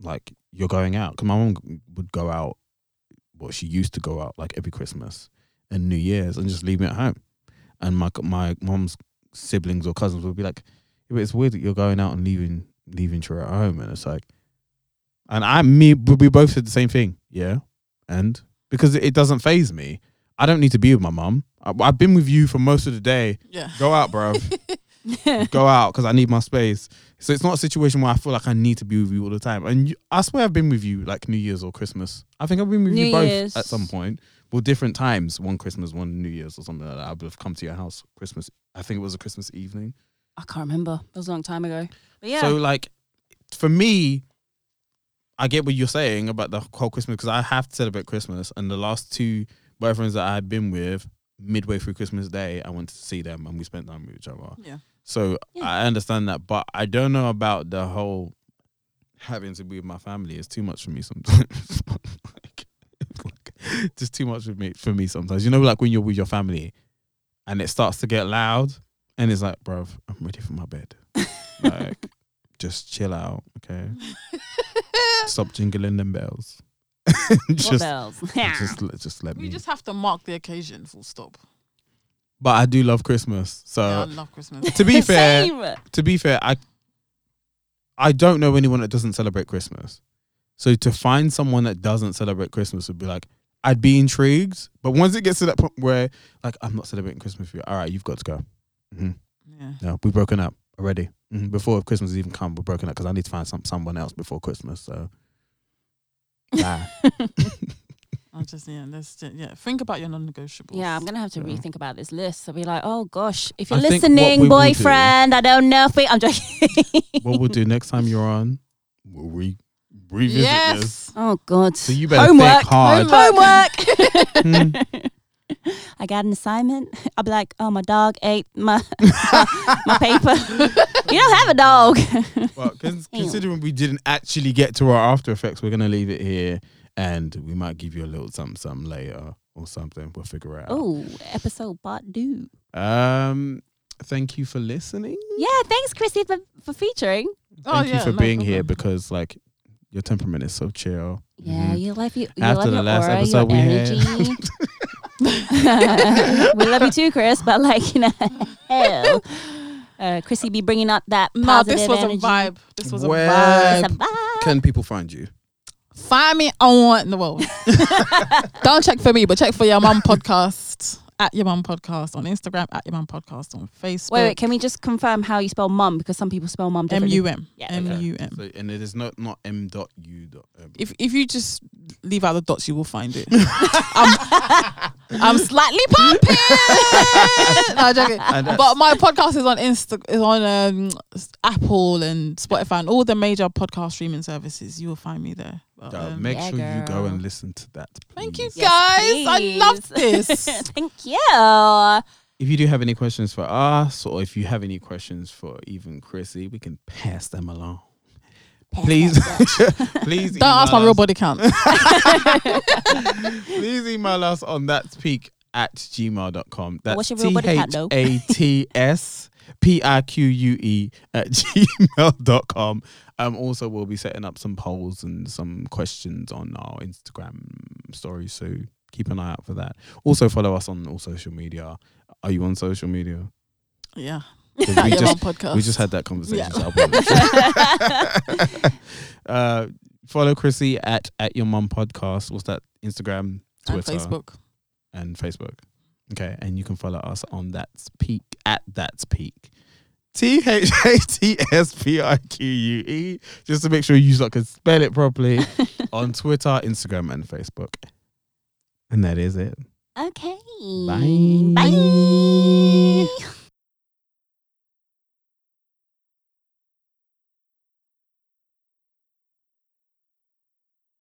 S3: like you're going out?" Because my mum would go out, well, she used to go out like every Christmas and New Year's and just leave me at home, and my my mum's siblings or cousins would be like, yeah, but it's weird that you're going out and leaving leaving Troy at home, and it's like, and I me we we both said the same thing, yeah, and because it doesn't phase me, I don't need to be with my mum. I- I've been with you for most of the day.
S2: Yeah.
S3: Go out, bro. Go out because I need my space. So it's not a situation where I feel like I need to be with you all the time. And you, I swear I've been with you like New Year's or Christmas. I think I've been with you
S1: New
S3: both
S1: Year's.
S3: at some point. Well, different times. One Christmas, one New Year's or something like that. I would have come to your house Christmas. I think it was a Christmas evening.
S1: I can't remember. That was a long time ago. But yeah.
S3: So like, for me, I get what you're saying about the whole Christmas because I have to celebrate Christmas, and the last two boyfriends that I had been with, midway through Christmas Day, I went to see them and we spent time with each other.
S2: Yeah.
S3: So
S1: Yeah.
S3: I understand that, but I don't know about the whole having to be with my family is too much for me sometimes. like, like, just too much for me for me sometimes. You know, like when you're with your family, and it starts to get loud, and it's like, bruv, I'm ready for my bed. like, just chill out, okay? Stop jingling them bells.
S1: what
S3: just,
S1: bells?
S3: just, let- just let
S2: We
S3: me.
S2: just have to mark the occasion. Full stop.
S3: but I do love Christmas, so
S2: yeah, I love Christmas.
S3: to be fair,
S1: Same.
S3: to be fair, I I don't know anyone that doesn't celebrate Christmas. So to find someone that doesn't celebrate Christmas would be like I'd be intrigued, but once it gets to that point where like I'm not celebrating Christmas, with you all right, you've got to go. hmm
S2: Yeah.
S3: No, we've broken up already. hmm Before Christmas even come, we're broken up because I need to find some someone else before Christmas. So Bye.
S2: I just yeah, that's yeah. Think about your non-negotiables.
S1: Yeah, I'm gonna have to
S3: Yeah.
S1: rethink about this list. I'll be like, oh gosh, if you're
S3: I think what we
S1: listening,
S3: will do-
S1: boyfriend, I don't know if we. I'm joking.
S3: what we'll do next time you're on, we'll re- revisit this.
S2: yes.
S1: oh god.
S3: So you better
S1: Homework.
S3: think hard. Hmm.
S1: Homework. I got an assignment. I'll be like, oh, my dog ate my my paper. you don't have a dog.
S3: Well, cons- considering we didn't actually get to our After Effects, we're gonna leave it here, and we might give you a little something, something later or something. We'll figure it out.
S1: Oh, episode part due.
S3: Um, thank you for listening.
S1: Yeah, thanks, Chrissy, for, for featuring.
S2: Oh,
S3: thank you
S2: yeah,
S3: for
S2: no
S3: being here
S2: problem.
S3: because like your temperament is so chill.
S1: Yeah,
S3: Mhm.
S1: you love you. you
S3: After
S1: love
S3: the
S1: your
S3: last
S1: aura,
S3: episode we
S1: your
S3: had.
S1: energy. we love you too, Chris. But like you know, hell. Uh, Chrissy be bringing up that
S2: No,
S1: positive
S2: this was
S1: energy.
S2: a vibe. This was
S3: Well-
S2: a
S1: It's
S2: vibe.
S1: a vibe.
S3: Can people find you?
S2: Find me on the world. Don't check for me, but check for your mum podcast at your mum podcast on Instagram at your mum podcast on Facebook.
S1: Wait, wait. Can we just confirm how you spell mum? Because some people spell mum
S2: M
S1: differently.
S2: U M
S1: Yeah,
S2: M
S1: okay.
S2: U M.
S3: So, and it is not not m dot u dot. um, M.
S2: If if you just leave out the dots, you will find it. I'm, I'm slightly pumping. no, I'm joking.
S3: And that's-
S2: But my podcast is on Insta, is on um, Apple and Spotify and all the major podcast streaming services. You will find me there. But,
S3: Uh,
S2: um,
S3: make
S5: Yeah,
S3: sure you go
S5: girl.
S3: and listen to that.
S2: Thank you
S3: please.
S2: guys. I love
S1: please.
S2: this.
S1: Thank you.
S3: If you do have any questions for us, or if you have any questions for even Chrissy, we can pass them along. Please, please
S2: Don't ask my
S3: email
S2: real
S3: us.
S2: body count.
S3: Please email us on that's peak at gmail.com. That's
S1: What's your real body count, though?
S3: T-H-A-T-S P-I-Q-U-E E, at gmail.com. Um, also, we'll be setting up some polls and some questions on our Instagram stories. So keep an eye out for that. Also, follow us on all social media. Are you on social media?
S2: yeah.
S3: 'Cause
S2: That
S3: we,
S2: your
S3: just,
S2: own podcast.
S3: we just had that conversation.
S2: Yeah.
S3: so I won't. uh, follow Chrissy at, at your mum podcast. What's that? Instagram,
S2: and
S3: Twitter
S2: Facebook.
S3: and Facebook. Okay, and you can follow us on That's Peak at That's Peak. T H A T S P I Q U E. Just to make sure you lot can spell it properly on Twitter, Instagram, and Facebook. And that is it.
S5: Okay.
S3: Bye.
S5: Bye.